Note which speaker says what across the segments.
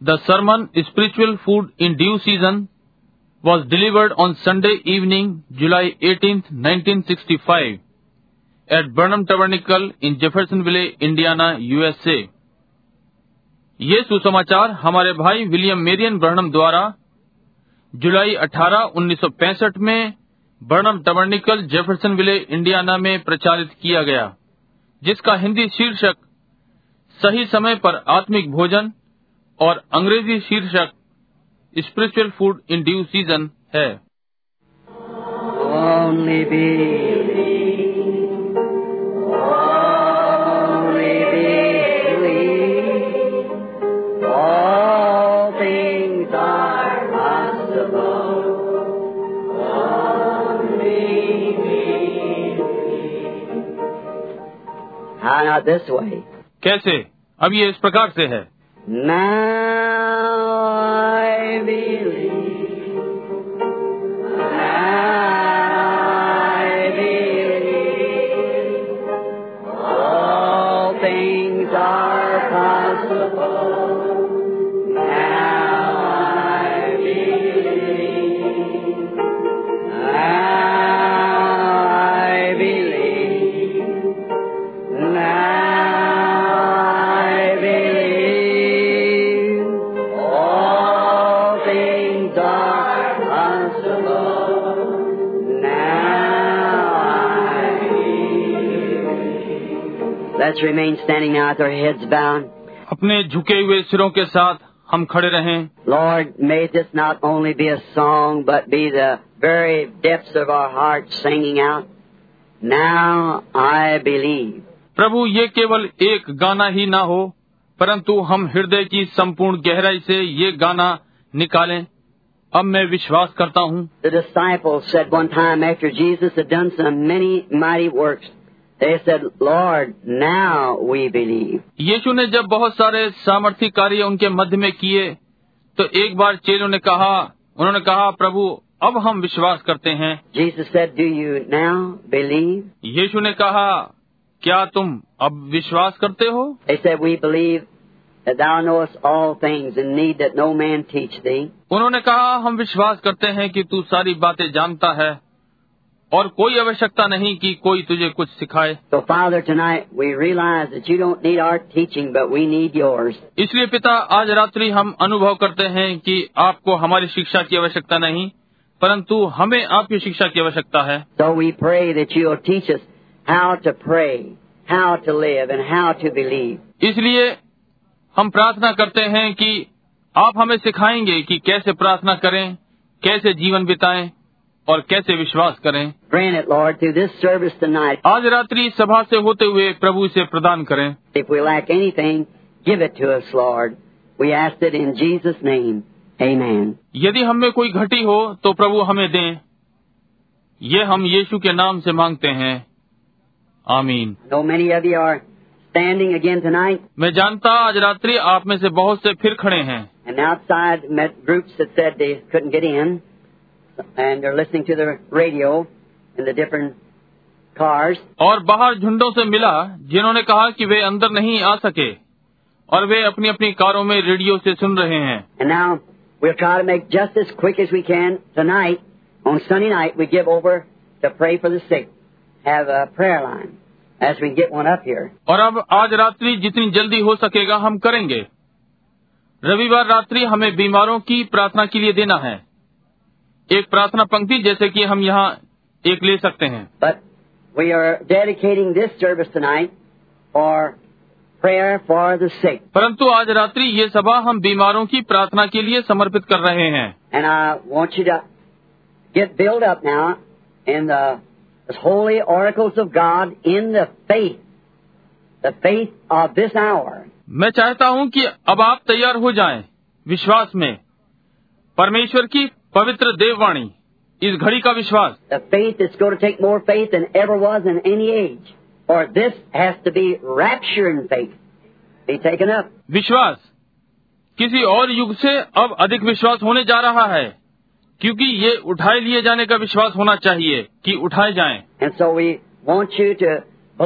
Speaker 1: The sermon Spiritual Food in Due Season was delivered on Sunday evening, July 18, 1965 at Burnham Tabernacle in Jeffersonville, Indiana, USA. ये सुसमाचार हमारे भाई William Marrion Barnum द्वारा जुलाई 18, 1965 में Barnum टबर्निकल Jeffersonville Indiana में प्रचारित किया गया जिसका हिंदी शीर्षक सही समय पर आत्मिक भोजन और अंग्रेजी शीर्षक spiritual food in due season है
Speaker 2: Only believe. Only believe. All things are possible. Only believe. How not this way?
Speaker 1: कैसे अब ये इस प्रकार से है
Speaker 2: Now I believe. Now I believe. All things are possible. Now I believe. Now I believe. Now I believe all things are possible. Now I believe. Let's remain standing now with our heads bowed.
Speaker 1: अपने झुके हुए सिरों के साथ हम खड़े रहें
Speaker 2: Lord, may this not only be a song, but be the very depths of our hearts singing out. Now I believe.
Speaker 1: प्रभु ये केवल एक गाना ही ना हो परंतु हम हृदय की संपूर्ण गहराई से ये गाना निकालें अब मैं विश्वास करता हूँ
Speaker 2: The disciples said one time after Jesus had done some many mighty works, they said, Lord, now we believe.
Speaker 1: यीशु ने जब बहुत सारे सामर्थी कार्य उनके मध्य में किए तो एक बार चेलों ने कहा उन्होंने कहा प्रभु अब हम विश्वास करते हैं
Speaker 2: Jesus said, Do you now believe?
Speaker 1: यीशु ने कहा क्या तुम अब विश्वास करते हो
Speaker 2: They said, We believe that thou knowest all things and need that no man teach thee.
Speaker 1: उन्होंने कहा हम विश्वास करते हैं कि तू सारी बातें जानता है और कोई आवश्यकता नहीं कि कोई तुझे कुछ सिखाए
Speaker 2: So, Father, tonight we realize that you don't need our teaching, but we need yours.
Speaker 1: इसलिए पिता आज रात्रि हम अनुभव करते हैं कि आपको हमारी शिक्षा की आवश्यकता नहीं परंतु हमें आपकी शिक्षा की आवश्यकता है
Speaker 2: So we pray that you'll teach us how to pray, how to live, and how to believe.
Speaker 1: इसलिए हम प्रार्थना करते हैं कि आप हमें सिखाएंगे कि कैसे प्रार्थना करें कैसे जीवन बिताएं और कैसे विश्वास करें
Speaker 2: Grant it, Lord, through this service tonight.
Speaker 1: आज रात्रि सभा से होते हुए प्रभु इसे प्रदान करें
Speaker 2: If we lack anything, give it to us, Lord. We ask it in Jesus' name. Amen.
Speaker 1: यदि हम में कोई घटी हो तो प्रभु हमें दें ये हम यीशु के नाम से मांगते हैं आमीन
Speaker 2: I know many of you are standing again tonight
Speaker 1: मैं जानता आज रात्रि आप में से बहुत से फिर खड़े हैं
Speaker 2: and outside met groups that said they couldn't get in and they're listening to the radio in the different cars.
Speaker 1: और बाहर झुंडों से मिला जिन्होंने कहा कि वे अंदर नहीं आ सके और वे अपनी अपनी कारों में रेडियो से सुन रहे हैं
Speaker 2: And now we'll try to make just as quick as we can tonight. On Sunday night, we give over to pray for the sick. Have a prayer line as we can get one up here.
Speaker 1: और अब आज रात्रि जितनी जल्दी हो सकेगा हम करेंगे रविवार रात्रि हमें बीमारों की प्रार्थना के लिए देना है एक प्रार्थना पंक्ति जैसे कि हम यहाँ एक ले सकते हैं
Speaker 2: But we are dedicating this service tonight for prayer for the sick.
Speaker 1: परंतु आज रात्रि ये सभा हम बीमारों की प्रार्थना के लिए समर्पित कर रहे हैं
Speaker 2: And I want you to get built up now in the holy oracles of God in the faith, the faith of this hour.
Speaker 1: मैं चाहता हूं कि अब आप तैयार हो जाएं विश्वास में परमेश्वर की पवित्र देववाणी इस घड़ी का विश्वास
Speaker 2: the faith that's going to take more faith than ever was in any age. Or this has to be rapture in faith. Be taken up.
Speaker 1: विश्वास किसी और युग से अब अधिक विश्वास होने जा रहा है क्योंकि ये उठाए लिए जाने का विश्वास होना चाहिए कि उठाए जाएं
Speaker 2: And so we want you to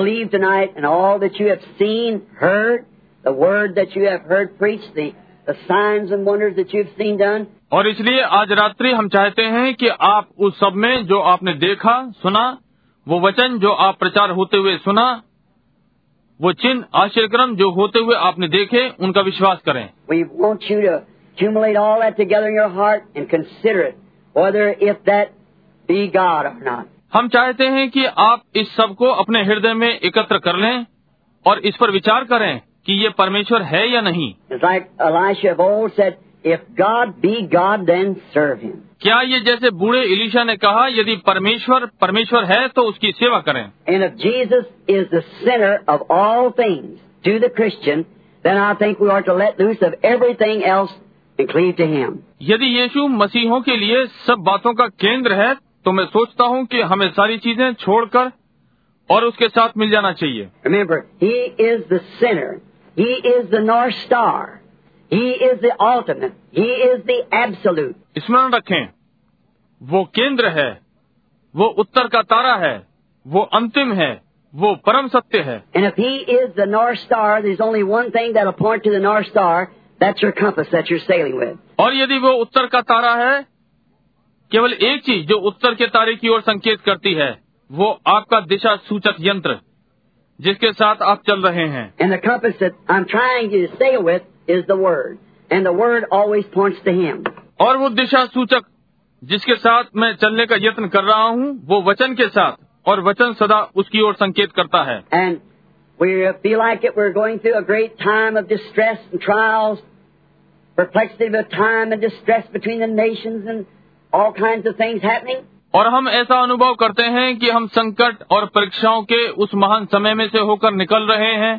Speaker 2: believe tonight in all that you have seen, heard, the word that you have heard preached, the, the signs and wonders that you've seen done,
Speaker 1: और इसलिए आज रात्रि हम चाहते हैं कि आप उस सब में जो आपने देखा सुना वो वचन जो आप प्रचार होते हुए सुना वो चिन्ह आश्चर्यक्रम जो होते हुए आपने देखे उनका विश्वास करें
Speaker 2: we want you to accumulate all that together in your heart and consider it, whether if that be God or not.
Speaker 1: हम चाहते हैं कि आप इस सब को अपने हृदय में एकत्र कर लें और इस पर विचार करें कि ये परमेश्वर है या नहीं
Speaker 2: It's like Elisha of old said, if God be God, then serve him.
Speaker 1: क्या ये जैसे बूढ़े इलीशा ने कहा यदि परमेश्वर परमेश्वर है तो उसकी सेवा करें
Speaker 2: And if Jesus is the center of all things to the Christian, then I think we are to let loose of everything else and cleave to him.
Speaker 1: यदि यीशु मसीहों के लिए सब बातों का केंद्र है तो मैं सोचता हूँ कि हमें सारी चीजें छोड़कर और उसके साथ मिल जाना चाहिए
Speaker 2: Remember, He is the center. He is the North Star. He is the ultimate. He is the absolute.
Speaker 1: स्मरण रखें वो केंद्र है वो उत्तर का तारा है वो अंतिम है वो परम सत्य है
Speaker 2: And if He is the North Star, there's only one thing that'll point to the North Star. That's your compass that you're sailing with.
Speaker 1: और यदि वो उत्तर का तारा है केवल एक चीज जो उत्तर के तारे की ओर संकेत करती है वो आपका दिशा सूचक यंत्र जिसके साथ आप चल रहे हैं
Speaker 2: And the compass that I'm trying to sail with is the Word. And the Word always points to Him.
Speaker 1: और वो दिशा सूचक जिसके साथ मैं चलने का यत्न कर रहा हूँ वो वचन के साथ और वचन सदा उसकी ओर संकेत करता है
Speaker 2: And we feel like it, we're going through a great time of distress and trials, perplexity of the time and distress between the nations and all kinds of things happening.
Speaker 1: और हम ऐसा अनुभव करते हैं कि हम संकट और परीक्षाओं के उस महान समय में से होकर निकल रहे हैं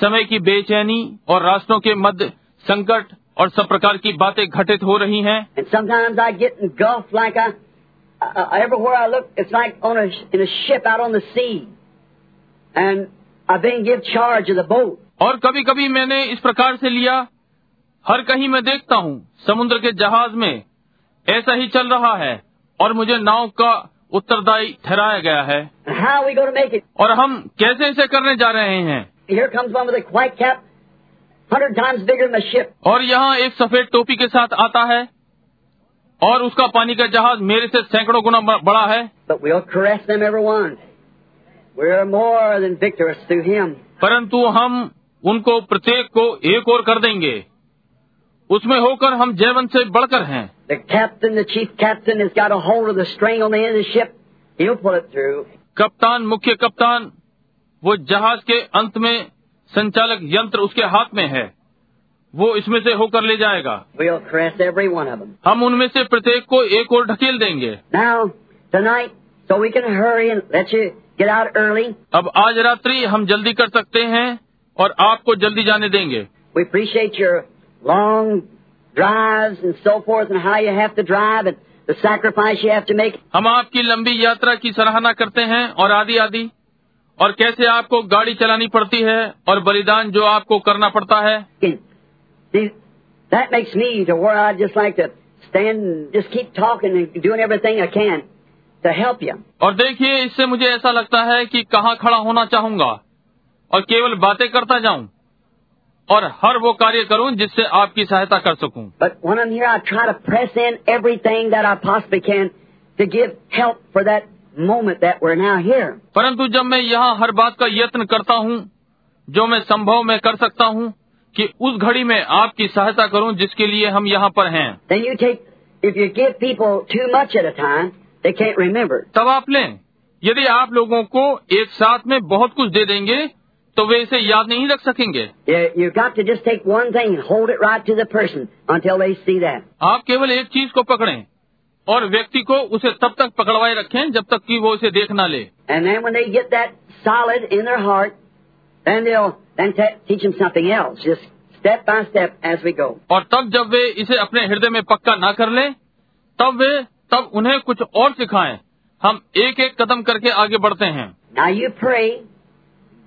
Speaker 1: समय की बेचैनी और राष्ट्रों के मध्य संकट और सब प्रकार की बातें घटित हो रही हैं
Speaker 2: And sometimes I get engulfed like I, I I- everywhere I look, it's like on a, in a ship out on the sea. And I've been give charge of the boat.
Speaker 1: और कभी कभी मैंने इस प्रकार से लिया हर कहीं मैं देखता हूँ समुद्र के जहाज में ऐसा ही चल रहा है और मुझे नाव का उत्तरदायी ठहराया गया है
Speaker 2: And how are we going to make it?
Speaker 1: और हम कैसे ऐसे करने जा रहे हैं
Speaker 2: Here comes one with a white cap, hundred times bigger than a ship.
Speaker 1: और यहाँ एक सफेद टोपी के साथ आता है और उसका पानी का जहाज मेरे से सैकड़ों गुना ब- बड़ा है
Speaker 2: But we'll caress them, every one. We're more than victorious through Him.
Speaker 1: परंतु हम उनको प्रत्येक को एक और कर देंगे उसमें होकर हम जैवन से बढ़कर हैं
Speaker 2: The captain, the chief captain, has got a hold of the string on the end of the ship. He'll pull it through.
Speaker 1: कप्तान मुख्य कप्तान वो जहाज के अंत में संचालक यंत्र उसके हाथ में है वो इसमें से होकर ले जाएगा
Speaker 2: We'll caress every one of them.
Speaker 1: हम उनमें से प्रत्येक को एक और ढकेल देंगे
Speaker 2: Now, tonight, so we can hurry and let you get out early,
Speaker 1: अब आज रात्रि हम जल्दी कर सकते हैं और आपको जल्दी जाने देंगे
Speaker 2: we appreciate your long drives and so forth and how you have to drive and the sacrifice you have to make.
Speaker 1: हम आपकी लंबी यात्रा की सराहना करते हैं और आदि आदि और कैसे आपको गाड़ी चलानी पड़ती है और बलिदान जो आपको करना पड़ता है
Speaker 2: And see, that makes me to where I just like to stand and just keep talking and doing everything I can to help you.
Speaker 1: और देखिए इससे मुझे ऐसा लगता है कि कहाँ खड़ा होना चाहूंगा और केवल बातें करता जाऊं और हर वो कार्य करूं जिससे आपकी सहायता कर सकूं
Speaker 2: But when I'm here, I try to press in everything that I possibly can to give help for that moment that we're now here.
Speaker 1: परंतु जब मैं यहाँ हर बात का यत्न करता हूँ जो मैं संभव में कर सकता हूँ कि उस घड़ी में आपकी सहायता करूं जिसके लिए हम यहाँ पर हैं
Speaker 2: Then you take, if you give people too much at a time, they can't remember.
Speaker 1: तब आप लें यदि आप लोगों को एक साथ में बहुत कुछ दे देंगे तो वे इसे याद नहीं रख सकेंगे
Speaker 2: You, you've got to just take one thing and hold it right to the person until they see that.
Speaker 1: आप केवल एक चीज को पकड़ें और व्यक्ति को उसे तब तक पकड़वाए रखें जब तक कि वो उसे देख ना ले
Speaker 2: And then when they get that solid in their heart, then they'll then te- teach them something else, just step by step as we go.
Speaker 1: और तब जब वे इसे अपने हृदय में पक्का ना कर लें तब वे तब उन्हें कुछ और सिखाएं हम एक एक कदम करके आगे बढ़ते हैं
Speaker 2: Now you pray,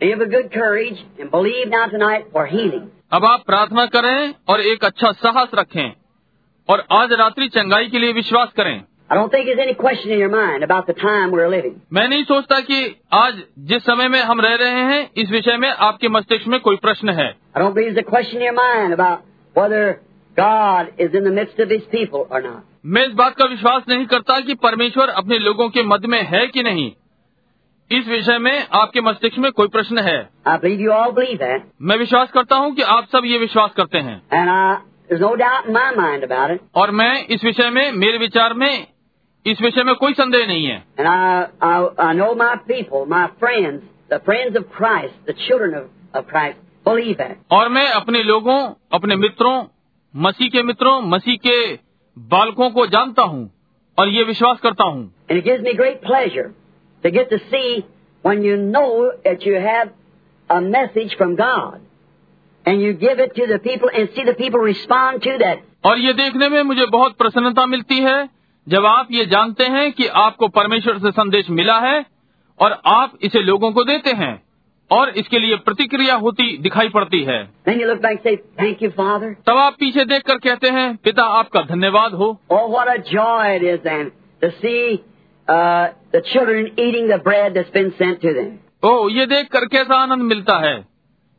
Speaker 2: be of a good courage, and believe now tonight for healing.
Speaker 1: अब आप प्रार्थना करें और एक अच्छा साहस रखें और आज रात्रि चंगाई के लिए विश्वास करें
Speaker 2: I don't think there's any question in your mind about the time we're living.
Speaker 1: मैं नहीं सोचता कि आज जिस समय में हम रह रहे हैं इस विषय में आपके मस्तिष्क में कोई प्रश्न है
Speaker 2: I don't believe there's a question in your mind about whether God is in the midst of His people or not.
Speaker 1: मैं इस बात का विश्वास नहीं करता कि परमेश्वर अपने लोगों के मध्य में है कि नहीं इस विषय में आपके मस्तिष्क में कोई प्रश्न है
Speaker 2: I believe you all believe that,
Speaker 1: मैं विश्वास करता हूँ कि आप सब ये विश्वास करते हैं
Speaker 2: and I, there's no doubt in my mind about it.
Speaker 1: और मैं इस विषय में मेरे विचार में इस विषय में कोई संदेह नहीं है
Speaker 2: And I, I, I know my people, my friends, the friends of Christ, the children of, of Christ, believe that.
Speaker 1: और मैं अपने लोगों अपने मित्रों मसीह के मित्रों मसीह के बालकों को जानता हूँ और ये विश्वास करता हूँ
Speaker 2: And it gives me great pleasure to get to see when you know that you have a message from God and you give it to the people and see the people respond to that.
Speaker 1: और ये देखने में मुझे बहुत प्रसन्नता मिलती है जब आप ये जानते हैं कि आपको परमेश्वर से संदेश मिला है और आप इसे लोगों को देते हैं और इसके लिए प्रतिक्रिया होती दिखाई पड़ती है
Speaker 2: Then you look back and say, Thank you, Father.
Speaker 1: तब आप पीछे देखकर कहते हैं पिता आपका धन्यवाद हो
Speaker 2: Oh, what a joy it is then to see uh, the children eating the bread that's been sent to them.
Speaker 1: ओह ये देख कर कैसा आनंद मिलता है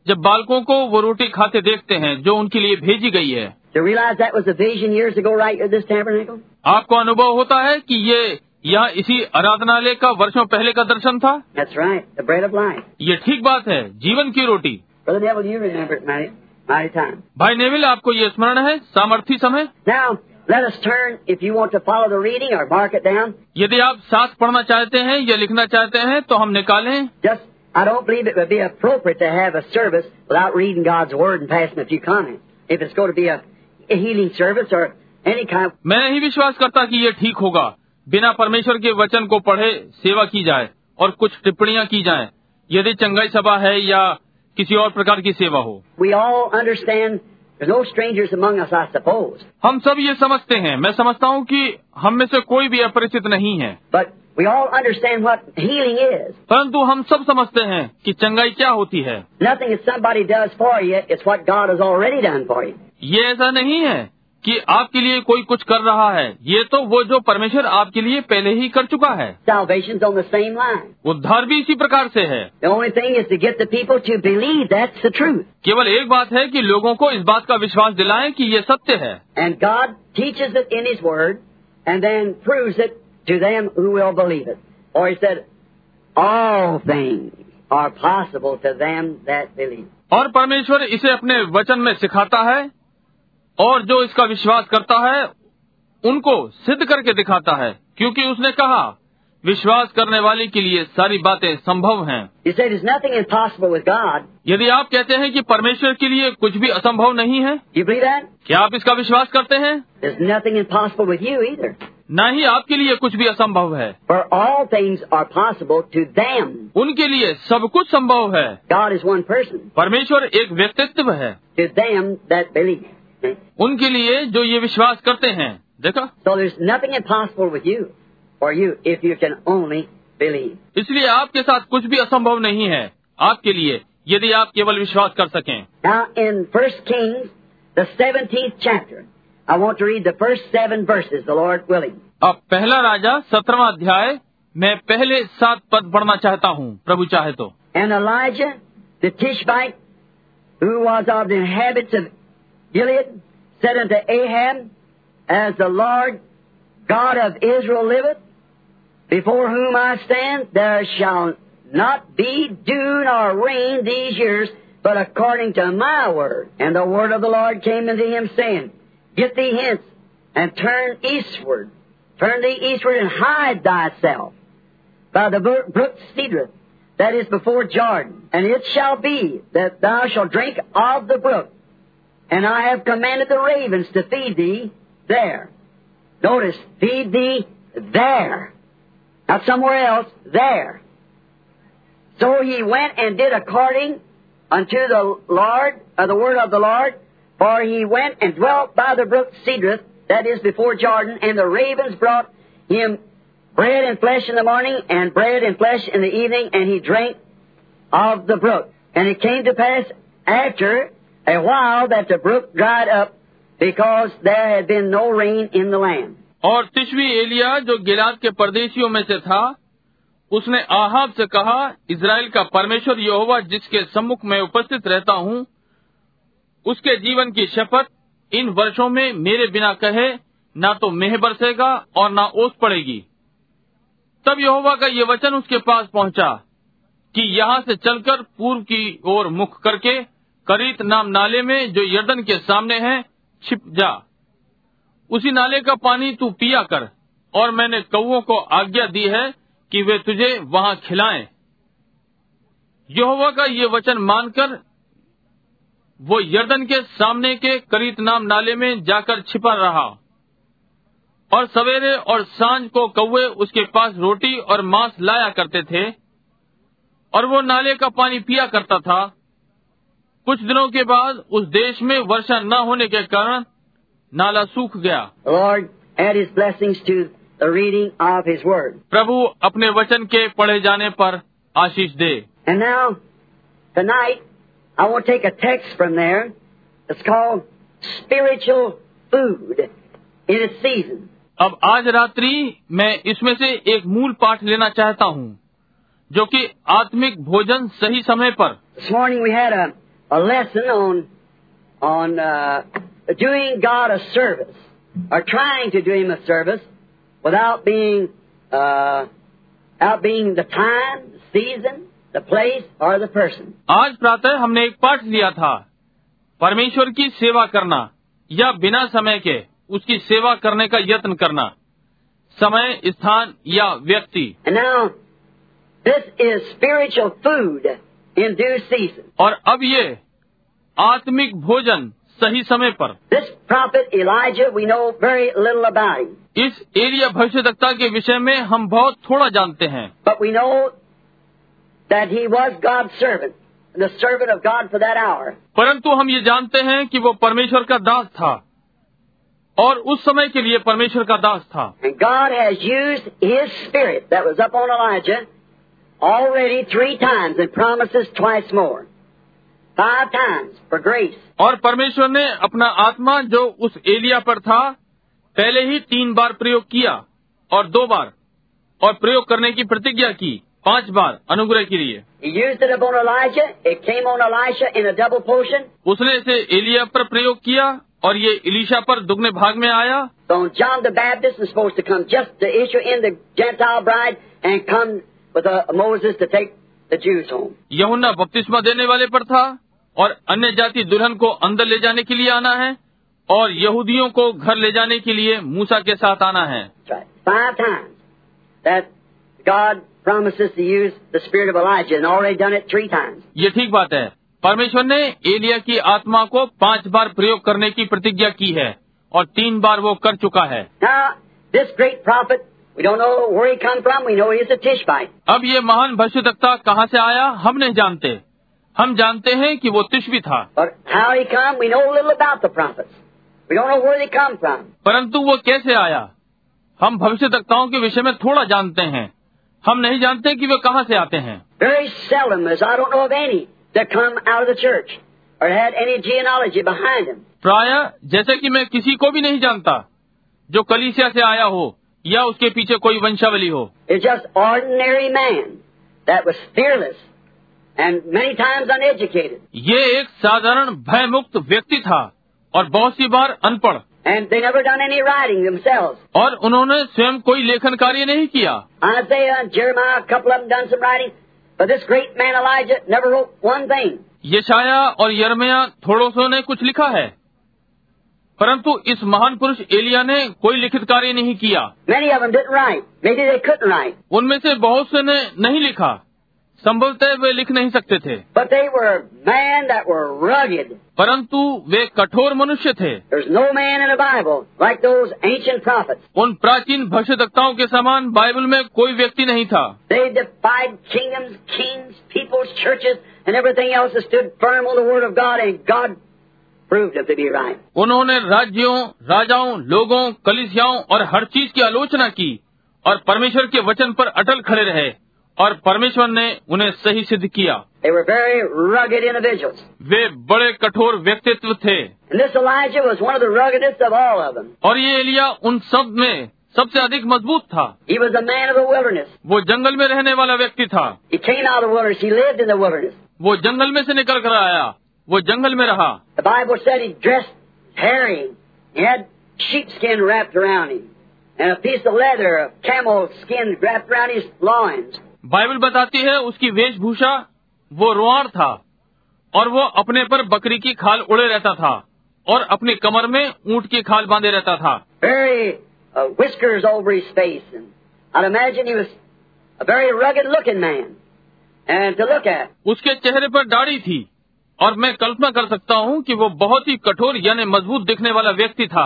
Speaker 1: जब बालकों को वो रोटी खाते देखते हैं जो उनके लिए भेजी गई है
Speaker 2: To realize that was a vision years ago right here at this tabernacle?
Speaker 1: आपको अनुभव होता है कि ये यह इसी आराधनालय का वर्षों पहले का दर्शन था
Speaker 2: That's right, the bread of life.
Speaker 1: ये ठीक बात है जीवन की रोटी
Speaker 2: Brother Neville, you remember it mighty, mighty time.
Speaker 1: भाई नेविल आपको ये स्मरण है सामर्थी समय
Speaker 2: Now, let us turn, if you want to follow the reading or mark it down,
Speaker 1: यदि आप साथ पढ़ना चाहते हैं या लिखना चाहते हैं तो हम निकालें
Speaker 2: just, I don't believe it would be appropriate to have a service without reading God's Word and passing a few comments. If it's going to be a, a healing service or any kind of,
Speaker 1: मैं नहीं विश्वास करता कि ये ठीक होगा बिना परमेश्वर के वचन को पढ़े सेवा की जाए और कुछ टिप्पणियां की जाएं यदि चंगाई सभा है या किसी और प्रकार की सेवा हो
Speaker 2: we all understand there's no strangers among us, I suppose.
Speaker 1: हम सब ये समझते हैं मैं समझता हूँ कि हम में से कोई भी अपरिचित नहीं है
Speaker 2: But we all understand what healing is.
Speaker 1: परंतु हम सब समझते हैं कि चंगाई क्या होती है
Speaker 2: Nothing that somebody does for you, it's what God has already done for you.
Speaker 1: ये ऐसा नहीं है कि आपके लिए कोई कुछ कर रहा है ये तो वो जो परमेश्वर आपके लिए पहले ही कर चुका है
Speaker 2: Salvation's on the same line.
Speaker 1: उद्धार भी इसी प्रकार से है
Speaker 2: The only thing is to get the people to believe that's the truth.
Speaker 1: केवल एक बात है कि लोगों को इस बात का विश्वास दिलाएं कि ये सत्य है
Speaker 2: And God teaches it in His Word and then proves it to them who will believe it. Or He said, All things are possible to them that believe.
Speaker 1: और परमेश्वर इसे अपने वचन में सिखाता है और जो इसका विश्वास करता है उनको सिद्ध करके दिखाता है क्योंकि उसने कहा विश्वास करने वाले के लिए सारी bateं संभव हैं
Speaker 2: You say there's nothing impossible with God.
Speaker 1: यदि आप कहते हैं कि परमेश्वर के लिए कुछ भी असंभव नहीं है
Speaker 2: Do you believe that?
Speaker 1: क्या आप इसका विश्वास करते हैं
Speaker 2: There's nothing impossible with you either.
Speaker 1: न ही आपके लिए कुछ भी असंभव है
Speaker 2: For all things are possible to them.
Speaker 1: उनके लिए सब कुछ संभव है
Speaker 2: God is one person.
Speaker 1: परमेश्वर एक व्यक्तित्व है
Speaker 2: To them that believe. See?
Speaker 1: उनके लिए जो ये विश्वास करते हैं देखा
Speaker 2: So there's nothing impossible with you or you if you can only believe.
Speaker 1: इसलिए आपके साथ कुछ भी असंभव नहीं है आपके लिए यदि आप केवल विश्वास कर सकें
Speaker 2: Now, in First Kings, the 17th chapter, I want to read the first seven verses, the Lord willing.
Speaker 1: अब पहला राजा सत्रहवा अध्याय मैं पहले सात पद पढ़ना चाहता हूँ प्रभु चाहे तो
Speaker 2: And Elijah the Tishbite, who was of the habits of Gilead, said unto Ahab, As the Lord God of Israel liveth, before whom I stand, there shall not be dew nor rain these years, but according to my word. And the word of the Lord came unto him, saying, Get thee hence, and turn eastward. Turn thee eastward, and hide thyself by the bro- brook Cedrith, that is before Jordan. And it shall be that thou shalt drink of the brook, and I have commanded the ravens to feed thee there. Notice, feed thee there, not somewhere else, there. So he went and did according unto the Lord, uh, the word of the Lord, for he went and dwelt by the brook Cedrith, that is before Jordan, and the ravens brought him bread and flesh in the morning, and bread and flesh in the evening, and he drank of the brook. And it came to pass after a while that the brook dried up, because there had been no rain in the land.
Speaker 1: और तिशवी एलिया जो गिलाद के परदेशियों में से था उसने Ahab से कहा Israel का परमेश्वर यहोवा जिसके सम्मुख में उपस्थित रहता हूँ उसके जीवन की शपथ इन वर्षों में मेरे बिना कहे ना तो मेह बरसेगा और ना ओस पड़ेगी तब यहोवा का ये वचन उसके पास पहुंचा कि यहाँ से चलकर पूर्व की ओर मुख करके करीत नाम नाले में जो यर्दन के सामने है छिप जा उसी नाले का पानी तू पिया कर और मैंने कौओं को आज्ञा दी है कि वे तुझे वहां खिलाएं यहोवा का ये वचन मानकर वो यर्दन के सामने के करीत नाम नाले में जाकर छिपा रहा और सवेरे और सांझ को कौवे उसके पास रोटी और मांस लाया करते थे और वो नाले का पानी पिया करता था कुछ दिनों के बाद उस देश में वर्षा न होने के कारण नाला सूख गया
Speaker 2: The Lord add His blessings to the reading of His Word.
Speaker 1: प्रभु अपने वचन के पढ़े जाने पर आशीष दे
Speaker 2: And now, tonight, I want to take a text from there. It's called Spiritual Food in its Season.
Speaker 1: अब आज रात्रि मैं इसमें से एक मूल पाठ लेना चाहता हूँ जो कि आत्मिक भोजन सही समय पर
Speaker 2: This morning we had a, a lesson on, on uh, doing God a service, or trying to do Him a service, without being, uh, without being the time, the season, the place, or the person.
Speaker 1: आज प्रातः हमने एक पाठ लिया था परमेश्वर की सेवा करना या बिना समय के उसकी सेवा करने का यत्न करना समय स्थान या व्यक्ति
Speaker 2: And now, this is spiritual food in due season.
Speaker 1: और अब ये आत्मिक भोजन सही समय पर
Speaker 2: This prophet Elijah, we know very little about him,
Speaker 1: इस एरिया भविष्यवक्ता के विषय में हम बहुत थोड़ा जानते हैं
Speaker 2: but we know that he was God's servant, the servant of God for that hour.
Speaker 1: परंतु हम ये जानते हैं कि वो परमेश्वर का दास था और उस समय के लिए परमेश्वर का दास था
Speaker 2: And God has used his spirit that was upon Elijah already three times and promises twice more. Five times for grace.
Speaker 1: और परमेश्वर ने अपना आत्मा जो उस एलिया पर था पहले ही तीन बार प्रयोग किया और दो बार और प्रयोग करने की प्रतिज्ञा की पांच बार अनुग्रह के लिए
Speaker 2: He used it upon Elijah. It came on Elisha in a double portion.
Speaker 1: उसने इसे एलिया पर प्रयोग किया और ये इलीशा पर दुगने भाग में आया
Speaker 2: So John the Baptist is supposed to come just to issue in the Gentile bride and come with uh, Moses to take the Jews home.
Speaker 1: यहुन्ना बपतिस्मा देने वाले पर था और अन्य जाति दुल्हन को अंदर ले जाने के लिए आना है और यहूदियों को घर ले जाने के लिए मूसा के साथ आना है
Speaker 2: That's right. Five times that God promises to use the spirit of Elijah and already done it three times.
Speaker 1: ये ठीक बात है परमेश्वर ने एलिया की आत्मा को पांच बार प्रयोग करने की प्रतिज्ञा की है और तीन बार वो कर चुका है
Speaker 2: Now, this great prophet, we don't know where he come from. We know he's a Tishbite.
Speaker 1: अब ये महान भविष्यवक्ता कहाँ से आया हम नहीं जानते हम जानते हैं कि वो तिश्वी था
Speaker 2: But how he come, we know a little about the prophets. We don't know where they come from.
Speaker 1: परंतु वो कैसे आया हम भविष्यवक्ताओं के विषय में थोड़ा जानते हैं हम नहीं जानते कि वे कहाँ से आते हैं
Speaker 2: Very seldom, as I don't know of any, that come out of the church or had any genealogy behind them.
Speaker 1: प्राय जैसे कि मैं किसी को भी नहीं जानता जो कलीसिया से आया हो या उसके पीछे कोई वंशावली हो
Speaker 2: is just ordinary man that was fearless and many times uneducated.
Speaker 1: ये एक साधारण भयमुक्त व्यक्ति था और बहुत सी बार अनपढ़
Speaker 2: And they never done any writing themselves.
Speaker 1: और उन्होंने स्वयं कोई लेखन कार्य नहीं किया
Speaker 2: Isaiah and Jeremiah, a couple of them done some writing, but this great man Elijah never wrote one thing.
Speaker 1: यशाया और यरमया थोड़ों सो ने कुछ लिखा है परंतु इस महान पुरुष एलिया ने कोई लिखित कार्य नहीं किया
Speaker 2: Many of them didn't write. Maybe they couldn't write.
Speaker 1: उनमें से बहुत से ने नहीं लिखा संभवतः वे लिख नहीं सकते थे
Speaker 2: But they were men that were rugged.
Speaker 1: परंतु वे कठोर मनुष्य थे
Speaker 2: There's no man in the Bible like those ancient prophets.
Speaker 1: उन प्राचीन भविष्यवक्ताओं के समान बाइबल में कोई व्यक्ति नहीं था
Speaker 2: They defied kingdoms, kings, peoples, churches, and everything else that stood firm on the Word of God, and God proved them to be right.
Speaker 1: उन्होंने राज्यों राजाओं लोगों कलिसियाओं और हर चीज की आलोचना की और परमेश्वर के वचन पर अटल खड़े रहे और परमेश्वर ने उन्हें सही सिद्ध किया
Speaker 2: They were very rugged individuals.
Speaker 1: वे बड़े कठोर व्यक्तित्व थे
Speaker 2: And this Elijah was one of the ruggedest of all of them.
Speaker 1: और ये एलिया उन सब में सबसे अधिक मजबूत था
Speaker 2: He was a man of the wilderness.
Speaker 1: वो जंगल में रहने वाला व्यक्ति था
Speaker 2: He came out of the wilderness. He lived in the wilderness.
Speaker 1: वो जंगल में से निकल कर आया वो जंगल में रहा
Speaker 2: The Bible said he dressed tarrying. He had sheepskin wrapped around him and a piece of leather of camel skin wrapped around his loins.
Speaker 1: Bible बताती है उसकी वेशभूषा वो रोआर था और वो अपने पर बकरी की खाल उड़े रहता था और अपने कमर में ऊंट की खाल बांधे रहता था
Speaker 2: very uh, whiskers over his face, and I'd imagine he was a very rugged-looking man, and to look at.
Speaker 1: उसके चेहरे पर दाढ़ी थी और मैं कल्पना कर सकता हूँ कि वो बहुत ही कठोर यानी मजबूत दिखने वाला व्यक्ति था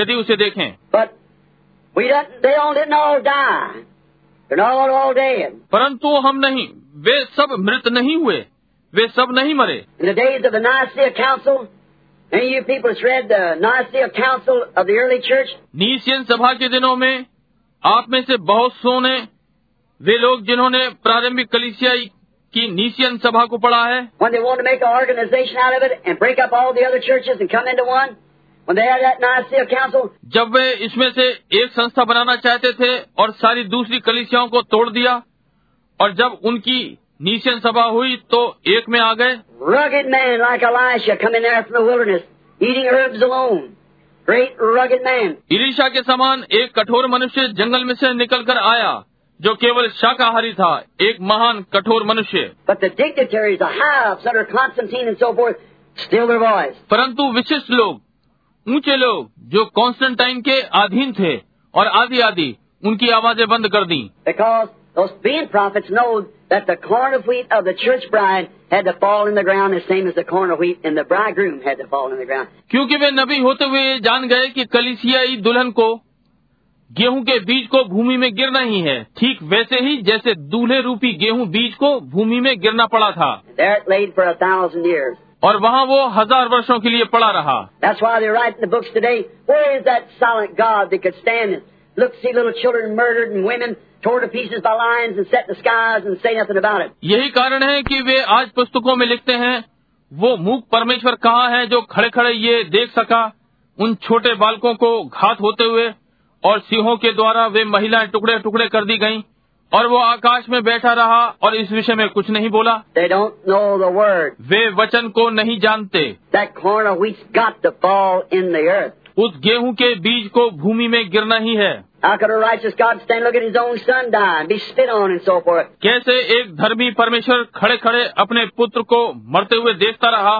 Speaker 1: यदि उसे देखें
Speaker 2: But we didn't. They all didn't all die. They're not all, all dead.
Speaker 1: परंतु हम नहीं वे सब मृत नहीं हुए वे सब नहीं मरे
Speaker 2: In the days of the Nicaea Council, any of you people that's read the Nicaea Council of the early church,
Speaker 1: नीसियन सभा के दिनों में आप में से बहुत सो ने वे लोग जिन्होंने प्रारंभिक कलिसिया की नीसियन सभा को पढ़ा है
Speaker 2: when they wanted to make an organization out of it and break up all the other churches and come into one, when they had that Nicaea Council,
Speaker 1: जब वे इसमें से एक संस्था बनाना चाहते थे और सारी दूसरी कलिसियाओं को तोड़ दिया और जब उनकी नीसियन सभा हुई तो एक में आ गए
Speaker 2: rugged man like Elisha come in there from the wilderness, eating herbs alone. Great rugged man.
Speaker 1: इलीशा के समान एक कठोर मनुष्य जंगल में से निकलकर आया जो केवल शाकाहारी था एक महान कठोर मनुष्य
Speaker 2: But the dignitaries, the high ups under Constantine and so forth, still their voice.
Speaker 1: परंतु विशिष्ट लोग ऊंचे लोग जो कॉन्स्टेंटाइन के अधीन थे और आदि आदि उनकी आवाजें बंद कर दी
Speaker 2: Because those being prophets know that the corn of wheat of the church bride had to fall in the ground the same as the corn of wheat and the bridegroom had to fall in the ground.
Speaker 1: क्योंकि वे नबी होते हुए ये जान गए कि कलिसियाई दुल्हन को गेहूं के बीज को भूमि में गिरना ही है ठीक वैसे ही जैसे दूल्हे रूपी गेहूं बीज को भूमि में गिरना पड़ा था
Speaker 2: There it laid for a thousand years.
Speaker 1: और वहाँ वो हजार वर्षों के लिए पड़ा रहा
Speaker 2: That's why they write in the books today, where is that silent God that could stand and look, see little children murdered and women torn to pieces by lions and set in the skies and say nothing about it?
Speaker 1: यही कारण है कि वे आज पुस्तकों में लिखते हैं वो मूक परमेश्वर कहाँ है जो खड़े खड़े ये देख सका उन छोटे बालकों को घात होते हुए और सिंहों के द्वारा वे महिलाएं टुकड़े टुकड़े कर दी गईं और वो आकाश में बैठा रहा और इस विषय में कुछ नहीं बोला
Speaker 2: They don't know the word.
Speaker 1: वे वचन को नहीं जानते
Speaker 2: That corn of wheat's got to fall in the earth.
Speaker 1: उस गेहूं के बीज को भूमि में गिरना ही है
Speaker 2: How could a righteous God stand and look at his own son die and be spit on and so forth?
Speaker 1: कैसे एक धर्मी परमेश्वर खड़े खड़े अपने पुत्र को मरते हुए देखता रहा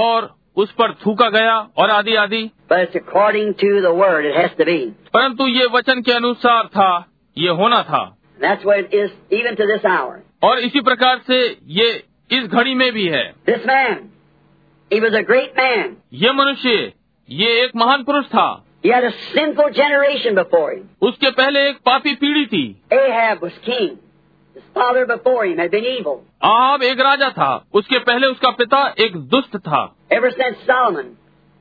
Speaker 1: और उस पर थूका गया और आदि आदि
Speaker 2: But it's according to the word. It has to be.
Speaker 1: परंतु ये वचन के अनुसार था ये होना था
Speaker 2: And that's what it is even to this hour.
Speaker 1: और इसी प्रकार से ये इस घड़ी में भी है
Speaker 2: This man, he was a great man.
Speaker 1: ये मनुष्य ये एक महान पुरुष था
Speaker 2: He had a sinful generation before him.
Speaker 1: उसके पहले एक पापी पीढ़ी थी
Speaker 2: Ahab was king. His father before him had been evil.
Speaker 1: आब एक राजा था उसके पहले उसका पिता एक दुष्ट था
Speaker 2: Ever since Solomon,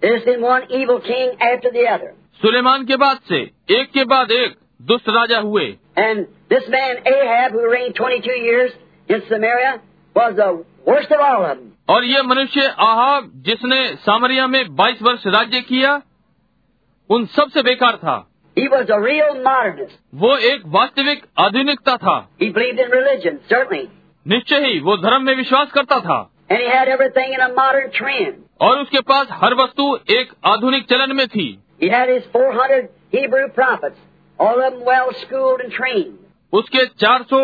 Speaker 2: there's been one evil king after the other.
Speaker 1: Suleman के बाद से एक के बाद एक दुष्ट राजा हुए
Speaker 2: And this man Ahab, who reigned 22 years in Samaria, was the worst of all of them.
Speaker 1: और ये मनुष्य आहाब जिसने सामरिया में 22 वर्ष राज्य किया उन सबसे बेकार था
Speaker 2: He was a real modernist.
Speaker 1: वो एक वास्तविक आधुनिकता था
Speaker 2: He believed in religion, certainly.
Speaker 1: निश्चय ही वो धर्म में विश्वास करता था
Speaker 2: And he had everything in a modern trend.
Speaker 1: और उसके पास हर वस्तु एक आधुनिक चलन में थी
Speaker 2: He had his 400 Hebrew prophets, all of them well schooled and trained.
Speaker 1: उसके 400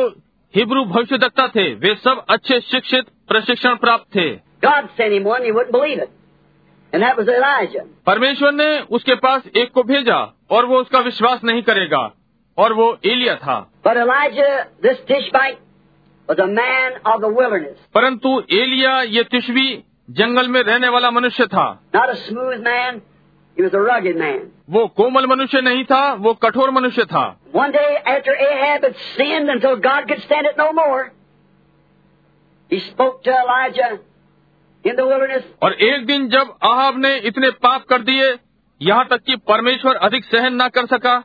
Speaker 1: हिब्रू भविष्यद्वक्ता थे वे सब अच्छे शिक्षित प्रशिक्षण प्राप्त थे
Speaker 2: God sent him one, he wouldn't believe it. And that was Elijah.
Speaker 1: परमेश्वर ने उसके पास एक को भेजा और वो उसका विश्वास नहीं करेगा और वो एलिया था
Speaker 2: But Elijah, this Tishbite, was a man of the wilderness.
Speaker 1: परंतु एलिया ये तिशवी जंगल में रहने वाला मनुष्य था
Speaker 2: Not a smooth man, he was a rugged man.
Speaker 1: वो कोमल मनुष्य नहीं था वो कठोर मनुष्य था
Speaker 2: One day after Ahab had sinned until God could stand it no more, he spoke to Elijah in the wilderness
Speaker 1: और एक दिन जब आहाब ने इतने पाप कर दिए यहाँ तक कि परमेश्वर अधिक सहन ना कर सका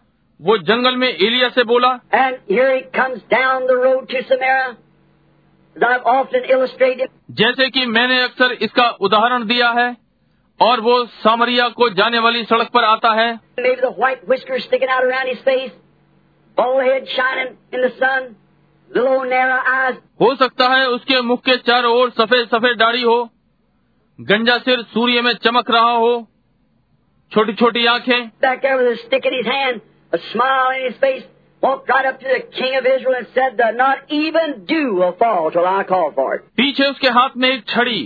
Speaker 1: वो जंगल में एलिया से बोला
Speaker 2: And here he comes down the road to Samaria. As I've often illustrated,
Speaker 1: जैसे कि मैंने अक्सर इसका उदाहरण दिया है और वो सामरिया को जाने वाली सड़क पर आता है
Speaker 2: maybe the white whiskers sticking out around his face, bald head shining in the sun, little old narrow eyes.
Speaker 1: हो सकता है उसके मुख के चारों ओर सफेद सफेद दाढ़ी हो गंजा सिर सूर्य में चमक रहा हो छोटी छोटी आंखें
Speaker 2: back there with a stick in his hand, a smile in his face, walked right up to the king of Israel and said, that Not even dew will fall till I call for it.
Speaker 1: पीछे उसके हाथ में एक छड़ी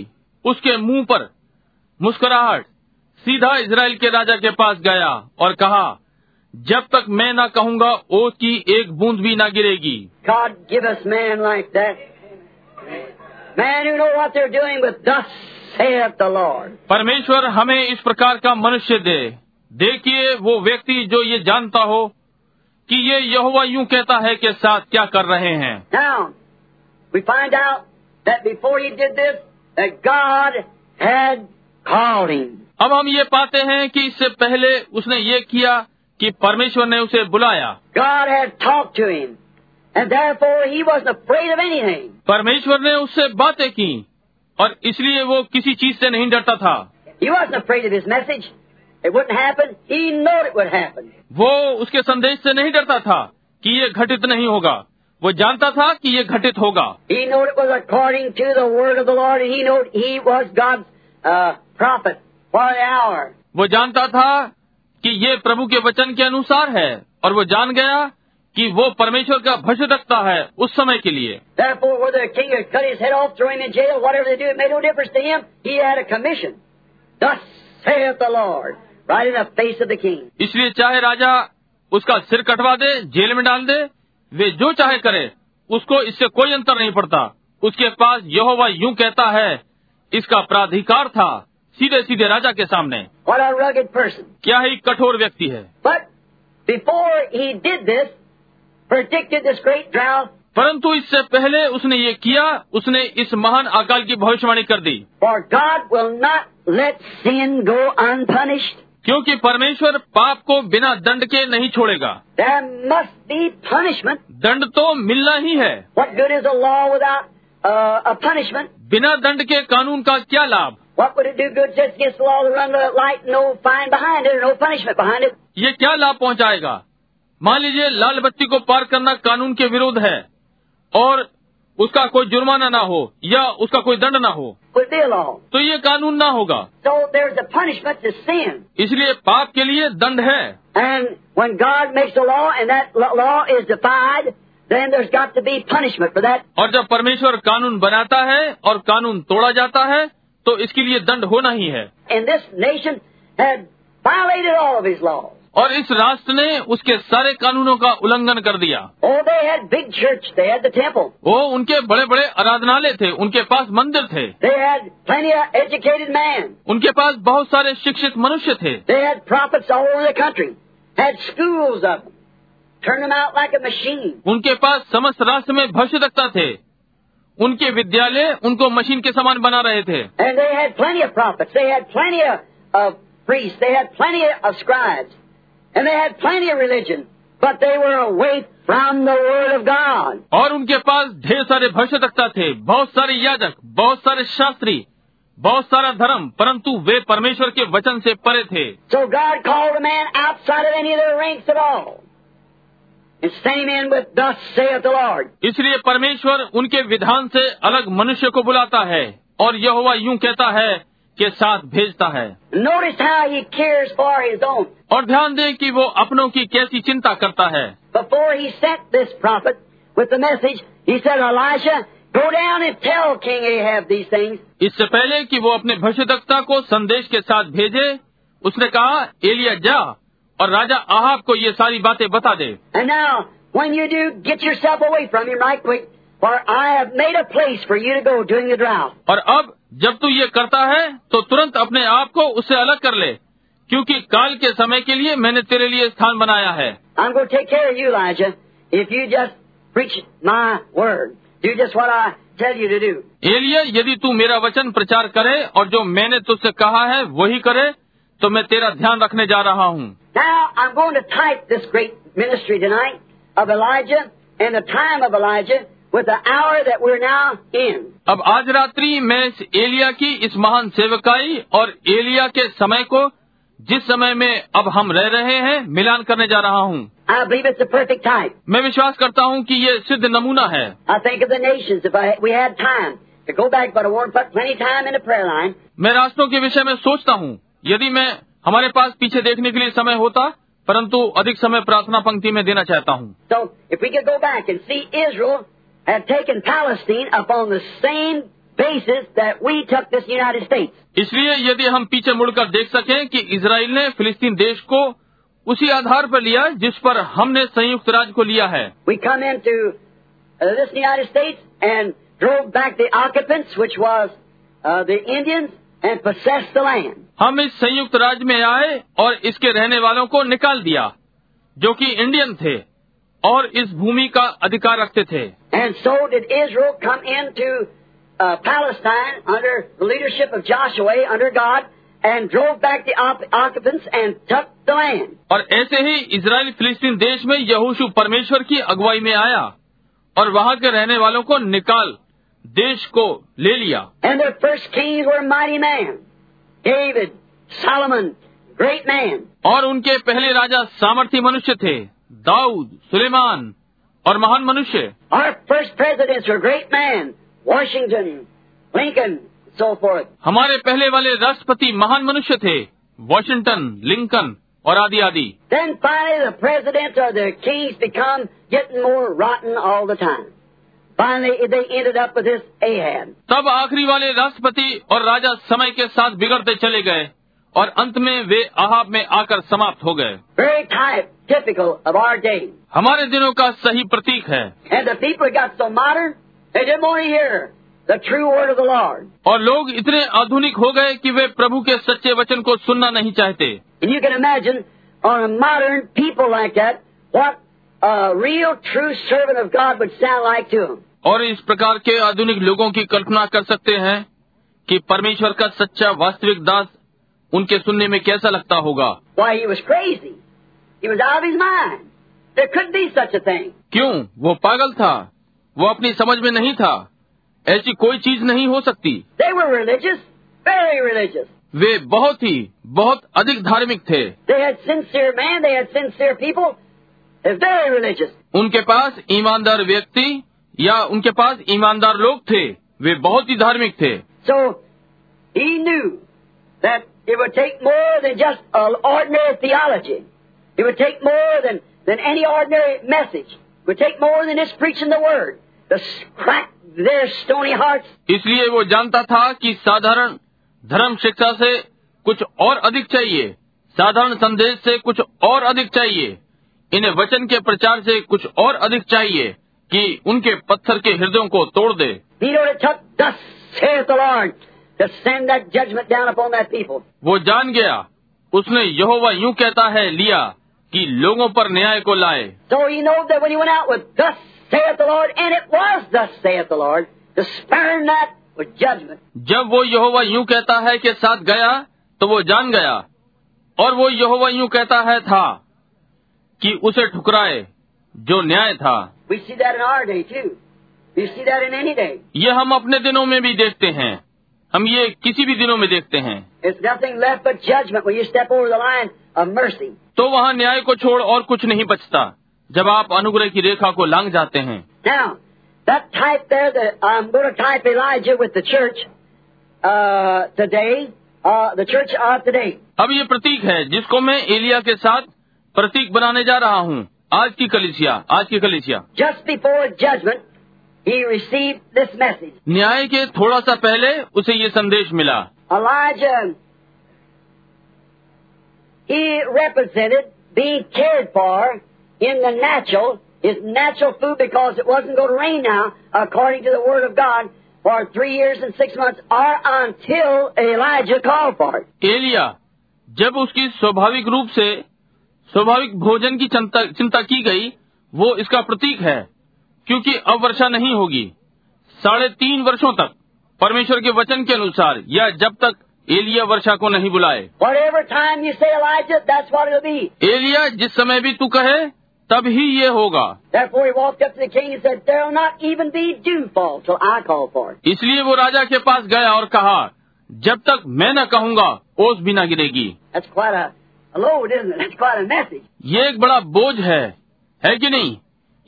Speaker 1: उसके मुंह पर मुस्कुराहट सीधा इसराइल के राजा के पास गया और कहा जब तक मैं ना कहूंगा ओस की एक बूंद भी ना गिरेगी
Speaker 2: God give us man like that. Man who know what they're doing with thus saith the Lord.
Speaker 1: परमेश्वर हमें इस प्रकार का मनुष्य दे देखिए वो व्यक्ति जो ये जानता हो कि ये यहोवा यूं कहता है के साथ क्या कर रहे हैं
Speaker 2: Now, we find out that before he did this, that God had called him.
Speaker 1: अब हम ये पाते हैं कि इससे पहले उसने ये किया कि परमेश्वर ने उसे बुलाया
Speaker 2: God had talked to him. And therefore, he wasn't afraid of anything.
Speaker 1: परमेश्वर ने उससे बातें की और इसलिए वो किसी चीज से नहीं डरता था
Speaker 2: He wasn't afraid of his message. It wouldn't happen. He knew it would happen.
Speaker 1: वो उसके संदेश से नहीं डरता था कि ये घटित नहीं होगा वो जानता था कि ये घटित होगा
Speaker 2: He knew it was according to the word of the Lord, and he knew he was God's uh, prophet for the hour.
Speaker 1: वो जानता था कि ये प्रभु के वचन के अनुसार है और वो जान गया कि वो परमेश्वर का भविष्य रखता है उस समय के लिए
Speaker 2: Therefore, whether a king would cut his head off, throw him in jail, whatever they do, it made no difference to him. He had a commission. Thus saith the Lord, right in the face of the king.
Speaker 1: इसलिए चाहे राजा उसका सिर कटवा दे jail में डाल दे वे जो चाहे करे उसको इससे कोई अंतर नहीं पड़ता उसके पास यहोवा यूं कहता है इसका प्राधिकार था सीधे सीधे राजा के सामने
Speaker 2: What a rugged person.
Speaker 1: क्या ही कठोर व्यक्ति है
Speaker 2: But before he did this, predicted this great drought
Speaker 1: परंतु इससे पहले उसने ये किया उसने इस महान अकाल की भविष्यवाणी कर दी
Speaker 2: For God will not let sin go unpunished.
Speaker 1: क्योंकि परमेश्वर पाप को बिना दंड के नहीं छोड़ेगा
Speaker 2: There must be punishment.
Speaker 1: दंड तो मिलना ही है
Speaker 2: What good is a law without uh, a punishment?
Speaker 1: बिना दंड के कानून का क्या लाभ
Speaker 2: What would it do good just against the law to run the light, no fine behind it, or no punishment behind it?
Speaker 1: ये क्या लाभ पहुंचाएगा मान लीजिए लाल बत्ती को पार करना कानून के विरुद्ध है और उसका कोई जुर्माना ना हो या उसका कोई दंड ना हो
Speaker 2: Would be a law.
Speaker 1: तो ये कानून ना होगा
Speaker 2: So there's a punishment to sin.
Speaker 1: इसलिए पाप के लिए दंड है
Speaker 2: And when God makes a law and that lo- law is defied, then there's got to be punishment for that.
Speaker 1: और जब परमेश्वर कानून बनाता है और कानून तोड़ा जाता है तो इसके लिए दंड होना ही है
Speaker 2: And this nation had violated all of his laws.
Speaker 1: और इस राष्ट्र ने उसके सारे कानूनों का उल्लंघन कर दिया
Speaker 2: Oh, they had big church. They had the temple.
Speaker 1: वो उनके बड़े बड़े आराधनालय थे उनके पास मंदिर थे
Speaker 2: They had plenty of educated man.
Speaker 1: उनके पास बहुत सारे शिक्षित मनुष्य थे
Speaker 2: They had prophets all over the country. Had schools of them. Turned them out like a machine.
Speaker 1: उनके पास समस्त राष्ट्र में भविष्यवक्ता थे उनके विद्यालय उनको मशीन के समान बना रहे थे
Speaker 2: And they had plenty of prophets. They had plenty of, of priests. They had plenty of scribes. And they had plenty of religion. But they were away from the Word of God.
Speaker 1: और उनके पास ढेर सारे भविष्यवक्ता थे बहुत सारे याजक बहुत सारे शास्त्री बहुत सारा धर्म परंतु वे परमेश्वर के वचन से परे थे
Speaker 2: So God called a man outside of any of their ranks at all. And sent him in with, Thus saith the Lord.
Speaker 1: इसलिए परमेश्वर उनके विधान से अलग मनुष्य को बुलाता है और यहोवा यूं कहता है के साथ भेजता है
Speaker 2: Notice how he cares for his own.
Speaker 1: और ध्यान दें कि वो अपनों की कैसी चिंता करता है
Speaker 2: before he sent this prophet with the message, he said, Elisha, go down and tell King Ahab these things.
Speaker 1: इससे पहले कि वो अपने भविष्यवक्ता को संदेश के साथ भेजे उसने कहा एलिया जा और राजा आहाब को ये सारी बातें बता दे
Speaker 2: And now, when you do, get yourself away from him right quick, for I have made a place for you to go during the drought.
Speaker 1: और अब जब तू ये करता है तो तुरंत अपने आप को उससे अलग कर ले क्योंकि काल के समय के लिए मैंने तेरे लिए स्थान बनाया है
Speaker 2: I'm going to take care of you, Elijah, if you just preach my word. Do just what I tell you to do.
Speaker 1: Elia यदि तू मेरा वचन प्रचार करे और जो मैंने तुझसे कहा है वही करे तो मैं तेरा ध्यान रखने जा रहा हूँ
Speaker 2: Now, I'm going to type this great ministry tonight of Elijah and the time of Elijah with the hour that we're now in.
Speaker 1: अब आज रात्रि मैं इस एलिया की इस महान सेवकाई और एलिया के समय को जिस समय में अब हम रह रहे हैं मिलान करने जा रहा हूँ
Speaker 2: I believe it's a perfect type.
Speaker 1: मैं विश्वास करता हूँ कि ये सिद्ध नमूना है
Speaker 2: I think of the nations if I, we had time. to go back, but Ward put plenty of time in the prayer line.
Speaker 1: मैं रास्तों के विषय में सोचता हूँ यदि मैं हमारे पास पीछे देखने के लिए समय होता परंतु अधिक समय प्रार्थना पंक्ति में देना चाहता हूँ
Speaker 2: So if we could go back and see Israel had taken Palestine upon the same basis that we took this United States.
Speaker 1: इसलिए यदि हम पीछे मुड़कर देख सकें कि इसराइल ने फिलिस्तीन देश को उसी आधार पर लिया जिस पर हमने संयुक्त राज्य को लिया है
Speaker 2: We come into uh, this United States and drove back the occupants, which was uh, the Indians, and possessed the land.
Speaker 1: हम इस संयुक्त राज्य में आए और इसके रहने वालों को निकाल दिया जो कि इंडियन थे और इस भूमि का अधिकार रखते थे
Speaker 2: And so did Israel come into uh, Palestine under the leadership of Joshua, under God, and drove back the op- occupants and took the land.
Speaker 1: और ऐसे ही इसराइल फिलिस्तीन देश में यहोशू परमेश्वर की अगुवाई में आया और वहाँ के रहने वालों को निकाल देश को ले लिया
Speaker 2: And their first kings were mighty men David, Solomon, great man.
Speaker 1: और उनके पहले राजा सामर्थी मनुष्य थे दाऊद सुलेमान और महान मनुष्य
Speaker 2: Our first presidents were great men Washington, Lincoln, so forth.
Speaker 1: हमारे पहले वाले राष्ट्रपति महान मनुष्य थे वॉशिंगटन लिंकन और आदि आदि
Speaker 2: Then finally, the presidents or the kings become getting more rotten all the time. Finally, they ended up with this Ahab.
Speaker 1: तब आखिरी वाले राष्ट्रपति और राजा समय के साथ बिगड़ते चले गए और अंत में वे आहाब में आकर समाप्त हो गए
Speaker 2: Very type, typical of our day.
Speaker 1: हमारे दिनों का सही प्रतीक है
Speaker 2: And the people got so modern, they didn't want to hear the true word of the Lord.
Speaker 1: और लोग इतने आधुनिक हो गए कि वे प्रभु के सच्चे वचन को सुनना नहीं चाहते
Speaker 2: And you can imagine on a modern people like that, what a real true servant of God would sound like to them.
Speaker 1: और इस प्रकार के आधुनिक लोगों की कल्पना कर सकते हैं कि परमेश्वर का सच्चा वास्तविक दास उनके सुनने में कैसा लगता होगा
Speaker 2: Why, he was crazy. He was out of his mind. There couldn't be such a thing.
Speaker 1: क्यों वो पागल था वो अपनी समझ में नहीं था ऐसी कोई चीज नहीं हो सकती
Speaker 2: They were religious, very religious.
Speaker 1: वे बहुत ही बहुत अधिक धार्मिक थे
Speaker 2: They had sincere men, they had sincere people. They're very religious.
Speaker 1: उनके पास ईमानदार व्यक्ति या उनके पास ईमानदार लोग थे वे बहुत ही धार्मिक थे
Speaker 2: So he knew that it would take more than just an ordinary theology. It would take more than, than any ordinary message. It would take more than just preaching the word. To crack their stony hearts.
Speaker 1: इसलिए वो जानता था कि साधारण धर्म शिक्षा से कुछ और अधिक चाहिए साधारण संदेश से कुछ और अधिक चाहिए इन्हें वचन के प्रचार से कुछ और अधिक चाहिए कि उनके पत्थर के हृदयों को तोड़ दे
Speaker 2: He knew it took thus saith the Lord to send that judgment down upon that people.
Speaker 1: वो जान गया उसने यहोवा यूं कहता है लिया कि लोगों पर न्याय को लाए
Speaker 2: So he knew that when he went out with thus saith the Lord, and it was thus saith the Lord, to spurn that with judgment.
Speaker 1: जब वो यहोवा यूं कहता है के साथ गया तो वो जान गया और वो यहोवा यूं कहता है था कि उसे ठुकराए जो न्याय था
Speaker 2: We see that in our day too. We see that in any day.
Speaker 1: ये हम अपने दिनों में भी देखते हैं हम ये किसी भी दिनों में देखते हैं
Speaker 2: It's nothing left but judgment when you step over the line of mercy.
Speaker 1: तो वहाँ न्याय को छोड़ और कुछ नहीं बचता जब आप अनुग्रह की रेखा को लांग जाते हैं
Speaker 2: Now, that type there that I'm going to type Elijah with the church uh, today, uh, the church of today.
Speaker 1: अब ये प्रतीक है जिसको मैं एलिया के साथ प्रतीक बनाने जा रहा हूँ आज की कलिसिया आज की कलिसिया
Speaker 2: Just before judgment, he received this message.
Speaker 1: न्याय के थोड़ा सा पहले उसे ये संदेश मिला
Speaker 2: Elijah, he represented being cared for in the natural, his natural food, because it wasn't going to rain now, according to the Word of God, for three years and six months, or until Elijah called for it.
Speaker 1: Elia जब उसकी स्वाभाविक रूप से स्वाभाविक भोजन की चिंता चिंता की गई वो इसका प्रतीक है क्योंकि अब वर्षा नहीं होगी साढ़े तीन वर्षों तक परमेश्वर के वचन के अनुसार या जब तक एलिया वर्षा को नहीं बुलाए
Speaker 2: Whatever time you say Elijah, that's what it'll be.
Speaker 1: Elia जिस समय भी तू कहे तब ही ये होगा
Speaker 2: Therefore, he walked up to the king and said, There'll not even be dewfall till I call for it.
Speaker 1: इसलिए वो राजा के पास गया और कहा जब तक मैं न कहूंगा ओस भी न गिरेगी
Speaker 2: That's quite a, a load, isn't it? That's quite a message.
Speaker 1: ये एक बड़ा बोझ है है कि नहीं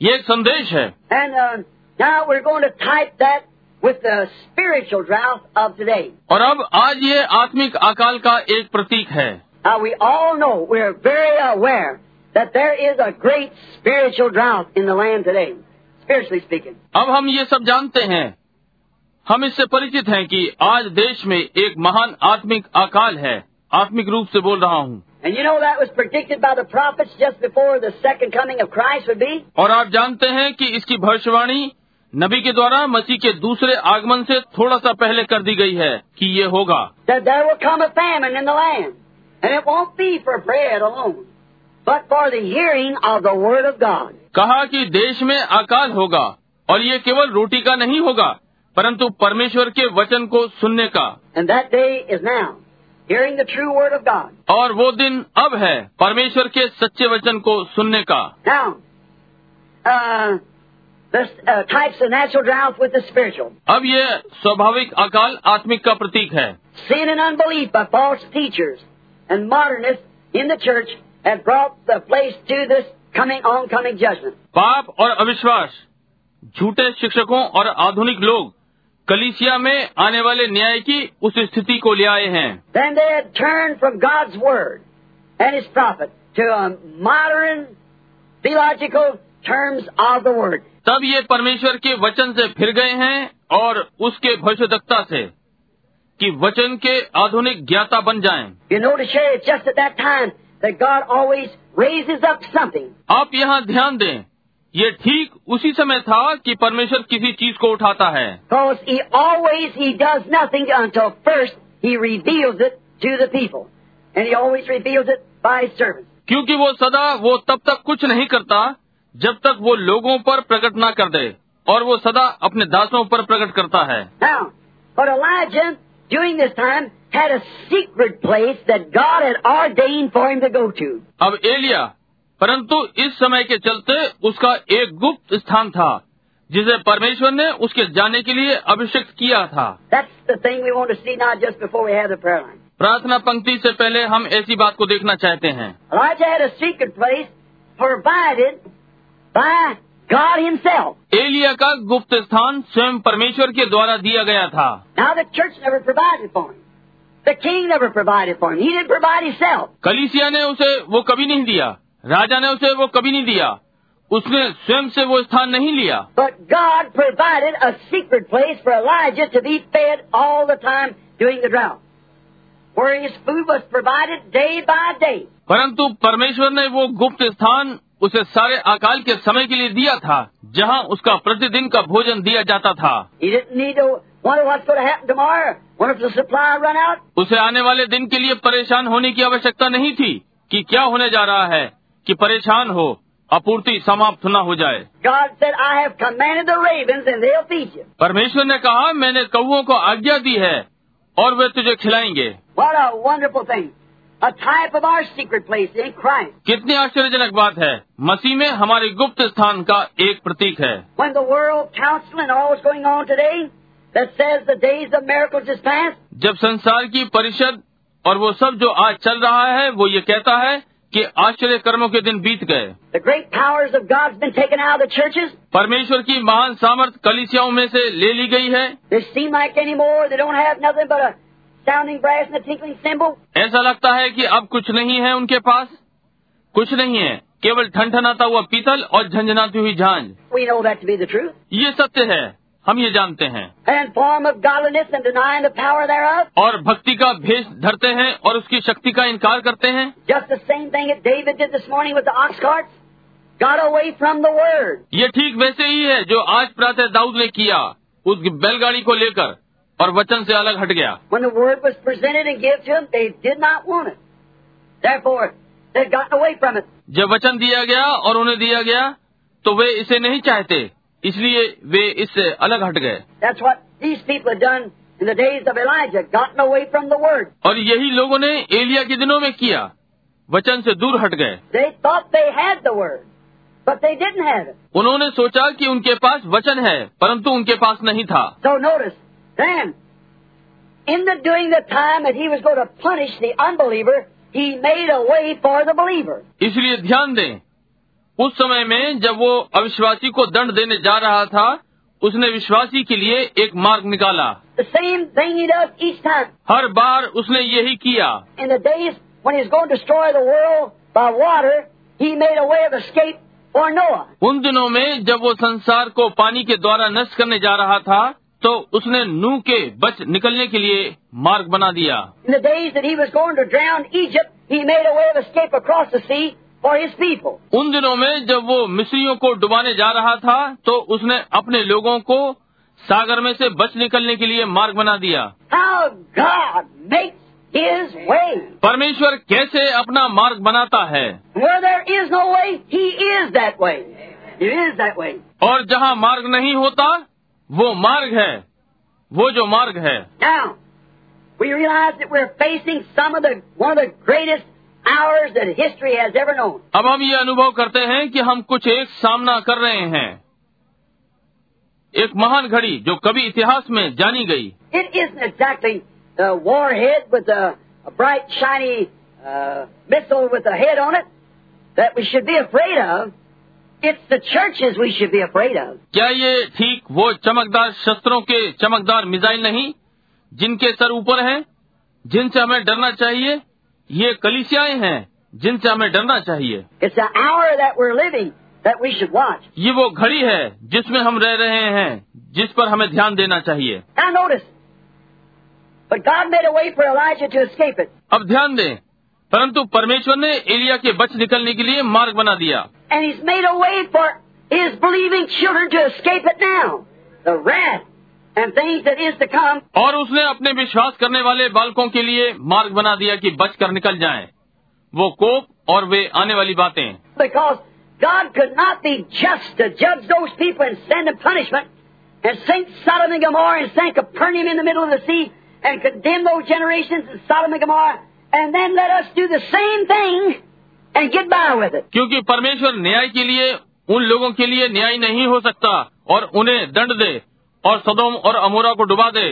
Speaker 1: ये एक संदेश है
Speaker 2: And uh, now we're going to type that with the spiritual drought of today.
Speaker 1: और अब आज ये आत्मिक अकाल का एक प्रतीक है
Speaker 2: Now, we all know, we're very aware that there is a great spiritual drought in the land today, spiritually speaking.
Speaker 1: अब हम ये सब जानते हैं हम इससे परिचित हैं कि आज देश में एक महान आत्मिक अकाल है आत्मिक रूप से बोल रहा हूँ
Speaker 2: And you know that was predicted by the prophets just before the second coming of Christ would be?
Speaker 1: और आप जानते हैं कि इसकी भविष्यवाणी नबी के द्वारा मसीह के दूसरे आगमन से थोड़ा सा पहले कर दी गई है कि ये होगा
Speaker 2: That there will come a famine in the land. And it won't be for bread alone, but for the hearing of the Word of God.
Speaker 1: कहा कि देश में अकाल होगा और ये केवल रोटी का नहीं होगा परंतु परमेश्वर के वचन को सुनने का
Speaker 2: And that day is now. Hearing the true Word of God.
Speaker 1: और वो दिन अब है परमेश्वर के सच्चे वचन को सुनने का
Speaker 2: Now, uh, the uh, types of natural drought with the spiritual.
Speaker 1: अब ये स्वाभाविक अकाल आत्मिक का प्रतीक है
Speaker 2: Sin and unbelief by false teachers and modernists in the church have brought the place to this coming oncoming judgment.
Speaker 1: पाप और अविश्वास झूठे शिक्षकों और आधुनिक लोग कलीसिया में आने वाले न्याय की उस स्थिति को ले आए हैं
Speaker 2: Then they had turned from God's Word and His prophet to a modern theological terms of the Word.
Speaker 1: तब ये परमेश्वर के वचन से फिर गए हैं और उसके भविष्यदक्ता से कि वचन के आधुनिक ज्ञाता बन जाएं।
Speaker 2: You notice here, it's just at that time that God always raises up something.
Speaker 1: आप यहाँ ध्यान दें ये ठीक उसी समय था कि परमेश्वर किसी चीज को उठाता है
Speaker 2: Because He always, He does nothing until first He reveals it to the people. And He always reveals it by His servants.
Speaker 1: क्योंकि वो सदा वो तब तक कुछ नहीं करता जब तक वो लोगों पर प्रकट ना कर दे और वो सदा अपने दासों पर प्रकट करता है
Speaker 2: Now, but Elijah, during this time, had a secret place that God had ordained for him to go to.
Speaker 1: अब एलिया परंतु इस समय के चलते उसका एक गुप्त स्थान था जिसे परमेश्वर ने उसके जाने के लिए अभिषेक किया था
Speaker 2: That's the thing we want to see now just before we have the prayer line.
Speaker 1: प्रार्थना पंक्ति से पहले हम ऐसी बात को देखना चाहते हैं
Speaker 2: Elijah had a secret place provided by God Himself.
Speaker 1: Elia का गुप्त स्थान स्वयं परमेश्वर के द्वारा दिया गया था
Speaker 2: Now, the church never provided for him. The king never provided for him. He didn't provide himself.
Speaker 1: कलीसिया ने उसे वो कभी नहीं दिया राजा ने उसे वो कभी नहीं दिया उसने स्वयं से वो स्थान नहीं लिया
Speaker 2: But God provided a secret place for Elijah to be fed all the time during the drought, where his food was provided day by day.
Speaker 1: परंतु परमेश्वर ने वो गुप्त स्थान उसे सारे अकाल के समय के लिए दिया था जहां उसका प्रतिदिन का भोजन दिया जाता था
Speaker 2: He didn't need to wonder what's going to happen tomorrow, wonder if the supply run out.
Speaker 1: उसे आने वाले दिन के लिए परेशान होने की आवश्यकता नहीं थी कि क्या होने जा रहा है कि परेशान हो आपूर्ति समाप्त ना हो जाए
Speaker 2: God said, I have commanded the ravens and they'll feed you.
Speaker 1: परमेश्वर ने कहा मैंने कौओं को आज्ञा दी है और वे तुझे खिलाएंगे
Speaker 2: What a wonderful thing. A type of our secret place in Christ.
Speaker 1: कितनी आश्चर्यजनक बात है मसीह में हमारे गुप्त स्थान का एक प्रतीक है
Speaker 2: When the world council and all is going on today that says the days of miracles is past,
Speaker 1: जब संसार की परिषद और वो सब जो आज चल रहा है वो ये कहता है कि आश्चर्य कर्मों के दिन बीत गए
Speaker 2: the great powers of God's been taken out of the churches.
Speaker 1: परमेश्वर की महान सामर्थ कलिसियाओं में से ले ली गई है
Speaker 2: They seem like anymore. They don't have nothing but a sounding brass and a tinkling cymbal.
Speaker 1: ऐसा लगता है कि अब कुछ नहीं है उनके पास कुछ नहीं है केवल ठनठनाता हुआ पीतल और झंझनाती हुई झांझ
Speaker 2: We know that to be the truth.
Speaker 1: ये सत्य है हम ये जानते हैं
Speaker 2: And form of godliness and denying the power thereof.
Speaker 1: और भक्ति का भेष धरते हैं और उसकी शक्ति का इनकार करते हैं
Speaker 2: Just the same thing that David did this morning with the ox carts. Got away from the word.
Speaker 1: ये ठीक वैसे ही है जो आज प्रातः दाऊद ने किया उस बैलगाड़ी को लेकर और वचन से अलग हट गया
Speaker 2: When the word was presented and given to them, they did not want it. Therefore, they've gotten away from it.
Speaker 1: जब वचन दिया गया और उन्हें दिया गया तो वे इसे नहीं चाहते इसलिए वे इससे अलग हट गए
Speaker 2: That's what these people had done in the days of Elijah, gotten away from the word.
Speaker 1: और यही लोगों ने एलिया के दिनों में किया वचन से दूर हट गए
Speaker 2: They thought they had the word, but they didn't have it.
Speaker 1: उन्होंने सोचा कि उनके पास वचन है परंतु उनके पास नहीं था
Speaker 2: So notice, then, in the during the time that he was going to punish the unbeliever, he made a way for the believer.
Speaker 1: इसलिए ध्यान दें उस समय में जब वो अविश्वासी को दंड देने जा रहा था उसने विश्वासी के लिए एक मार्ग निकाला
Speaker 2: The same thing he does each time.
Speaker 1: हर बार उसने यही किया
Speaker 2: In the days when he's going to destroy the world by water, he made a way of escape for Noah.
Speaker 1: उन दिनों में जब वो संसार को पानी के द्वारा नष्ट करने जा रहा था तो उसने नूह के बच निकलने के लिए मार्ग बना दिया
Speaker 2: In the days that he was going to drown Egypt, he made a way of escape across the sea for his people.
Speaker 1: उन दिनों में जब वो मिस्रियों को डुबाने जा रहा था तो उसने अपने लोगों को सागर में से बच निकलने के लिए मार्ग बना दिया
Speaker 2: How God makes his way.
Speaker 1: परमेश्वर कैसे अपना मार्ग बनाता है
Speaker 2: Where there is no way, he is that way. He is that way.
Speaker 1: और जहाँ मार्ग नहीं होता वो मार्ग है वो जो मार्ग है
Speaker 2: Now, we realize that we're facing some of the one of the greatest hours that history has ever known.
Speaker 1: अब हम ये अनुभव करते हैं कि हम कुछ एक सामना कर रहे हैं एक महान घड़ी जो कभी इतिहास में जानी गई
Speaker 2: It isn't exactly the warhead with a, a bright, shiny uh, missile with a head on it that we should be afraid of. It's the churches we should be afraid of.
Speaker 1: क्या ये ठीक वो चमकदार शस्त्रों के चमकदार missile नहीं जिनके सर ऊपर हैं जिनसे हमें डरना चाहिए ये कलिसियाएं हैं जिनसे हमें डरना चाहिए
Speaker 2: It's the hour that we're living that we should watch.
Speaker 1: ये वो घड़ी है जिसमें हम रह रहे हैं जिस पर हमें ध्यान देना चाहिए
Speaker 2: Now, notice. But God made a way for Elijah to escape it.
Speaker 1: अब ध्यान दें परंतु परमेश्वर ने एलिया के बच निकलने के लिए मार्ग बना दिया
Speaker 2: And he's made a way for his believing children to escape it now. The wrath and things that is to come.
Speaker 1: और उसने अपने विश्वास करने वाले बालकों के लिए मार्ग बना दिया कि बच कर निकल जाएं वो कोप और वे आने वाली बातें
Speaker 2: Because God could not be just to judge those people and send them punishment and sink Sodom and Gomorrah and sink Capernaum in the middle of the sea and condemn those generations in Sodom and Gomorrah and then let us do the same thing and get by with it.
Speaker 1: क्योंकि परमेश्वर न्याय के लिए उन लोगों के लिए न्याय नहीं हो सकता और उन्हें दंड दे और सदोम और अमोरा को डुबा दे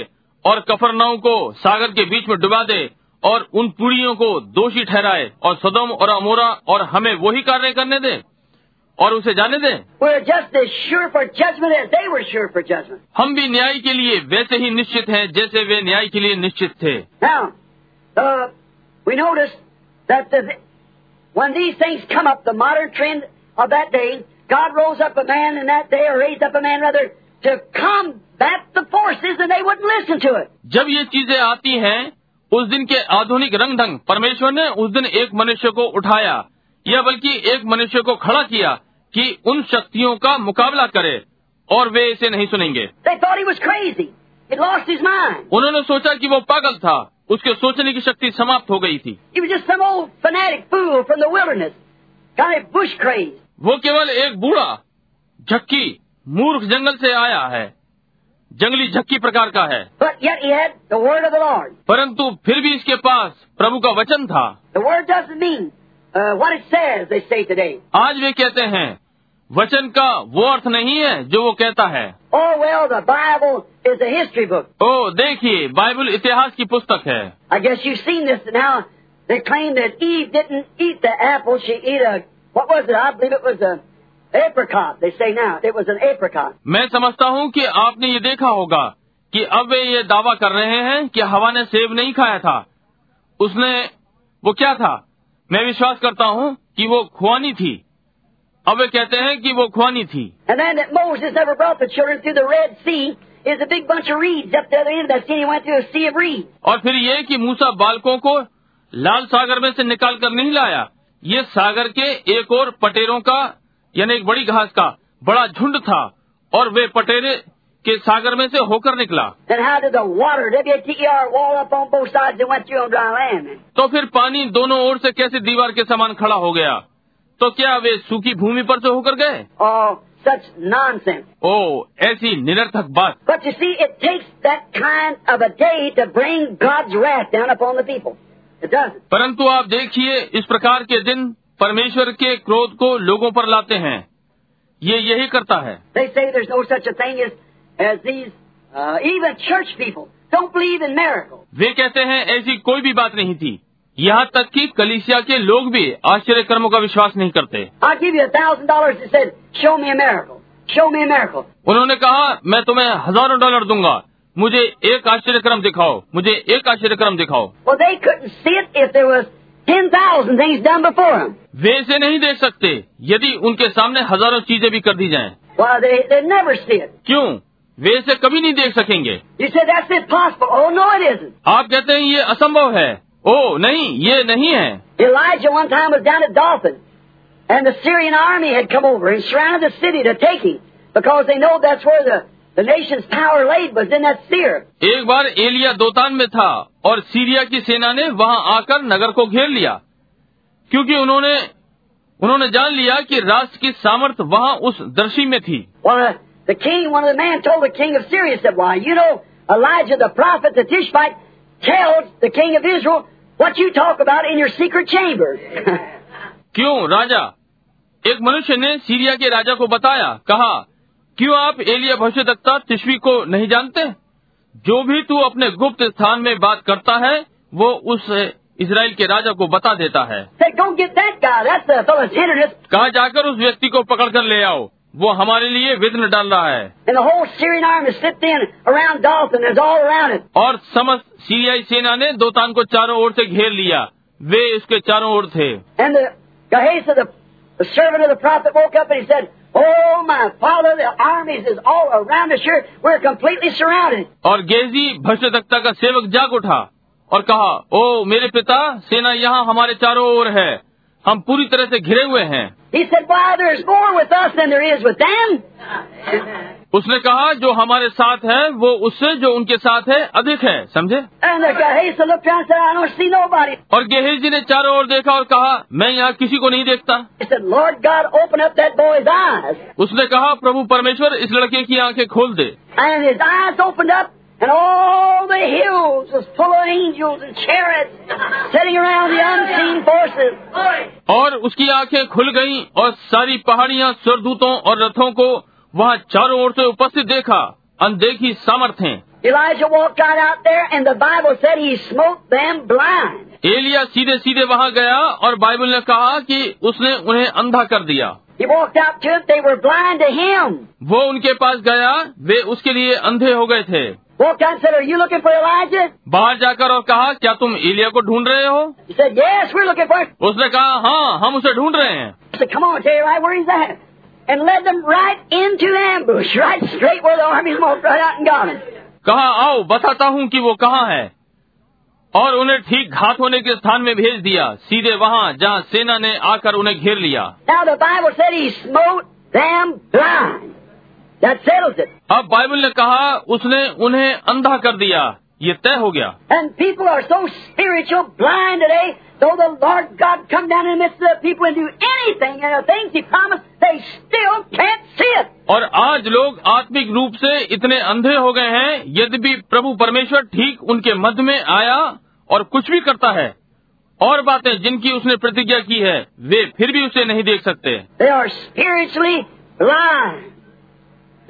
Speaker 1: और कफरनाऊ को सागर के बीच में डुबा दे और उन पुड़ियों को दोषी ठहराए और सदोम और अमोरा और हमें वही कार्य करने दे और उसे जाने दे
Speaker 2: We're just as sure for judgment as they were sure for judgment.
Speaker 1: हम भी न्याय के लिए वैसे ही निश्चित हैं जैसे वे न्याय के लिए निश्चित थे
Speaker 2: Now, uh, we notice that the, when these things come up, the modern trend of that day, God rose up a man in that day, or raised up a man rather, to combat the forces, and they wouldn't listen to it.
Speaker 1: जब ये चीजें आती हैं उस दिन के आधुनिक रंग ढंग परमेश्वर ने उस दिन एक मनुष्य को उठाया या बल्कि एक मनुष्य को खड़ा किया कि उन शक्तियों का मुकाबला करे और वे इसे नहीं सुनेंगे
Speaker 2: They thought he was crazy. He'd lost his mind.
Speaker 1: उन्होंने सोचा कि वो पागल था उसके सोचने की शक्ति समाप्त हो गई थी
Speaker 2: He was just some old fanatic fool from the wilderness. Got it bush crazed.
Speaker 1: वो केवल एक बूढ़ा झक्की मूर्ख जंगल से आया है जंगली झक्की प्रकार का है
Speaker 2: But yet he had the word of the Lord.
Speaker 1: परंतु फिर भी इसके पास प्रभु का वचन था
Speaker 2: The word doesn't mean uh, what it says, they say today.
Speaker 1: आज वे कहते हैं वचन का वो अर्थ नहीं है जो वो कहता है
Speaker 2: Oh, well, the Bible is a history book.
Speaker 1: ओ देखिए बाइबल इतिहास की पुस्तक है
Speaker 2: I guess you've seen this now. They claim that Eve didn't eat the apple. She ate a, what was it? I believe it was a apricot, they say now. It was an apricot.
Speaker 1: मैं समझता हूँ कि आपने ये देखा होगा कि अब वे ये दावा कर रहे हैं कि हवा ने सेब नहीं खाया था उसने वो क्या था मैं विश्वास करता हूँ कि वो खुआनी थी अब वे कहते हैं कि वो खुआनी थी
Speaker 2: And then that Moses never brought the children through the Red Sea is a big bunch of reeds up the other end of that sea. He went through a sea of reeds.
Speaker 1: और फिर ये कि मूसा बालकों को लाल सागर में से निकाल कर नहीं लाया ये सागर के एक और पटेरों का यानी एक बड़ी घास का बड़ा झुंड था और वे पटेरे के सागर में से होकर निकला
Speaker 2: Then how did the water, W-T-E-R, wall up on both sides and went through on dry land? then?
Speaker 1: तो फिर पानी दोनों ओर से कैसे दीवार के समान खड़ा हो गया तो क्या वे सूखी भूमि पर से होकर गए
Speaker 2: Oh, such nonsense.
Speaker 1: ओ ऐसी निरर्थक बात
Speaker 2: But you see, it takes that kind of a day to bring God's wrath down upon the people. It doesn't.
Speaker 1: परंतु आप देखिए इस प्रकार के दिन परमेश्वर के क्रोध को लोगों पर लाते हैं ये यही करता है
Speaker 2: They say there's no such a thing as, as these, uh, even church people don't believe in miracles.
Speaker 1: वे कहते हैं ऐसी कोई भी बात नहीं थी यहाँ तक कि कलिसिया के लोग भी आश्चर्य कर्मों का विश्वास नहीं करते
Speaker 2: I'll give you a thousand dollars and said, show me a miracle. Show me a miracle.
Speaker 1: उन्होंने कहा मैं तुम्हें हजारों डॉलर दूंगा मुझे एक आश्चर्यक्रम दिखाओ मुझे एक आश्चर्यक्रम दिखाओ
Speaker 2: Well, they couldn't see it if there was 10,000 things done before them.
Speaker 1: वे इसे नहीं देख सकते यदि उनके सामने हजारों चीजें भी कर दी जाएं
Speaker 2: Why, they, they never see it.
Speaker 1: क्यों वे इसे कभी नहीं देख सकेंगे
Speaker 2: You said that's impossible. Oh, no, it isn't.
Speaker 1: आप कहते हैं ये असंभव है ओ नहीं ये नहीं है
Speaker 2: Elijah one time was down at Dolphin, and the Syrian army had come over and surrounded the city to take him because they know that's where the, the nation's power laid was in that seer.
Speaker 1: एक बार एलिया दोतान में था और Syria की सेना ने वहां आकर नगर को घेर लिया क्योंकि उन्होंने उन्होंने जान लिया कि राष्ट्र की सामर्थ वहां उस दर्शी में थी
Speaker 2: Well, the king, one of the men told the king of Syria, said, Why, you know, Elijah the prophet, the Tishbite, tells the king of Israel what you talk about in your secret chamber.
Speaker 1: क्यों राजा एक मनुष्य ने Syria के राजा को बताया कहा क्यों आप एलिया भविष्यवक्ता तिश्वी को नहीं जानते जो भी तू अपने गुप्त स्थान में बात करता है वो उस इसराइल के राजा को बता देता है
Speaker 2: said, Go get that guy. That's the fellow that's hindered us.
Speaker 1: कहा जाकर उस व्यक्ति को पकड़ कर ले आओ वो हमारे लिए विघ्न डाल रहा है
Speaker 2: And the whole Syrian army slipped in around Dalton. It's all around it.
Speaker 1: और समस्त सीरियाई सेना ने दोतान को चारों ओर से घेर लिया वे इसके चारों ओर थे
Speaker 2: And the Gehazi, the, the servant of the prophet, woke up and he said, Oh, my father, the armies is all around us here. We're completely surrounded.
Speaker 1: और गेजी भ्रष्टदक्ता का सेवक जाग उठा और कहा ओ मेरे पिता सेना यहाँ हमारे चारों ओर है हम पूरी तरह से घिरे हुए हैं
Speaker 2: He said, Why, there's more with us than there is with them.
Speaker 1: उसने कहा जो हमारे साथ है वो उससे जो उनके साथ है अधिक है समझे
Speaker 2: And the Gehazi looked around and said, I don't see nobody.
Speaker 1: और गेहेजी ने चारों ओर देखा और कहा मैं यहाँ किसी को नहीं देखता
Speaker 2: He said, Lord God, open up that boy's eyes.
Speaker 1: उसने कहा प्रभु परमेश्वर इस लड़के की आंखें खोल दे
Speaker 2: And his eyes opened up, and all the hills was full of angels and chariots sitting around the unseen forces.
Speaker 1: और उसकी आंखें खुल गईं और सारी पहाड़ियां स्वरदूतों और रथों को वहाँ चारों ओर से उपस्थित देखा अनदेखी सामर्थ्य
Speaker 2: Elijah walked right out there, and the Bible said he smote them blind.
Speaker 1: Elia सीधे सीधे वहां गया और बाइबल ने कहा कि उसने उन्हें अंधा कर दिया
Speaker 2: He walked out to it, they were blind to him.
Speaker 1: वो उनके पास गया वे उसके लिए अंधे हो गए थे
Speaker 2: Walked out and said, Are you looking for Elijah?
Speaker 1: बाहर जाकर और कहा क्या तुम एलिया को ढूंढ रहे हो
Speaker 2: He said, Yes, we're looking for him.
Speaker 1: उसने कहा हाँ हम उसे ढूंढ रहे हैं
Speaker 2: He said, Come on, I'll tell you right where he's at. And led them right into ambush, right straight where the army walked right out and got him.
Speaker 1: कहा आओ बताता हूँ कि वो कहाँ है और उन्हें ठीक घात होने के स्थान में भेज दिया सीधे वहाँ जहाँ सेना ने आकर उन्हें घेर लिया
Speaker 2: Now the Bible said he smote them blind. That settles it.
Speaker 1: अब बाइबल ने कहा उसने उन्हें अंधा कर दिया ये तय हो गया
Speaker 2: And people are so spiritual blind today, though the Lord God come down in the midst of the people and do anything and the things he promised, they still can't see it.
Speaker 1: और आज लोग आत्मिक रूप से इतने अंधे हो गए हैं यद्यपि प्रभु परमेश्वर ठीक उनके मध्य में आया और कुछ भी करता है और बातें जिनकी उसने प्रतिज्ञा की है वे फिर भी उसे नहीं देख सकते
Speaker 2: They are spiritually blind.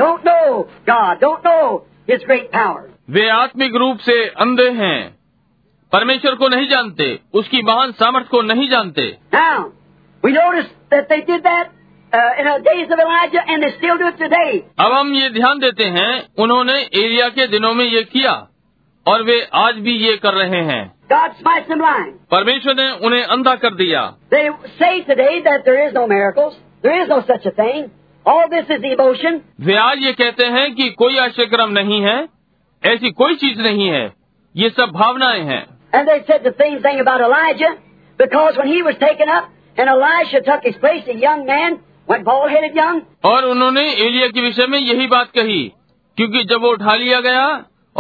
Speaker 2: Don't know God, don't know his great power.
Speaker 1: वे आत्मिक रूप से अंधे हैं परमेश्वर को नहीं जानते उसकी महान सामर्थ को नहीं जानते
Speaker 2: Now, we notice that they did that uh, in the days of Elijah and they still do it today.
Speaker 1: अब हम ये ध्यान देते हैं उन्होंने एलिया के दिनों में ये किया और वे आज भी ये कर रहे हैं
Speaker 2: God smites them blind.
Speaker 1: परमेश्वर ने उन्हें अंधा कर दिया
Speaker 2: They say today that there is no miracles. There is no such a thing. All this is emotion.
Speaker 1: वे आज ये कहते हैं कि कोई आश्चर्यक्रम नहीं है ऐसी कोई चीज नहीं है ये सब भावनाएं हैं
Speaker 2: And they said the same thing about Elijah because when he was taken up and Elisha took his place, a young man went bald headed young.
Speaker 1: और उन्होंने एलिया के विषय में यही बात कही क्योंकि जब वो उठा लिया गया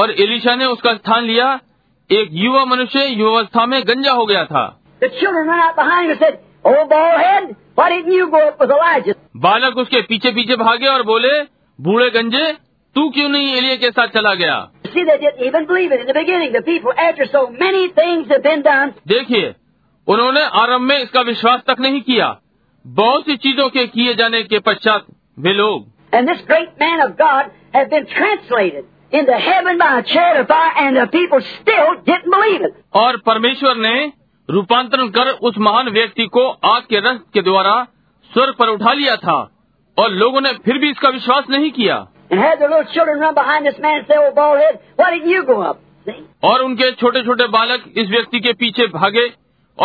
Speaker 1: और एलिशा ने उसका स्थान लिया एक युवा मनुष्य युवावस्था में गंजा हो गया था
Speaker 2: The children ran out behind him and said, Oh, bald head, why didn't you go up with Elijah?
Speaker 1: बालक उसके पीछे पीछे भागे और बोले बूढ़े गंजे तू क्यों नहीं एलिया के साथ चला गया
Speaker 2: See, they didn't even believe it in the beginning. The people, after so many things have been done,
Speaker 1: देखिए उन्होंने आरंभ में इसका विश्वास तक नहीं किया बहुत सी चीजों के किए जाने के पश्चात वे लोग
Speaker 2: and this great man of God has been translated into heaven by a chariot of fire, and the people still didn't believe it.
Speaker 1: और परमेश्वर ने रूपांतरण कर उस महान व्यक्ति को आग के रस के द्वारा स्वर पर उठा लिया था और लोगों ने फिर भी इसका विश्वास नहीं किया
Speaker 2: and had their little children run behind this man and say, Oh, bald head, why didn't you go up? See?
Speaker 1: और उनके छोटे छोटे बालक इस व्यक्ति के पीछे भागे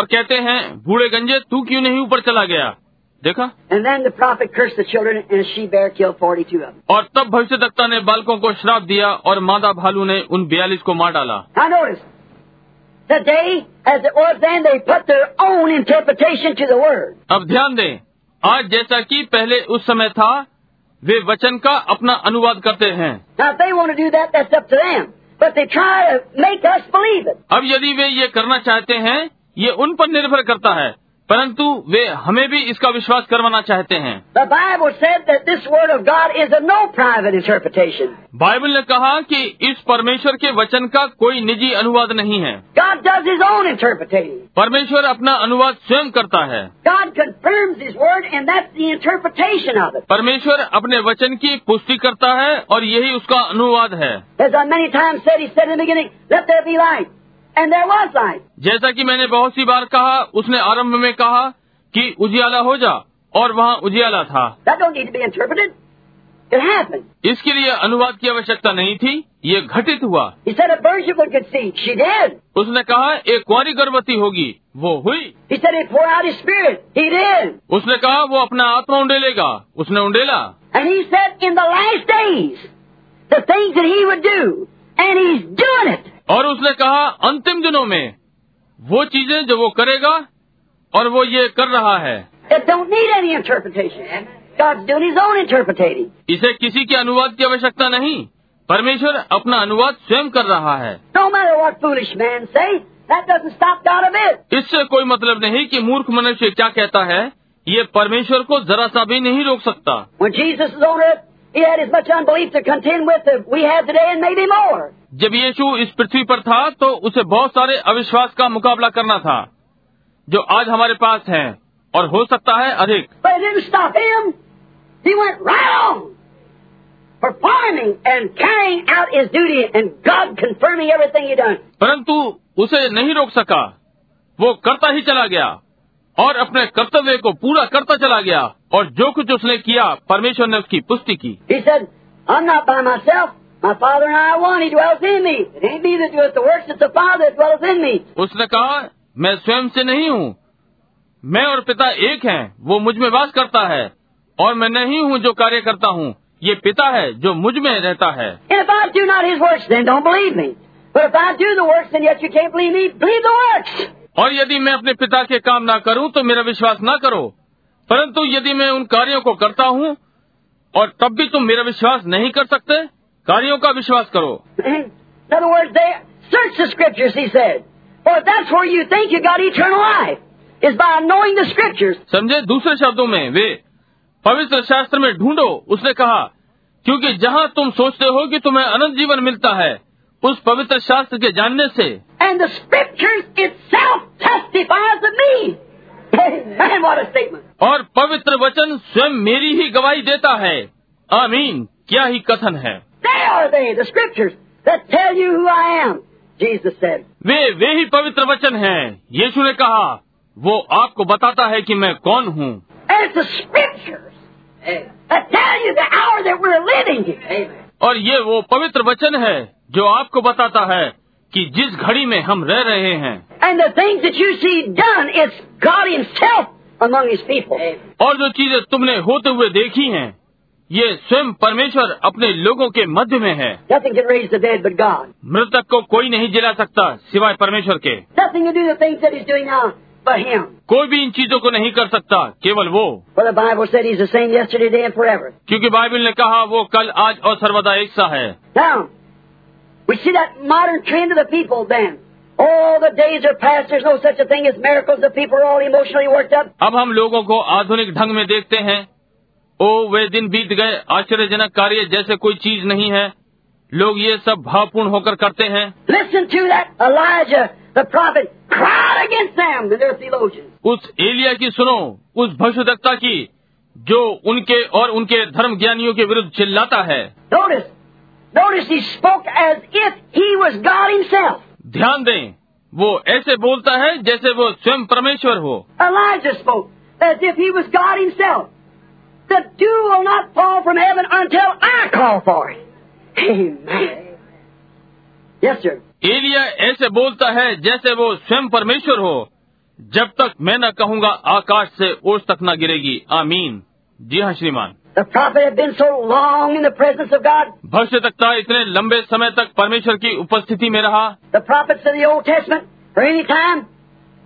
Speaker 1: और कहते हैं बूढ़े गंजे तू क्यों नहीं ऊपर चला गया देखा
Speaker 2: And then the prophet cursed the children, and a she bear killed 42 of them.
Speaker 1: और तब भविष्यद्वक्ता ने बालकों को श्राप दिया और मादा भालू ने उन बयालीस को मार डाला
Speaker 2: Now notice, today, as it was then, they put their own interpretation to the word.
Speaker 1: अब ध्यान दें आज जैसा कि पहले उस समय था वे वचन का अपना अनुवाद करते हैं
Speaker 2: Now, if they want to do that, that's up to them. But they try to make us believe it.
Speaker 1: अब यदि वे ये करना चाहते हैं ये उन पर निर्भर करता है परंतु वे हमें भी इसका विश्वास करवाना चाहते हैं
Speaker 2: The Bible said that this word of God is of no private interpretation.
Speaker 1: Bible ने कहा कि इस परमेश्वर के वचन का कोई निजी अनुवाद नहीं है
Speaker 2: God does His own interpreting.
Speaker 1: परमेश्वर अपना अनुवाद स्वयं करता है
Speaker 2: God confirms His word, and that's the interpretation of it.
Speaker 1: परमेश्वर अपने वचन की पुष्टि करता है और यही उसका अनुवाद है
Speaker 2: As I many times said, He said in the beginning, Let there be light. And there was light.
Speaker 1: जैसा कि मैंने बहुत सी बार कहा उसने आरंभ में कहा कि उजियाला हो जा और वहाँ उजियाला था
Speaker 2: That don't need to be interpreted. It happened.
Speaker 1: इसके लिए अनुवाद की आवश्यकता नहीं थी ये घटित हुआ
Speaker 2: He said a virgin would conceive. She did.
Speaker 1: उसने कहा एक कुंवारी गर्भवती होगी वो हुई
Speaker 2: He said he'd pour out his spirit. He did.
Speaker 1: उसने कहा वो अपना आत्मा उंडेलेगा उसने उंडेला
Speaker 2: And he said in the last days the things that he would do. And he's doing it.
Speaker 1: और उसने कहा अंतिम दिनों में वो चीजें जो वो करेगा और वो ये कर रहा है
Speaker 2: It don't need any interpretation. God's doing his own interpreting.
Speaker 1: इसे किसी के अनुवाद की आवश्यकता नहीं परमेश्वर अपना अनुवाद स्वयं कर रहा है
Speaker 2: No matter what foolish men say, that doesn't stop God a bit.
Speaker 1: इससे कोई मतलब नहीं कि मूर्ख मनुष्य क्या कहता है ये परमेश्वर को जरा सा भी नहीं रोक सकता
Speaker 2: When Jesus was on earth, he had as much unbelief to contend with that we have today and maybe more.
Speaker 1: जब यीशु इस पृथ्वी पर था तो उसे बहुत सारे अविश्वास का मुकाबला करना था जो आज हमारे पास हैं और हो सकता है अधिक
Speaker 2: But it didn't stop him. He went right on, performing and carrying out his duty, and God confirming everything he done.
Speaker 1: परंतु उसे नहीं रोक सका वो करता ही चला गया और अपने कर्तव्य को पूरा करता चला गया और जो कुछ उसने किया परमेश्वर ने उसकी पुष्टि की
Speaker 2: He said, "I'm not by myself. My Father and I are one. He dwells in me. It ain't me that doeth the works; it's the Father that dwells in me."
Speaker 1: उसने कहा मैं स्वयं से नहीं हूँ मैं और पिता एक हैं वो मुझ में वास करता है और मैं नहीं हूँ जो कार्य करता हूँ ये पिता है जो मुझ में रहता है
Speaker 2: And if I do not His works, then don't believe me. But if I do the works, and yet you can't believe me, believe the works.
Speaker 1: और यदि मैं अपने पिता के काम ना करूं तो मेरा विश्वास ना करो परंतु यदि मैं उन कार्यों को करता हूँ और तब भी तुम मेरा विश्वास नहीं कर सकते कार्यों का विश्वास करो
Speaker 2: In other words, they search the scriptures. He said, "For that's where you think you got eternal life, is by knowing the scriptures."
Speaker 1: समझे दूसरे शब्दों में वे पवित्र शास्त्र में ढूंढो उसने कहा क्योंकि जहाँ तुम सोचते हो कि तुम्हें अनंत जीवन मिलता है उस पवित्र शास्त्र के जानने से
Speaker 2: And the scriptures itself testifies of me. Amen. What a statement.
Speaker 1: और पवित्र वचन स्वयं मेरी ही गवाही देता है आमीन क्या ही कथन है
Speaker 2: They are they, the scriptures that tell you who I am, Jesus said.
Speaker 1: वे वे ही पवित्र वचन हैं यीशु ने कहा वो आपको बताता है कि मैं कौन हूँ
Speaker 2: And it's the scriptures that tell you the hour that we're living in. Amen.
Speaker 1: और ये वो पवित्र वचन है जो आपको बताता है कि जिस घड़ी में हम रह रहे हैं
Speaker 2: And the things that you see done, it's God Himself among His people. Amen.
Speaker 1: और जो चीजें तुमने होते हुए देखी हैं ये स्वयं परमेश्वर अपने लोगों के मध्य में है
Speaker 2: Nothing can raise the dead but God.
Speaker 1: मृतक को कोई नहीं जिला सकता सिवाय परमेश्वर के
Speaker 2: Nothing can do the things that He's doing now but Him.
Speaker 1: कोई भी इन चीजों को नहीं कर सकता केवल वो
Speaker 2: For the Bible said He's the same yesterday, today, and forever.
Speaker 1: क्योंकि बाइबल ने कहा वो कल आज और सर्वदा एक सा है
Speaker 2: Now, we see that modern trend of the people then. All the days are past. There's no such a thing as miracles. The people are all emotionally worked up.
Speaker 1: अब हम लोगों को आधुनिक ढंग में देखते हैं ओ वे दिन बीत गए आश्चर्यजनक कार्य जैसे कोई चीज नहीं है लोग ये सब भावपूर्ण होकर करते हैं
Speaker 2: Listen to that Elijah, the prophet, cried against them and their theologians.
Speaker 1: उस एलिया की सुनो उस भविष्यद्वक्ता की जो उनके और उनके धर्म ज्ञानियों के विरुद्ध चिल्लाता है
Speaker 2: Notice, notice he spoke as if he was God himself.
Speaker 1: ध्यान दें वो ऐसे बोलता है जैसे वो स्वयं परमेश्वर हो
Speaker 2: Elijah spoke as if he was God himself. The dew will not fall from heaven until I call for it. Amen. Yes, sir.
Speaker 1: Elia ऐसे बोलता है जैसे वो स्वयं परमेश्वर हो जब तक मैं न कहूँगा आकाश से ओस तक न गिरेगी आमीन जी हाँ श्रीमान
Speaker 2: The prophet had been so long in the presence of God.
Speaker 1: भविष्य तकता इतने लंबे समय तक परमेश्वर की उपस्थिति में रहा
Speaker 2: The prophets of the Old Testament, for any time,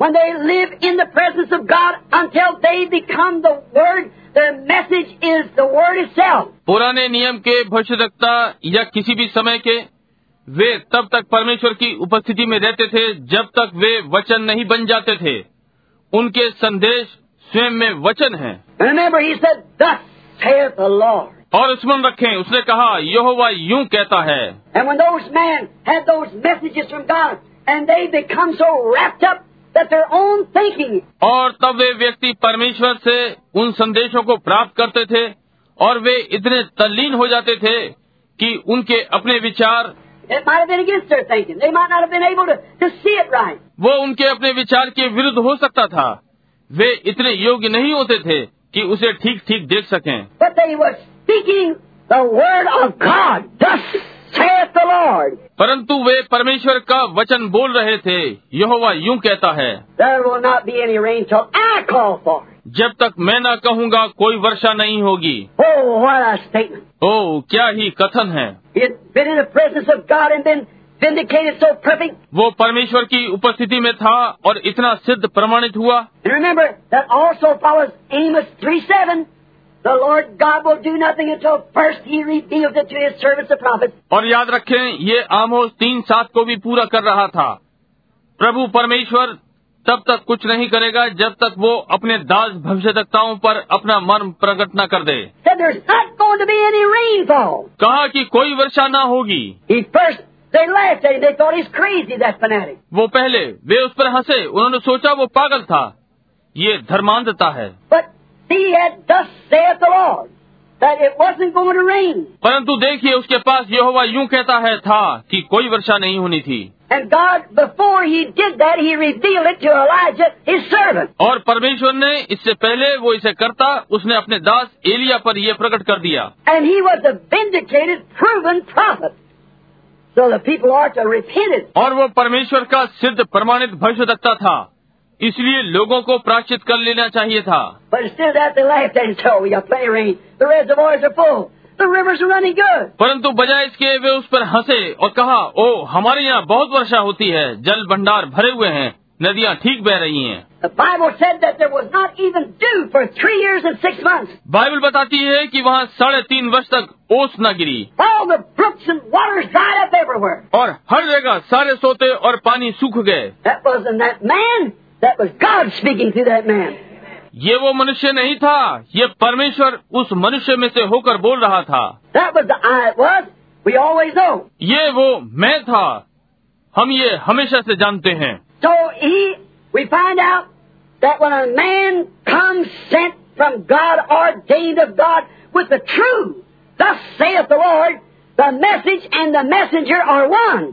Speaker 2: when they live in the presence of God until they become the Word, their message is the Word itself.
Speaker 1: पुराने नियम के भविष्य तकता या किसी भी समय के वे तब तक परमेश्वर की उपस्थिति में रहते थे जब तक वे वचन नहीं बन जाते थे उनके संदेश स्वयं में वचन है
Speaker 2: And remember, he said, Thus saith the Lord.
Speaker 1: और स्मरण रखें उसने कहा यहोवा यूं कहता है
Speaker 2: And when those men had those messages from God, and they become so wrapped up that their own thinking
Speaker 1: और तब वे व्यक्ति परमेश्वर से उन संदेशों को प्राप्त करते थे और वे इतने तल्लीन हो जाते थे कि उनके अपने विचार
Speaker 2: It might have been against their thinking. They might not have been able to, to see it right.
Speaker 1: वो उनके अपने विचार के विरुद्ध हो सकता था वे इतने योग्य नहीं होते थे कि उसे ठीक ठीक देख सकें
Speaker 2: But they were speaking the word of God. Thus saith the Lord.
Speaker 1: परंतु वे परमेश्वर का वचन बोल रहे थे यहोवा यूं कहता है
Speaker 2: There will not be any rain till I call for it.
Speaker 1: जब तक मैं ना कहूँगा कोई वर्षा नहीं होगी
Speaker 2: Oh, what a statement.
Speaker 1: ओ क्या ही कथन है
Speaker 2: He had been in the presence of God and been vindicated so perfect.
Speaker 1: वो परमेश्वर की उपस्थिति में था और इतना सिद्ध प्रमाणित हुआ
Speaker 2: And remember, that also follows Amos 3 7. The Lord God will do nothing until first he reveals it to his servants the prophets.
Speaker 1: और याद रखें ये आमोस तीन सात को भी पूरा कर रहा था प्रभु परमेश्वर तब तक कुछ नहीं करेगा जब तक वो अपने दास भविष्यवक्ताओं पर अपना मर्म प्रकट न कर दे
Speaker 2: Said there's not going to be any rainfall.
Speaker 1: कहा कि कोई वर्षा ना होगी
Speaker 2: He first, they laughed at him. They thought he's crazy, that fanatic.
Speaker 1: वो पहले वे उस पर हंसे उन्होंने सोचा वो पागल था ये धर्मांधता है
Speaker 2: But he had thus saith the Lord that it wasn't going to rain.
Speaker 1: परंतु देखिए उसके पास यहोवा यूं कहता है था कि कोई वर्षा नहीं होनी थी
Speaker 2: And God, before he did that, he revealed it to Elijah, his servant.
Speaker 1: और परमेश्वर ने इससे पहले वो इसे करता उसने अपने दास एलिया पर यह प्रकट कर दिया
Speaker 2: And he was a vindicated, proven prophet. So the people are to repent it.
Speaker 1: और वो परमेश्वर का सिद्ध प्रमाणित भविष्यवक्ता था इसलिए लोगों को प्राश्चित कर लेना चाहिए था
Speaker 2: But instead of that, they laughed at him. So we got plenty of rain. The reservoirs are full. The rivers are running good.
Speaker 1: परंतु बजाय इसके वे उस पर हंसे और कहा ओ हमारे यहाँ बहुत वर्षा होती है जल भंडार भरे हुए हैं नदियाँ ठीक बह रही हैं
Speaker 2: The Bible said that there was not even dew for three years and six months.
Speaker 1: Bible बताती है कि वहाँ साढ़े तीन वर्ष तक ओस न गिरी
Speaker 2: All the brooks and waters dried up everywhere.
Speaker 1: और हर जगह सारे सोते और पानी सूख गए
Speaker 2: That wasn't that man. That was God speaking through that man.
Speaker 1: ये वो मनुष्य नहीं था ये परमेश्वर उस मनुष्य में से होकर बोल रहा था
Speaker 2: That was the I it was. We always know.
Speaker 1: ये वो मैं था हम ये हमेशा से जानते हैं
Speaker 2: So he, we find out that when a man comes sent from God, ordained of God, with the true, thus saith the Lord, the message and the messenger are one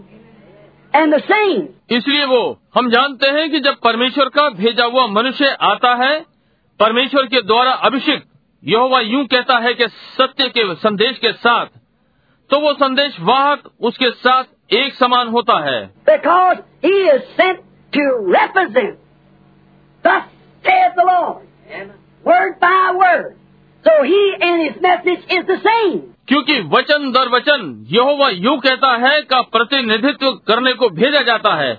Speaker 2: and the same.
Speaker 1: इसलिए वो हम जानते हैं कि जब परमेश्वर का भेजा हुआ मनुष्य आता है परमेश्वर के द्वारा अभिषेक यहोवा यूं कहता है कि सत्य के संदेश के साथ तो वो संदेश वाहक उसके साथ एक समान होता है
Speaker 2: Because he is sent to represent. Thus saith the Lord. Word by word. So he and his message is the same.
Speaker 1: क्योंकि वचन दर वचन यहोवा यूं कहता है का प्रतिनिधित्व करने को भेजा जाता है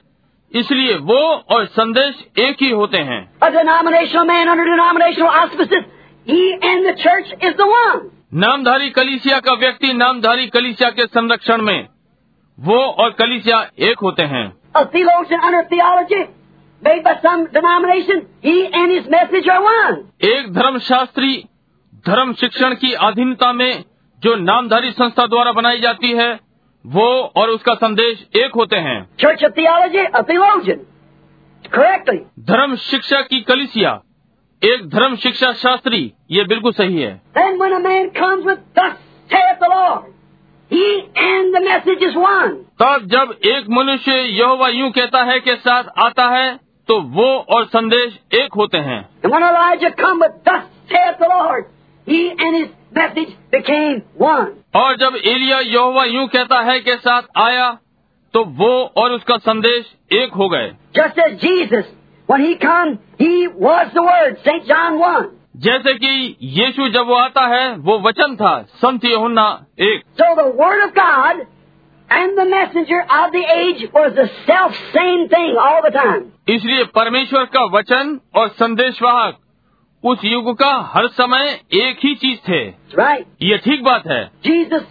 Speaker 1: इसलिए वो और संदेश एक ही होते हैं
Speaker 2: A denominational man under denominational auspices, he and the church is the one.
Speaker 1: नामधारी कलीसिया का व्यक्ति नामधारी कलीसिया के संरक्षण में वो और कलीसिया एक होते हैं
Speaker 2: A theologian under theology, made by some denomination, he and his message are one.
Speaker 1: एक धर्मशास्त्री धर्म शिक्षण की अधीनता में जो नामधारी संस्था द्वारा बनाई जाती है वो और उसका संदेश एक होते हैं
Speaker 2: Church of theology, a theologian. Correctly.
Speaker 1: धर्म शिक्षा की कलिसिया एक धर्म शिक्षा शास्त्री ये बिल्कुल सही है
Speaker 2: Then when a man comes with, Thus saith the Lord, he and the message is one.
Speaker 1: तब जब एक मनुष्य यहोवा यूं कहता है के साथ आता है तो वो और संदेश एक होते हैं
Speaker 2: And when Elijah come with, Thus saith the Lord, he and his message became one.
Speaker 1: और जब एलिया यहोवा यूं कहता है के साथ आया तो वो और उसका संदेश एक हो गए
Speaker 2: Just as Jesus, when he come, he was the Word, St. John 1.
Speaker 1: जैसे कि यीशु जब वो आता है वो वचन था संत यूहन्ना एक
Speaker 2: So the Word of God and the messenger of the age was the self same thing all the time.
Speaker 1: इसलिए परमेश्वर का वचन और संदेशवाहक उस युग का हर समय एक ही चीज थे
Speaker 2: That's right.
Speaker 1: ये ठीक बात है
Speaker 2: Jesus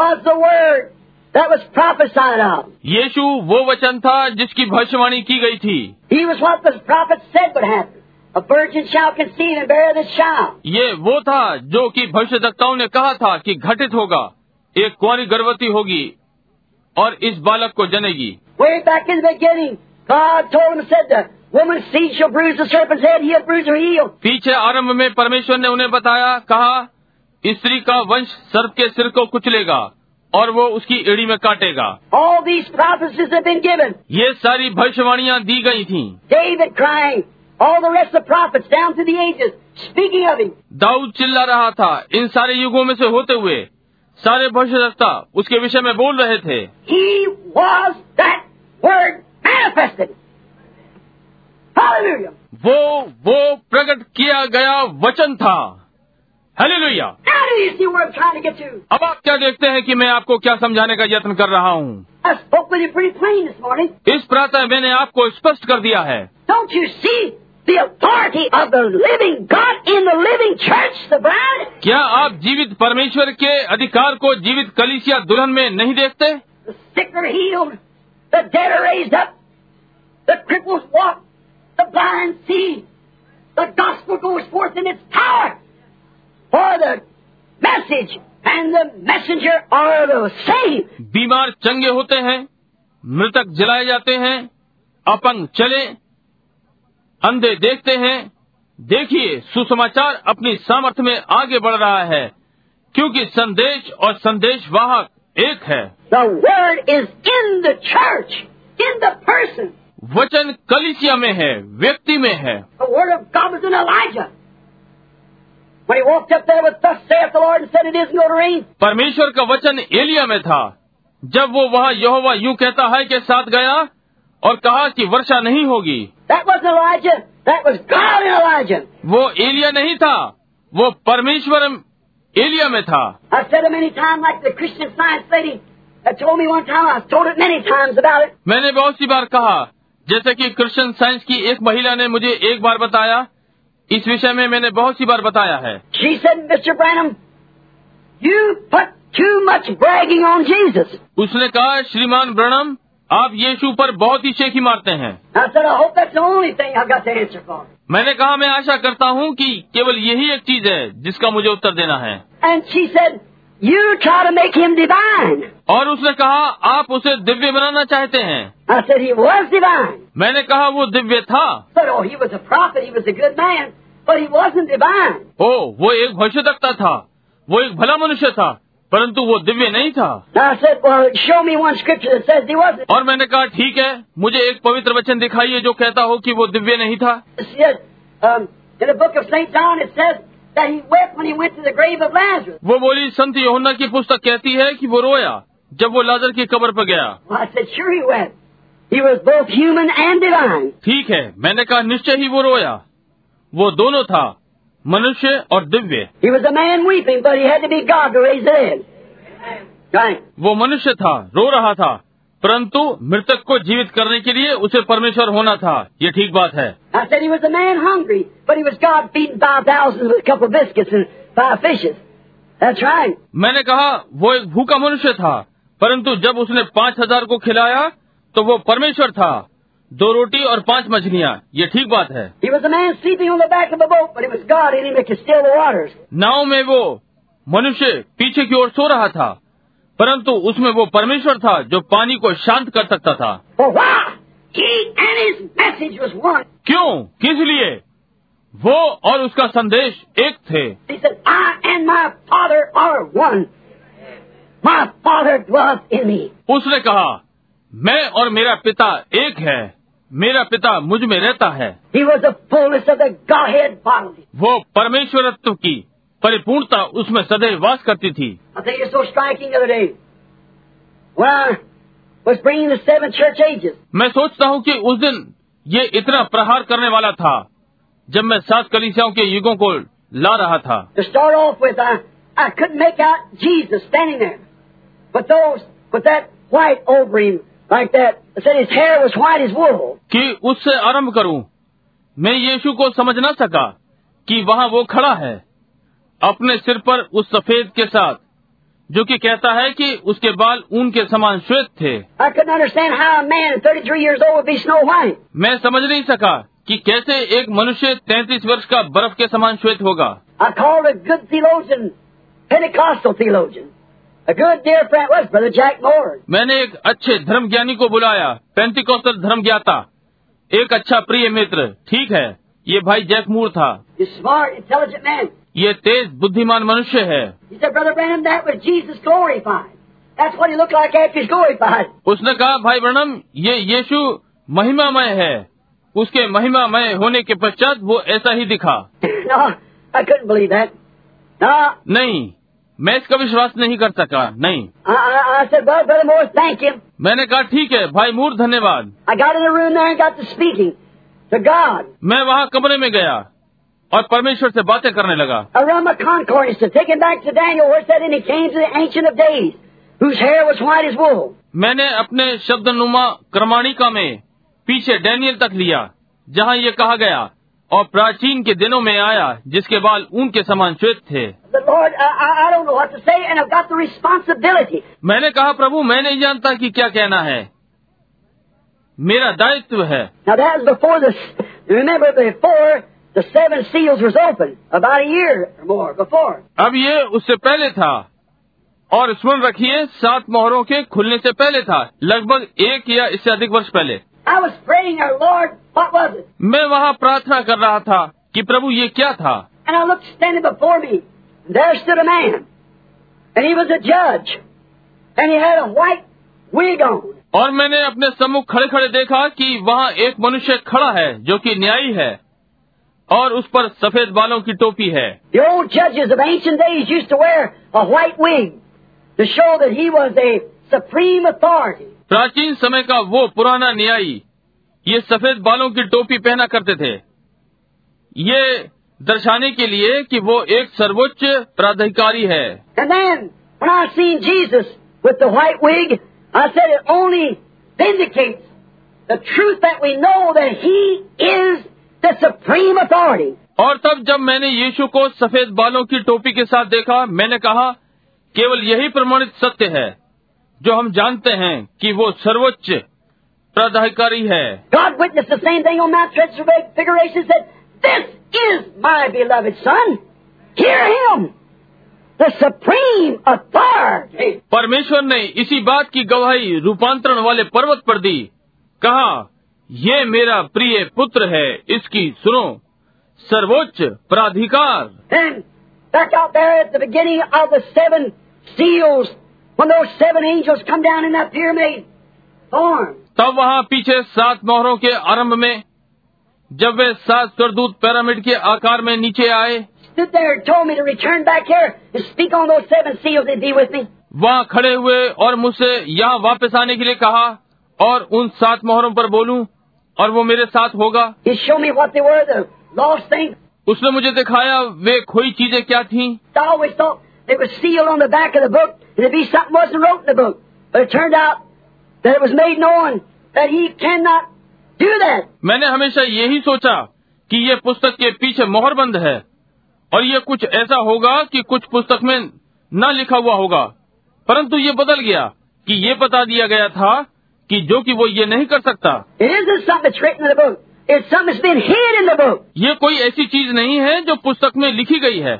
Speaker 2: was the Word that was prophesied of.
Speaker 1: यीशु वो वचन था जिसकी भविष्यवाणी की गई थी
Speaker 2: He was what the prophets said would happen. A virgin shall conceive and bear this child.
Speaker 1: ये वो था जो कि भविष्यवक्ताओं ने कहा था कि घटित होगा एक कुंवारी गर्भवती होगी और इस बालक को जनेगी
Speaker 2: Way back in the beginning, God told him, said, the woman's seed shall bruise the serpent's head, he'll bruise her heel.
Speaker 1: पीछे आरंभ में परमेश्वर ने उन्हें बताया कहा स्त्री का वंश सर्प के सिर को कुचलेगा और वो उसकी एड़ी में काटेगा
Speaker 2: All these prophecies have been given.
Speaker 1: ये सारी भविष्यवाणियां दी गई थीं।
Speaker 2: David crying, all the rest of the prophets down through the ages, speaking of him.
Speaker 1: Dawood चिल्ला रहा था इन सारे युगों में से होते हुए सारे भविष्यवक्ता उसके विषय में बोल रहे थे
Speaker 2: He was that word manifested. Hallelujah.
Speaker 1: वो वो प्रकट किया गया वचन था hallelujah
Speaker 2: Now do you see where I'm trying to get to?
Speaker 1: अब आप क्या देखते हैं कि मैं आपको क्या समझाने का यत्न कर रहा हूँ
Speaker 2: I spoke with you pretty plain this morning.
Speaker 1: इस प्रातः मैंने आपको स्पष्ट कर दिया है
Speaker 2: Don't you see the authority of the living God in the living church, the bride?
Speaker 1: क्या आप जीवित परमेश्वर के अधिकार को जीवित कलिसिया दुल्हन में नहीं देखते
Speaker 2: The sick are healed, the dead are raised up, the cripples walk, the blind see. The gospel goes forth in its power. For the message and the messenger are the same.
Speaker 1: बीमार चंगे होते हैं मृतक जलाए जाते हैं अपंग चले अंधे देखते हैं देखिए सुसमाचार अपनी सामर्थ्य में आगे बढ़ रहा है क्योंकि संदेश और संदेश वाहक एक है
Speaker 2: The word is in the church, in the person.
Speaker 1: वचन कलिसिया में है व्यक्ति में है
Speaker 2: The word of God was in Elijah. When he walked up there with thus saith the Lord and said it isn't going to rain,
Speaker 1: परमेश्वर का वचन एलिया में था जब वो वहाँ यहोवा यूं कहता है के साथ गया और कहा कि वर्षा नहीं होगी
Speaker 2: that wasn't Elijah. That was God in Elijah.
Speaker 1: वो एलिया नहीं था वो परमेश्वर एलिया में था
Speaker 2: I've said it many times like the Christian science lady that told me one time, I've told it many times about it.
Speaker 1: मैंने बहुत सी बार कहा जैसे कि क्रिश्चियन साइंस की एक महिला ने मुझे एक बार बताया इस विषय में मैंने बहुत सी बार बताया है
Speaker 2: She said, Mr. Branham, you put too much bragging on Jesus.
Speaker 1: उसने कहा श्रीमान ब्रणम आप यीशु पर बहुत ही शेखी मारते हैं
Speaker 2: I said, I hope that's the only thing I've got to answer for.
Speaker 1: मैंने कहा मैं आशा करता हूँ कि केवल यही एक चीज है जिसका मुझे उत्तर देना है
Speaker 2: And she said, you try to make him divine.
Speaker 1: और उसने कहा आप उसे दिव्य बनाना चाहते हैं
Speaker 2: I said, he was divine.
Speaker 1: मैंने कहा वो दिव्य था
Speaker 2: But oh, he was a prophet, he was a good man, but he wasn't divine.
Speaker 1: ओ वो एक भविष्यवक्ता था वो एक भला मनुष्य था परंतु वो दिव्य नहीं था
Speaker 2: Now I said, well, show me one scripture that says he wasn't.
Speaker 1: और मैंने कहा ठीक है मुझे एक पवित्र वचन दिखाइए जो कहता हो कि वो दिव्य नहीं था
Speaker 2: It says, um, in the book of St. John, it says that he wept when he went to the grave of Lazarus.
Speaker 1: वो बोली संत योहन्ना की पुस्तक कहती है कि वो रोया जब वो लाजर की कब्र पर गया
Speaker 2: Well, I said, sure he wept. He was both human and divine.
Speaker 1: ठीक है मैंने कहा निश्चय ही वो रोया वो दोनों था मनुष्य और Divya
Speaker 2: He was a man weeping, but he had to be God to raise the dead. Right.
Speaker 1: वो मनुष्य था रो रहा था परंतु मृतक को जीवित करने के लिए उसे परमेश्वर होना था ये ठीक बात है
Speaker 2: I said he was a man hungry, but he was God feeding 5,000 with a couple of biscuits and five fishes. That's right.
Speaker 1: मैंने कहा वो एक भूखा मनुष्य था परंतु जब उसने पाँच हजार को खिलाया तो वो परमेश्वर था दो रोटी और पांच मछलियाँ ये ठीक बात है
Speaker 2: He was a man sleeping on the back of a boat, but it was God in him that could still the waters.
Speaker 1: नाव में वो मनुष्य पीछे की ओर सो रहा था परंतु उसमें वो परमेश्वर था जो पानी को शांत कर सकता था
Speaker 2: For why? He and his message was one.
Speaker 1: क्यों किस लिए वो और उसका संदेश एक थे
Speaker 2: He said, I and my Father are one. My Father dwells in me.
Speaker 1: उसने कहा मैं और मेरा पिता एक है मेरा पिता मुझ में रहता है
Speaker 2: He was the fullness of the Godhead bodily.
Speaker 1: वो परमेश्वरत्व की परिपूर्णता उसमें सदैव वास करती थी
Speaker 2: I think it's so striking the other day. Well, I was bringing the seven church ages.
Speaker 1: मैं सोचता हूँ कि उस दिन ये इतना प्रहार करने वाला था जब मैं सात कलीसियाओं के युगों को ला रहा था
Speaker 2: To start off with, I, I couldn't make out Jesus standing there. But those, with that white over him, like that, I said his hair was white as wool.
Speaker 1: कि उससे आरंभ करूं मैं यीशु को समझ ना सका कि वहाँ वो खड़ा है अपने सिर पर उस सफेद के साथ जो कि कहता है कि उसके बाल ऊन के समान श्वेत थे
Speaker 2: I couldn't understand how a man at 33 years old would be Snow White.
Speaker 1: मैं समझ नहीं सका कि कैसे एक मनुष्य 33 वर्ष का बर्फ के समान श्वेत होगा
Speaker 2: I called a good theologian, Pentecostal theologian, a good dear friend was Brother Jack Moore.
Speaker 1: मैंने एक अच्छे धर्म ज्ञानी को बुलाया पेंटिकॉस्टल धर्म ज्ञाता एक अच्छा प्रिय मित्र ठीक है ये भाई जैक मूर था
Speaker 2: He's a smart, intelligent man.
Speaker 1: ये तेज बुद्धिमान मनुष्य है
Speaker 2: He said, Brother Branham, that was Jesus glorified. That's what he looked like after he's glorified.
Speaker 1: उसने कहा भाई ब्रणम ये यीशु महिमामय है उसके महिमामय होने के पश्चात वो ऐसा ही दिखा
Speaker 2: no, I couldn't believe that. No, I,
Speaker 1: नहीं मैं इसका विश्वास नहीं कर सका नहीं
Speaker 2: I, I said, well, Brother Moore, thank him.
Speaker 1: मैंने कहा ठीक है भाई मूर धन्यवाद
Speaker 2: I got in the room there and got to speaking to God.
Speaker 1: मैं वहाँ कमरे में गया और परमेश्वर से बातें करने लगा
Speaker 2: Around the Concord, he said, take him back to Daniel, where it said, and he came to the Ancient of Days, whose hair was white as wool.
Speaker 1: मैंने अपने शब्द नुमा क्रमाणिका में पीछे डैनियल तक लिया जहाँ ये कहा गया और प्राचीन के दिनों में आया जिसके बाल ऊन के समान श्वेत थे
Speaker 2: But Lord, I- I, I don't know what to say, and I've got the responsibility.
Speaker 1: मैंने कहा प्रभु मैं नहीं जानता कि क्या कहना है मेरा दायित्व है
Speaker 2: Now that was before the, remember before the seven seals was open, about a year or more before.
Speaker 1: अब ये उससे पहले था और स्मरण रखिए सात मोहरों के खुलने से पहले था लगभग एक या इससे अधिक वर्ष पहले
Speaker 2: I was praying, our Lord, what was it?
Speaker 1: मैं वहाँ प्रार्थना कर रहा था कि प्रभु ये क्या था
Speaker 2: And I looked standing before me, and there stood a man, and he was a judge, and he had a white wig on.
Speaker 1: और मैंने अपने सम्मुख खड़े खड़े देखा कि वहाँ एक मनुष्य खड़ा है जो कि न्यायी है और उस पर सफेद बालों की टोपी है
Speaker 2: The old judges of ancient days used to wear a white wig to show that he was a supreme authority.
Speaker 1: प्राचीन समय का वो पुराना न्यायी ये सफेद बालों की टोपी पहना करते थे ये दर्शाने के लिए कि वो एक सर्वोच्च प्राधिकारी है
Speaker 2: And then, when I seen Jesus with the white wig, I said it only vindicates the truth that we know that He is the supreme authority.
Speaker 1: और तब जब मैंने यीशु को सफेद बालों की टोपी के साथ देखा मैंने कहा केवल यही प्रमाणित सत्य है जो हम जानते हैं कि वो सर्वोच्च प्राधिकारी है
Speaker 2: God witnessed the same thing on Mount Transfiguration said, This is my beloved Son. Hear Him. The supreme authority.
Speaker 1: परमेश्वर ने इसी बात की गवाही रूपांतरण वाले पर्वत पर दी कहा ये मेरा प्रिय पुत्र है इसकी सुनो सर्वोच्च प्राधिकार
Speaker 2: Then, back out there at the beginning of the seven seals, when those seven angels come down in that pyramid, form.
Speaker 1: तब वहाँ पीछे सात मोहरों के आरंभ में जब वे सात स्वरदूत पैरामिड के आकार में नीचे आए
Speaker 2: stood there and told me to return back here and speak on those seven seals and be with me.
Speaker 1: वहाँ खड़े हुए और मुझसे यहाँ वापस आने के लिए कहा और उन सात मोहरों पर बोलूं और वो मेरे साथ होगा
Speaker 2: He showed me what they were, the lost things.
Speaker 1: उसने मुझे दिखाया वे खोई चीजें क्या थीं
Speaker 2: I always thought it was sealed on the back of the book and it'd be something wasn't wrote in the book. But it turned out that it was made known that he cannot do that.
Speaker 1: मैंने हमेशा यही सोचा कि ये पुस्तक के पीछे मोहरबंद है और ये कुछ ऐसा होगा कि कुछ पुस्तक में न लिखा हुआ होगा परंतु ये बदल गया कि ये बता दिया गया था कि जो कि वो ये नहीं कर सकता
Speaker 2: It isn't something that's written in the book. It's something that's been hid in the book.
Speaker 1: ये कोई ऐसी चीज नहीं है जो पुस्तक में लिखी गई है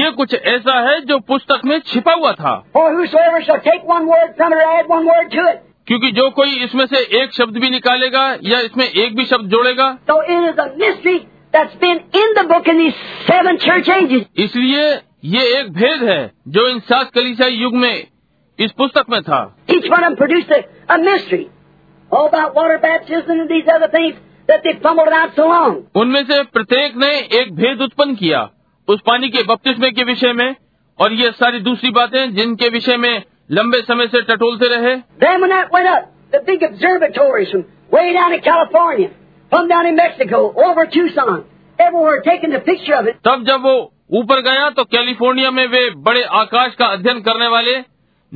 Speaker 1: ये कुछ ऐसा है जो पुस्तक में छिपा हुआ था
Speaker 2: For whosoever shall take one word from it or add one word to it.
Speaker 1: क्योंकि जो कोई इसमें से एक शब्द भी निकालेगा या इसमें एक भी शब्द जोड़ेगा
Speaker 2: So it is a mystery that's been in the book in these seven church ages.
Speaker 1: इसलिए ये एक भेद है जो इन सात कलीसियाई युग में इस पुस्तक में था
Speaker 2: Each one of them produced a, a mystery. All about water baptism and these other things that they fumbled out so long.
Speaker 1: उनमें से प्रत्येक ने एक भेद उत्पन्न किया उस पानी के बपतिस्मे के विषय में और ये सारी दूसरी बातें जिनके विषय में लंबे समय से टटोलते रहे
Speaker 2: Then when that went up, the big observatories from way down in California, from down in Mexico, over Tucson, everywhere taking the picture of it.
Speaker 1: तब जब वो ऊपर गया तो कैलिफोर्निया में वे बड़े आकाश का अध्ययन करने वाले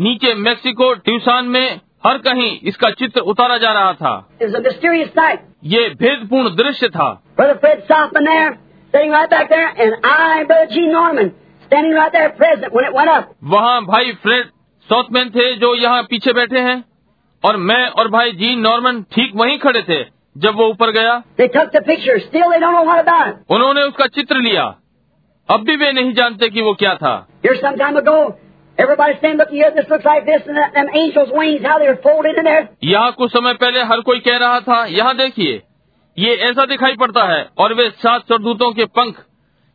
Speaker 1: नीचे मेक्सिको ट्यूसान में हर कहीं इसका चित्र उतारा जा रहा था
Speaker 2: It was a mysterious sight.
Speaker 1: ये भेदपूर्ण दृश्य था
Speaker 2: Brother Fred Soffman there, sitting right back there, and I, Brother G. Norman, standing right there present when it went up.
Speaker 1: वहाँ भाई फ्रेड सॉथमैन थे जो यहाँ पीछे बैठे हैं और मैं और भाई जी नॉर्मन ठीक वहीं खड़े थे जब वो ऊपर गया
Speaker 2: They took the picture. Still, they don't know what about it.
Speaker 1: उन्होंने उसका चित्र लिया अब भी वे नहीं जानते कि वो क्या था
Speaker 2: Here some time ago, everybody's saying, look here, this looks like this, and that, them angels' wings, how they were folded in there.
Speaker 1: यहाँ कुछ समय पहले हर कोई कह रहा था यहाँ देखिए ये ऐसा दिखाई पड़ता है और वे सात सरदूतों के पंख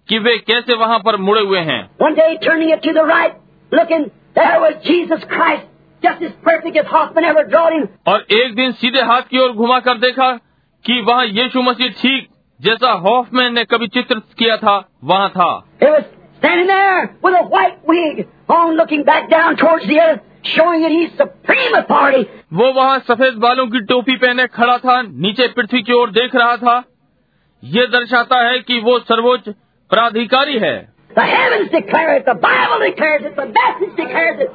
Speaker 1: कि वे कैसे वहाँ पर मुड़े हुए हैं
Speaker 2: One day, turning it to the right, looking, there was Jesus Christ, just as perfect as Hoffman ever drawed him.
Speaker 1: और एक दिन सीधे हाथ की ओर घुमा कर देखा कि वहाँ यीशु मसीह ठीक जैसा हॉफमैन ने कभी चित्रित किया था वहाँ था
Speaker 2: It was standing there with a white wig on, looking back down towards the earth, showing that he's supreme authority.
Speaker 1: वो वहाँ सफेद बालों की टोपी पहने खड़ा था नीचे पृथ्वी की ओर देख रहा था ये दर्शाता है कि वो सर्वोच्च प्राधिकारी है
Speaker 2: The heavens declare it, the Bible declares it, the message declares it.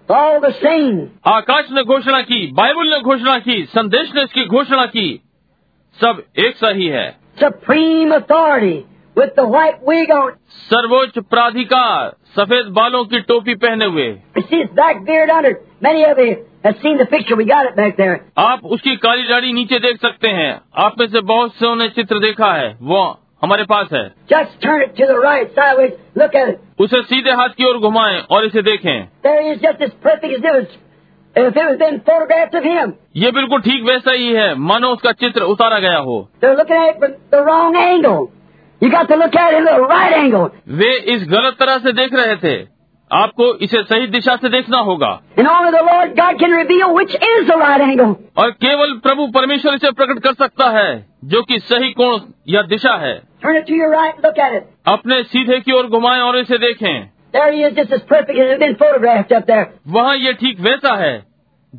Speaker 2: It's all the same.
Speaker 1: आकाश ने घोषणा की बाइबल ने घोषणा की संदेश ने इसकी घोषणा की सब एक सा ही है
Speaker 2: Supreme authority with the white wig on.
Speaker 1: सर्वोच्च प्राधिकार सफेद बालों की टोपी पहने हुए
Speaker 2: You see his black beard under. Many of you have seen the picture. We got it back there.
Speaker 1: आप उसकी काली दाढ़ी नीचे देख सकते हैं आप में से बहुत से ने चित्र देखा है वो हमारे पास है
Speaker 2: Just turn it to the right, sideways. Look at it.
Speaker 1: उसे सीधे हाथ की ओर घुमाएं और इसे देखें
Speaker 2: There he is, just as perfect as it was. If it was been photographs of him,
Speaker 1: ये बिल्कुल ठीक वैसा ही है मानो उसका चित्र उतारा गया हो
Speaker 2: they're looking at it from the wrong angle. You got to look at it in the right angle.
Speaker 1: वे इस गलत तरह से देख रहे थे आपको इसे सही दिशा से देखना होगा
Speaker 2: And only the Lord God can reveal which is the right angle.
Speaker 1: और केवल प्रभु परमेश्वर इसे प्रकट कर सकता है जो कि सही कोण या दिशा है
Speaker 2: Turn it to your right and look at it.
Speaker 1: अपने सीधे की ओर घुमाएं और इसे देखें
Speaker 2: There he is, just as perfect as it had been photographed up there.
Speaker 1: वहाँ ये ठीक वैसा है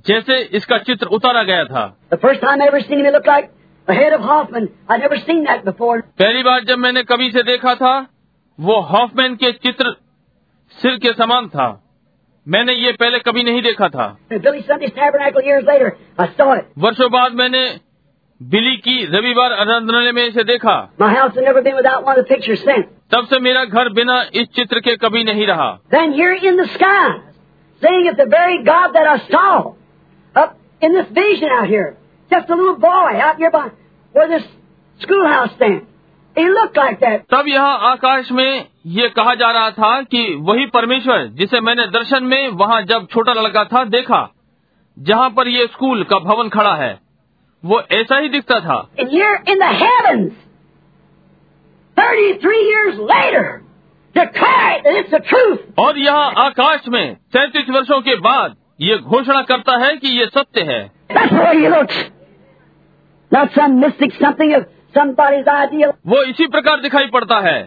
Speaker 1: जैसे इसका चित्र उतारा गया था
Speaker 2: The first time I ever seen him, it looked like the head of Hoffman. I'd never seen that before.
Speaker 1: पहली बार जब मैंने कभी इसे देखा था वो हॉफमैन के चित्र सिर के समान था मैंने ये पहले कभी नहीं देखा था
Speaker 2: In Billy Sunday's Tabernacle years later, I saw it.
Speaker 1: वर्षों बाद मैंने बिली की रविवार आराधनालय में इसे देखा
Speaker 2: My house had never been without one of the pictures since.
Speaker 1: तब से मेरा घर बिना इस चित्र के कभी नहीं रहा
Speaker 2: Then here in the skies, seeing it the very God that I saw up in this vision out here, just a little boy out here by where this schoolhouse stands. He looked like that.
Speaker 1: तब यहाँ आकाश में ये कहा जा रहा था कि वही परमेश्वर जिसे मैंने दर्शन में वहाँ जब छोटा लड़का था देखा जहाँ पर ये स्कूल का भवन खड़ा है वो ऐसा ही दिखता था
Speaker 2: And here in the heavens, 33 years later, declare it that it's the truth.
Speaker 1: और यहाँ आकाश में सैतीस वर्षों के बाद ये घोषणा करता है कि ये सत्य है
Speaker 2: That's the way he looks. Not some mystic something of somebody's ideal,
Speaker 1: वो इसी प्रकार दिखाई पड़ता है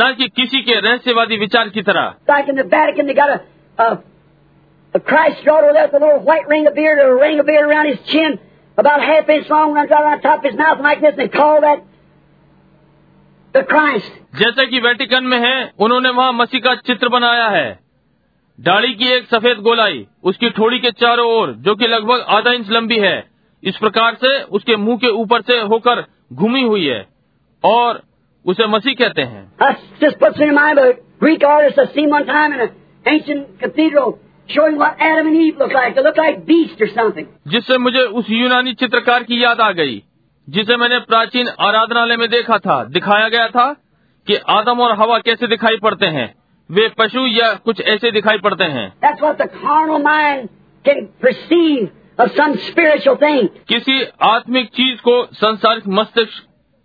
Speaker 1: न कि किसी के रहस्यवादी विचार की तरह
Speaker 2: like in the Vatican, they got a, a, a Christ straddled there with a little white ring of beard or a ring of beard around his chin, about a half inch long, runs out on top of his mouth like this, and they call that the Christ.
Speaker 1: जैसे कि Vatican में है उन्होंने वहाँ मसीह का चित्र बनाया है दाढ़ी की एक सफेद गोलाई उसकी ठोड़ी के चारों ओर जो कि लगभग आधा इंच लंबी है इस प्रकार से उसके मुंह के ऊपर से होकर घूमी हुई है और उसे मसीह कहते हैं
Speaker 2: That just puts me in mind of a Greek artist I seen one time in an ancient cathedral showing what Adam and Eve looked like. They looked like beasts or something.
Speaker 1: जिससे मुझे उस यूनानी चित्रकार की याद आ गई जिसे मैंने प्राचीन आराधनालय में देखा था दिखाया गया था कि आदम और हवा कैसे दिखाई पड़ते हैं वे पशु या कुछ ऐसे दिखाई पड़ते हैं
Speaker 2: That's what the carnal mind can perceive of some spiritual thing.
Speaker 1: किसी आत्मिक चीज को संसारिक मस्तिष्क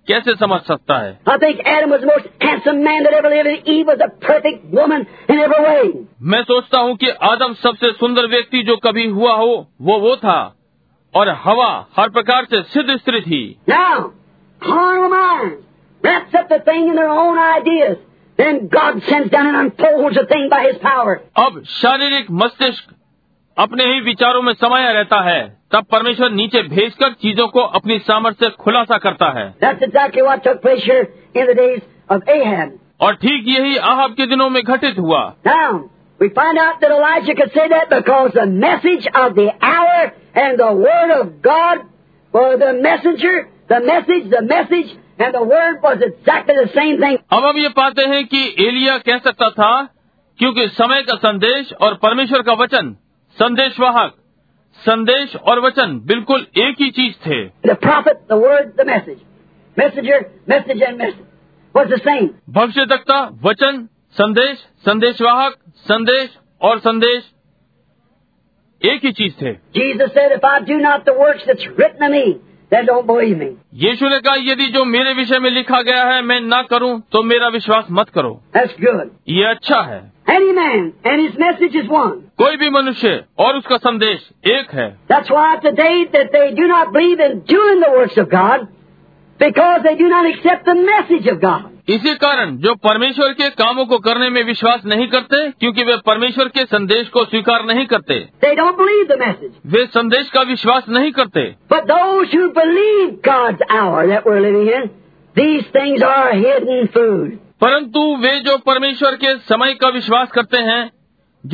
Speaker 1: कैसे समझ सकता है
Speaker 2: I think Adam was the most handsome man that ever lived, and Eve was a perfect woman in every way.
Speaker 1: मैं सोचता हूँ कि आदम सबसे सुंदर व्यक्ति जो कभी हुआ हो वो वो था और हवा हर प्रकार से सिद्ध स्त्री थी
Speaker 2: Now, carnal minds wraps up the thing in their own ideas. Then God sends down and unfolds the thing by His power.
Speaker 1: अब शारीरिक मस्तिष्क अपने ही विचारों में समाया रहता है तब परमेश्वर नीचे भेजकर चीजों को अपनी सामर्थ्य से खुलासा करता है
Speaker 2: That's exactly what took place here in the days of Ahab.
Speaker 1: और ठीक यही आहाब के दिनों में घटित हुआ
Speaker 2: Now, we find out that Elijah could say that because the message of the hour and the Word of God for the messenger, the message, the message, and the Word was exactly the same thing.
Speaker 1: अब हम ये पाते हैं कि एलिया कह सकता था क्योंकि समय का संदेश और परमेश्वर का वचन संदेशवाहक संदेश और वचन बिल्कुल एक ही चीज थे
Speaker 2: The prophet, the Word, the message. Messenger, message, and message was the same.
Speaker 1: भविष्यवक्ता वचन संदेश संदेशवाहक संदेश और संदेश एक ही चीज थे
Speaker 2: Jesus said, If I do not the works that's written of me, then don't believe me.
Speaker 1: यीशु ने कहा यदि जो मेरे विषय में लिखा गया है मैं ना करूं तो मेरा विश्वास मत करो
Speaker 2: That's good.
Speaker 1: ये अच्छा है
Speaker 2: Any man and his message is one.
Speaker 1: कोई भी मनुष्य और उसका संदेश एक है
Speaker 2: That's why today that they do not believe in doing the works of God because they do not accept the message of God.
Speaker 1: इसी कारण जो परमेश्वर के कामों को करने में विश्वास नहीं करते क्योंकि वे परमेश्वर के संदेश को स्वीकार नहीं करते
Speaker 2: They don't believe the message.
Speaker 1: वे संदेश का विश्वास नहीं करते
Speaker 2: But those who believe God's hour that we're living in, these things are hidden food.
Speaker 1: परंतु वे जो परमेश्वर के समय का विश्वास करते हैं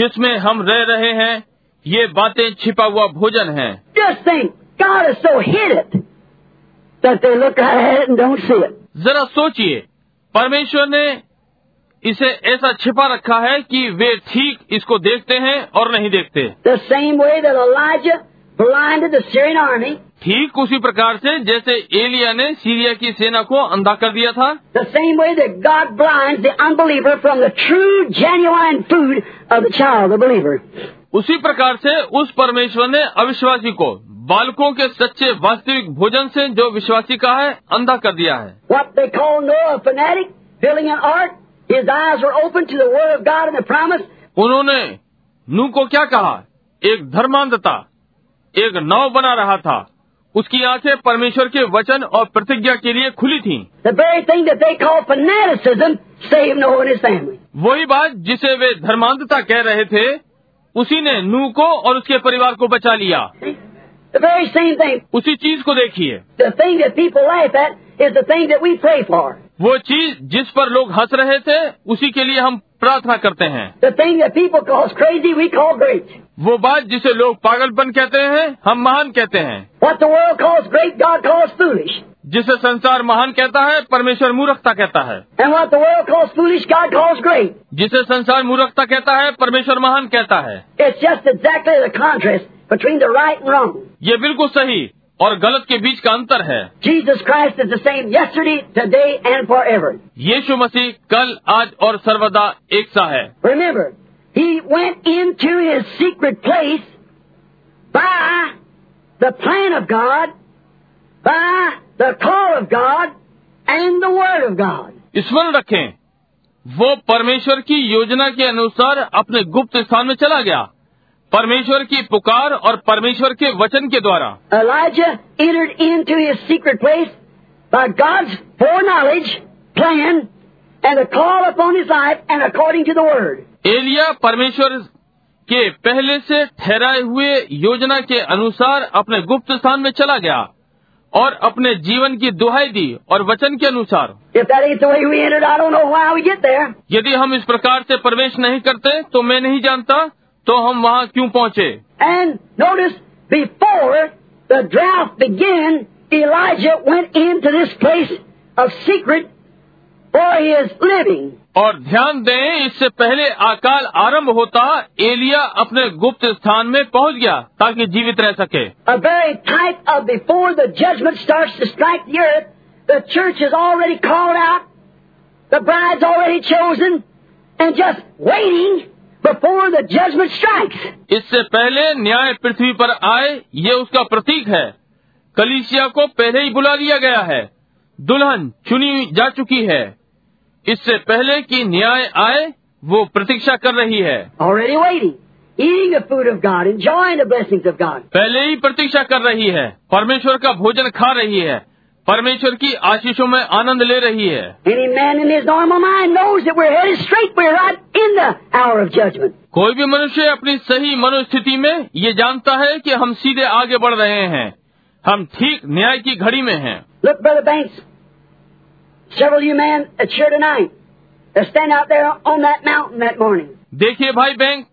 Speaker 1: जिसमें हम रह रहे हैं ये बातें छिपा हुआ भोजन है
Speaker 2: Just think, God is so hid it that they look at it and don't see it.
Speaker 1: जरा सोचिए परमेश्वर ने इसे ऐसा छिपा रखा है कि वे ठीक इसको देखते हैं और नहीं देखते
Speaker 2: The same way that Elijah blinded the Syrian army,
Speaker 1: ठीक उसी प्रकार से जैसे एलिया ने सीरिया की सेना को अंधा कर दिया था
Speaker 2: the same way that God blinds the unbeliever from the true, genuine food of the child, the believer.
Speaker 1: उसी प्रकार से उस परमेश्वर ने अविश्वासी को बालकों के सच्चे वास्तविक भोजन से जो विश्वासी का है अंधा कर दिया है
Speaker 2: What they call Noah a fanatic, building an ark, his eyes were open to the word of God and the promise.
Speaker 1: उन्होंने नू को क्या कहा एक धर्मांधता एक नाव बना रहा था उसकी आंखें परमेश्वर के वचन और प्रतिज्ञा के लिए खुली थीं।
Speaker 2: The very thing that they call fanaticism saved Noah and his family.
Speaker 1: वही बात जिसे वे धर्मांधता कह रहे थे उसी ने नू को और उसके परिवार को बचा लिया
Speaker 2: The very same thing.
Speaker 1: उसी चीज को देखिए
Speaker 2: The thing that people laugh at is the thing that we pray for.
Speaker 1: वो चीज जिस पर लोग हंस रहे थे उसी के लिए हम प्रार्थना करते हैं
Speaker 2: The thing that people call crazy, we call great.
Speaker 1: वो बात जिसे लोग पागलपन कहते हैं हम महान कहते हैं
Speaker 2: What the world calls great, God calls foolish.
Speaker 1: जिसे संसार महान कहता है परमेश्वर मूर्खता कहता है
Speaker 2: And what the world calls foolish, God calls great.
Speaker 1: जिसे संसार मूर्खता कहता है परमेश्वर महान कहता है
Speaker 2: It's just exactly the contrast between the right and wrong.
Speaker 1: ये बिल्कुल सही और गलत के बीच का अंतर है
Speaker 2: Jesus Christ is the same yesterday, today, and forever.
Speaker 1: यीशु मसीह कल आज और सर्वदा एक सा है
Speaker 2: Remember, He went into His secret place by the plan of God, by the call of God, and the Word of God.
Speaker 1: स्मरण रखें वो परमेश्वर की योजना के अनुसार अपने गुप्त स्थान में चला गया परमेश्वर की पुकार और परमेश्वर के वचन के द्वारा
Speaker 2: Elijah entered into his secret place by God's foreknowledge, plan, and the call upon his life, and according to the Word.
Speaker 1: Elia परमेश्वर के पहले से ठहराए हुए योजना के अनुसार अपने गुप्त स्थान में चला गया और अपने जीवन की दुहाई दी और वचन के अनुसार
Speaker 2: If that ain't the way we entered, I don't know why we get there.
Speaker 1: यदि हम इस प्रकार से प्रवेश नहीं करते तो मैं नहीं जानता तो हम वहाँ क्यों पहुँचे
Speaker 2: And notice, before the drought began, Elijah went into this place of secret for his living.
Speaker 1: और ध्यान दें इससे पहले अकाल आरंभ होता एलिया अपने गुप्त स्थान में पहुंच गया ताकि जीवित रह सके
Speaker 2: A very type of before the judgment starts to strike the earth, the church is already called out, the bride's already chosen, and just waiting before the judgment strikes.
Speaker 1: इससे पहले न्याय पृथ्वी पर आए ये उसका प्रतीक है कलीसिया को पहले ही बुला लिया गया है दुल्हन चुनी जा चुकी है इससे पहले कि न्याय आए वो प्रतीक्षा कर रही है
Speaker 2: Already waiting. Eating the food of God, enjoying the blessings of God.
Speaker 1: पहले ही प्रतीक्षा कर रही है परमेश्वर का भोजन खा रही है परमेश्वर की आशीषों में आनंद ले रही है
Speaker 2: Any man in his normal mind knows that we're headed straight. We're right in the hour of judgment.
Speaker 1: कोई भी मनुष्य अपनी सही मनोस्थिति में ये जानता है कि हम सीधे आगे बढ़ रहे हैं हम ठीक न्याय की घड़ी में हैं
Speaker 2: Look, Brother Banks, several of you men that's here tonight, they're standing out there on that mountain that morning.
Speaker 1: देखिए भाई बैंक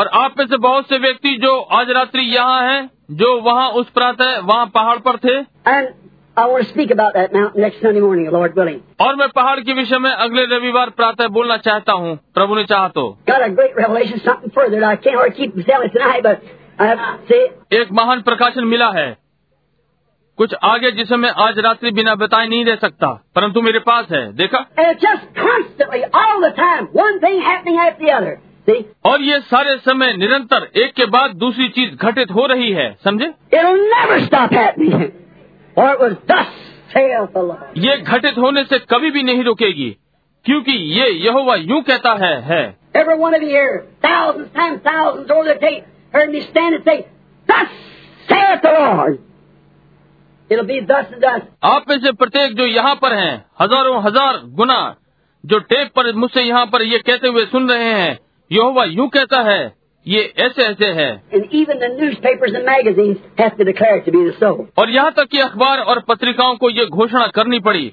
Speaker 1: और आप में से बहुत से व्यक्ति जो आज रात्रि यहाँ हैं जो वहाँ उस प्रातः वहाँ पहाड़ पर थे
Speaker 2: And I want to speak about that mountain next Sunday morning, Lord willing.
Speaker 1: और मैं पहाड़ के विषय में अगले रविवार प्रातः बोलना चाहता हूँ प्रभु ने चाहा तो
Speaker 2: Got a great revelation, something further. that I can't hardly keep from telling it tonight, but I see
Speaker 1: एक महान प्रकाशन मिला है कुछ आगे जिसे मैं आज रात्रि बिना बताए नहीं दे सकता परंतु मेरे पास है देखा
Speaker 2: And it's just constantly, all the time, one thing happening after the other. See?
Speaker 1: और ये सारे समय निरंतर एक के बाद दूसरी चीज घटित हो रही है समझे
Speaker 2: It'll never stop happening. For it was thus saith the Lord.
Speaker 1: ये घटित होने से कभी भी नहीं रुकेगी क्योंकि ये यहोवा यूं कहता है है
Speaker 2: Every one of you here, thousands times thousands over the tape, heard me stand and say, Thus saith the Lord. It'll be thus and thus.
Speaker 1: आप में से प्रत्येक जो यहाँ पर हैं हजारों हजार गुना जो टेप पर मुझसे यहाँ पर ये कहते हुए सुन रहे हैं यहोवा यूं कहता है ये ऐसे ऐसे है
Speaker 2: And even the newspapers and magazines have to declare it to be the so.
Speaker 1: और यहाँ तक कि अखबार और पत्रिकाओं को ये घोषणा करनी पड़ी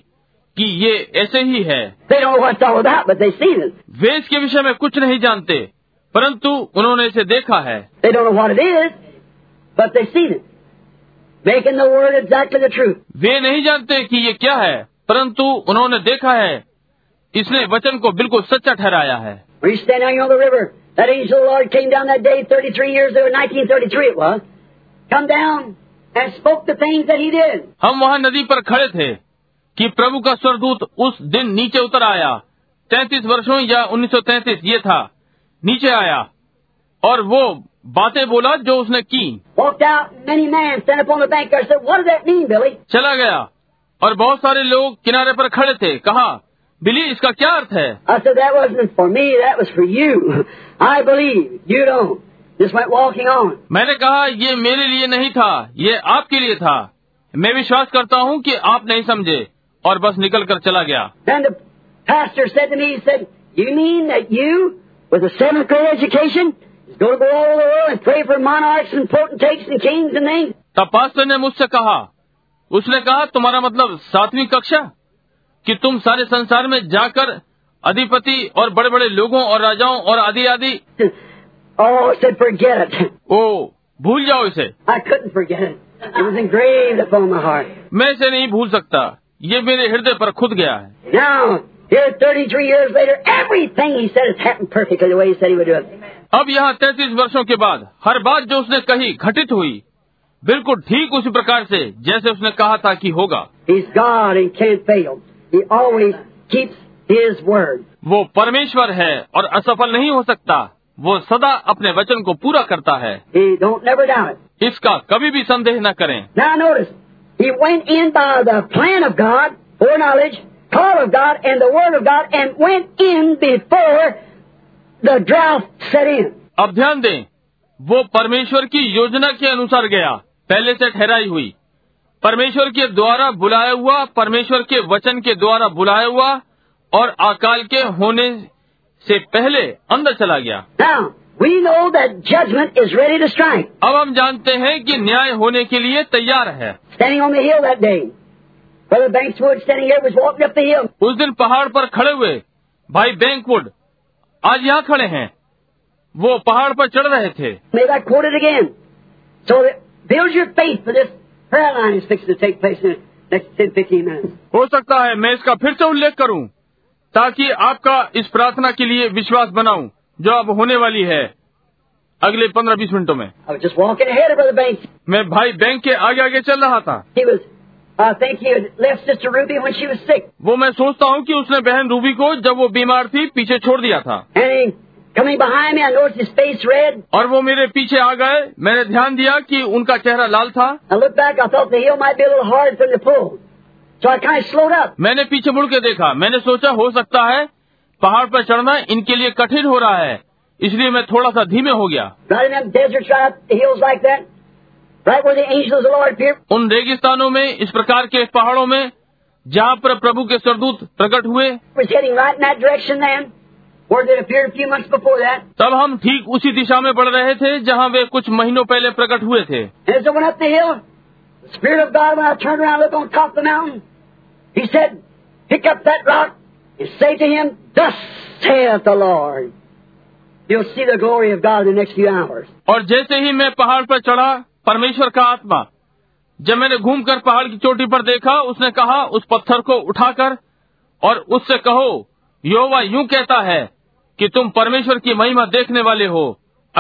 Speaker 1: कि ये ऐसे ही है
Speaker 2: They don't know what it's all about, but they've seen it.
Speaker 1: वे इसके विषय में कुछ नहीं जानते परंतु उन्होंने इसे देखा है
Speaker 2: They don't know what it is, but they've seen it. Making the word exactly the truth.
Speaker 1: वे नहीं जानते कि ये क्या है परंतु उन्होंने देखा है इसने वचन को बिल्कुल सच्चा ठहराया है
Speaker 2: When you stand down here on the river, that angel of the Lord came down that day, 33 years ago, 1933 it was, come down and spoke the things that he did.
Speaker 1: हम वहाँ नदी पर खड़े थे कि प्रभु का स्वर्गदूत उस दिन नीचे उतर आया 33 वर्षों या 1933 ये था नीचे आया और वो बातें बोला जो उसने की
Speaker 2: Walked out, and many men stand upon the bank there and said, What does that mean, Billy?
Speaker 1: चला गया और बहुत सारे लोग किनारे पर खड़े थे कहा बिली इसका क्या अर्थ है
Speaker 2: I said, That wasn't for me, that was for you. I believe, you don't. Just went walking on.
Speaker 1: मैंने कहा ये मेरे लिए नहीं था ये आपके लिए था मैं विश्वास करता हूँ कि आप नहीं समझे और बस निकल कर चला गया
Speaker 2: Then the pastor said to me, he said, You mean that you, with a seventh grade education, is going to go all over the world and pray for monarchs and potentates and kings and things?
Speaker 1: तब pastor ने मुझसे कहा उसने कहा तुम्हारा मतलब सातवीं कक्षा कि तुम सारे संसार में जाकर अधिपति और बड़े बड़े लोगों और राजाओं और आदि आदि
Speaker 2: oh, I said, Forget it.
Speaker 1: ओ भूल जाओ इसे
Speaker 2: I couldn't forget it. It was engraved upon my heart.
Speaker 1: मैं इसे नहीं भूल सकता ये मेरे हृदय पर खुद गया है
Speaker 2: Now, here 33 years later, everything he said has happened perfectly the way he said he would do it.
Speaker 1: अब यहाँ तैतीस वर्षों के बाद हर बात जो उसने कही घटित हुई बिल्कुल ठीक उसी प्रकार से जैसे उसने कहा था कि होगा
Speaker 2: He's God and can't fail. He always keeps his word.
Speaker 1: वो परमेश्वर है और असफल नहीं हो सकता वो सदा अपने वचन को पूरा करता है
Speaker 2: He don't never doubt it.
Speaker 1: इसका कभी भी संदेह न करें
Speaker 2: Now notice, he went in by the plan of God, foreknowledge, call of God, and the word of God, and went in before the drought set in.
Speaker 1: अब ध्यान दें वो परमेश्वर की योजना के अनुसार गया पहले से ठहराई हुई परमेश्वर के द्वारा बुलाया हुआ परमेश्वर के वचन के द्वारा बुलाया हुआ और अकाल के होने से पहले अंदर चला गया
Speaker 2: Now, we know that judgment is ready to strike.
Speaker 1: अब हम जानते हैं कि न्याय होने के लिए तैयार है
Speaker 2: standing on the hill that day. Brother Bankswood standing here was walking up the hill.
Speaker 1: उस दिन पहाड़ पर खड़े हुए भाई बैंकवुड आज यहाँ खड़े हैं वो पहाड़ पर चढ़ रहे थे
Speaker 2: Maybe I quote it again. So that build your faith for this prayer line is fixing to take place in the next 10, 15 minutes.
Speaker 1: हो सकता है मैं इसका फिर से उल्लेख करूं ताकि आपका इस प्रार्थना के लिए विश्वास बनाऊं जो अब होने वाली है अगले पंद्रह बीस मिनटों में
Speaker 2: I was just walking ahead of Brother Banks.
Speaker 1: मैं भाई बैंक के आगे आगे चल रहा था
Speaker 2: He was, I think he had left Sister Ruby when she was sick.
Speaker 1: वो मैं सोचता हूँ कि उसने बहन रूबी को जब वो बीमार थी पीछे छोड़ दिया था
Speaker 2: And he, coming behind me, I noticed his face red.
Speaker 1: और वो मेरे पीछे आ गए मैंने ध्यान दिया कि उनका चेहरा लाल था
Speaker 2: I looked back, I thought the hill might be a little hard for him to pull. So I kind of slowed up.
Speaker 1: मैंने पीछे मुड़ के देखा मैंने सोचा हो सकता है पहाड़ पर चढ़ना इनके लिए कठिन हो रहा है इसलिए मैं थोड़ा सा धीमे हो गया
Speaker 2: Right in them deserts, right up the hills like that. right where the angel of the Lord appeared.
Speaker 1: उन रेगिस्तानों में इस प्रकार के पहाड़ों में जहाँ पर प्रभु के सरदूत प्रकट हुए
Speaker 2: It was heading right in that direction then, where it appeared a few months before that.
Speaker 1: तब हम ठीक उसी दिशा में बढ़ रहे थे जहाँ वे कुछ महीनों पहले प्रकट हुए थे
Speaker 2: And as I went up the hill, the Spirit of God, when I turned around and looked on top of the mountain, He said, Pick up that rock and say to him, Thus saith the Lord. You'll see the glory of God in the next few hours.
Speaker 1: और जैसे ही मैं पहाड़ पर चढ़ा परमेश्वर का आत्मा जब मैंने घूमकर पहाड़ की चोटी पर देखा उसने कहा उस पत्थर को उठाकर और उससे कहो योवा यूं कहता है कि तुम परमेश्वर की महिमा देखने वाले हो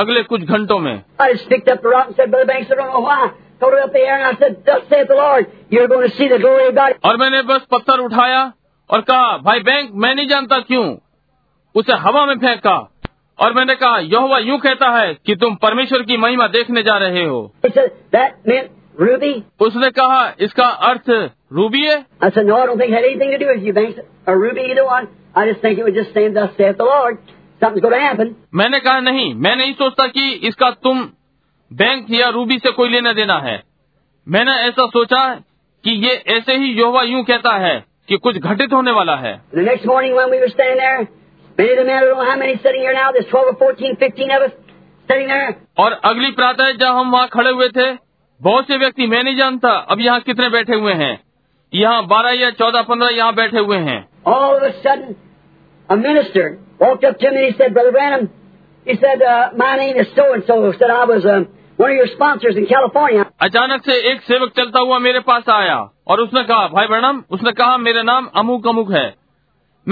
Speaker 1: अगले कुछ घंटों में
Speaker 2: I just picked up the rock and said, Brother Banks, I don't know why. Throw it up the air and I said, Thus saith the Lord, you're going to see the glory of God.
Speaker 1: और मैंने बस पत्थर उठाया और कहा भाई bank मैं नहीं जानता क्यों उसे हवा में फेंका और मैंने कहा यहोवा यूं कहता है कि तुम परमेश्वर की महिमा देखने जा रहे हो
Speaker 2: He said, That meant Ruby.
Speaker 1: उसने कहा इसका अर्थ रूबी है
Speaker 2: I said, No, I don't think it had anything to do with you, Banks, or Ruby, either one. I just think it was just saying, Thus saith the Lord. Something's going to happen.
Speaker 1: मैंने कहा नहीं मैं नहीं सोचता कि इसका तुम Banks या रूबी से कोई लेना देना है मैंने ऐसा सोचा कि ये ऐसे ही योवा यूं कहता है कि कुछ घटित होने वाला है
Speaker 2: The next morning when we were standing there, many of the men, I don't know how many sitting here now, there's 12 or 14, 15 of us sitting there.
Speaker 1: और अगली प्रातः जब हम वहाँ खड़े हुए थे बहुत से व्यक्ति मैं नहीं जानता अब यहाँ कितने बैठे हुए हैं यहाँ बारह या चौदह पंद्रह यहाँ बैठे हुए हैं
Speaker 2: All of a sudden, a minister walked up to me and he said, Brother Branham, he said, uh, my name is so-and-so. He said, I was um, one of your sponsors in California.
Speaker 1: अचानक से एक सेवक चलता हुआ मेरे पास आया और उसने कहा भाई बरणम उसने कहा मेरा नाम अमुक अमुक है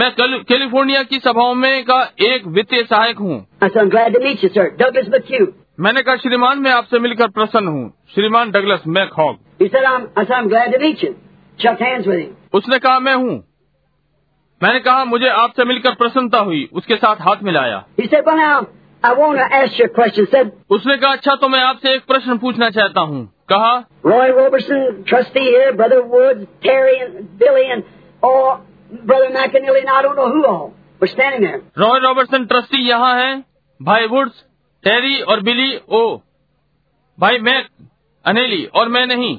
Speaker 1: मैं कल- कैलिफोर्निया की सभाओं में का एक वित्तीय सहायक हूँ
Speaker 2: I said, I'm glad to meet you, sir. Douglas McHugh.
Speaker 1: मैंने कहा श्रीमान मैं आपसे मिलकर प्रसन्न हूँ श्रीमान डगलस मैं खॉग
Speaker 2: He said, I'm, I said, I'm glad to meet you. Shook hands with him.
Speaker 1: उसने कहा मैं हूँ मैंने कहा मुझे आपसे मिलकर प्रसन्नता हुई उसके साथ हाथ मिलाया
Speaker 2: He said, well, now, I want to ask you a question. He said,
Speaker 1: उसने कहा अच्छा तो मैं आपसे एक प्रश्न पूछना चाहता हूँ कहा
Speaker 2: Roy Roberson, trustee here, Brother Woods, Terry, and Billy, and all, Brother McAnally, and I don't know who all were standing there.
Speaker 1: Roy Robertson trustee यहाँ है भाई वुड्स टेरी और बिली ओ भाई मैक अनेली और मैं नहीं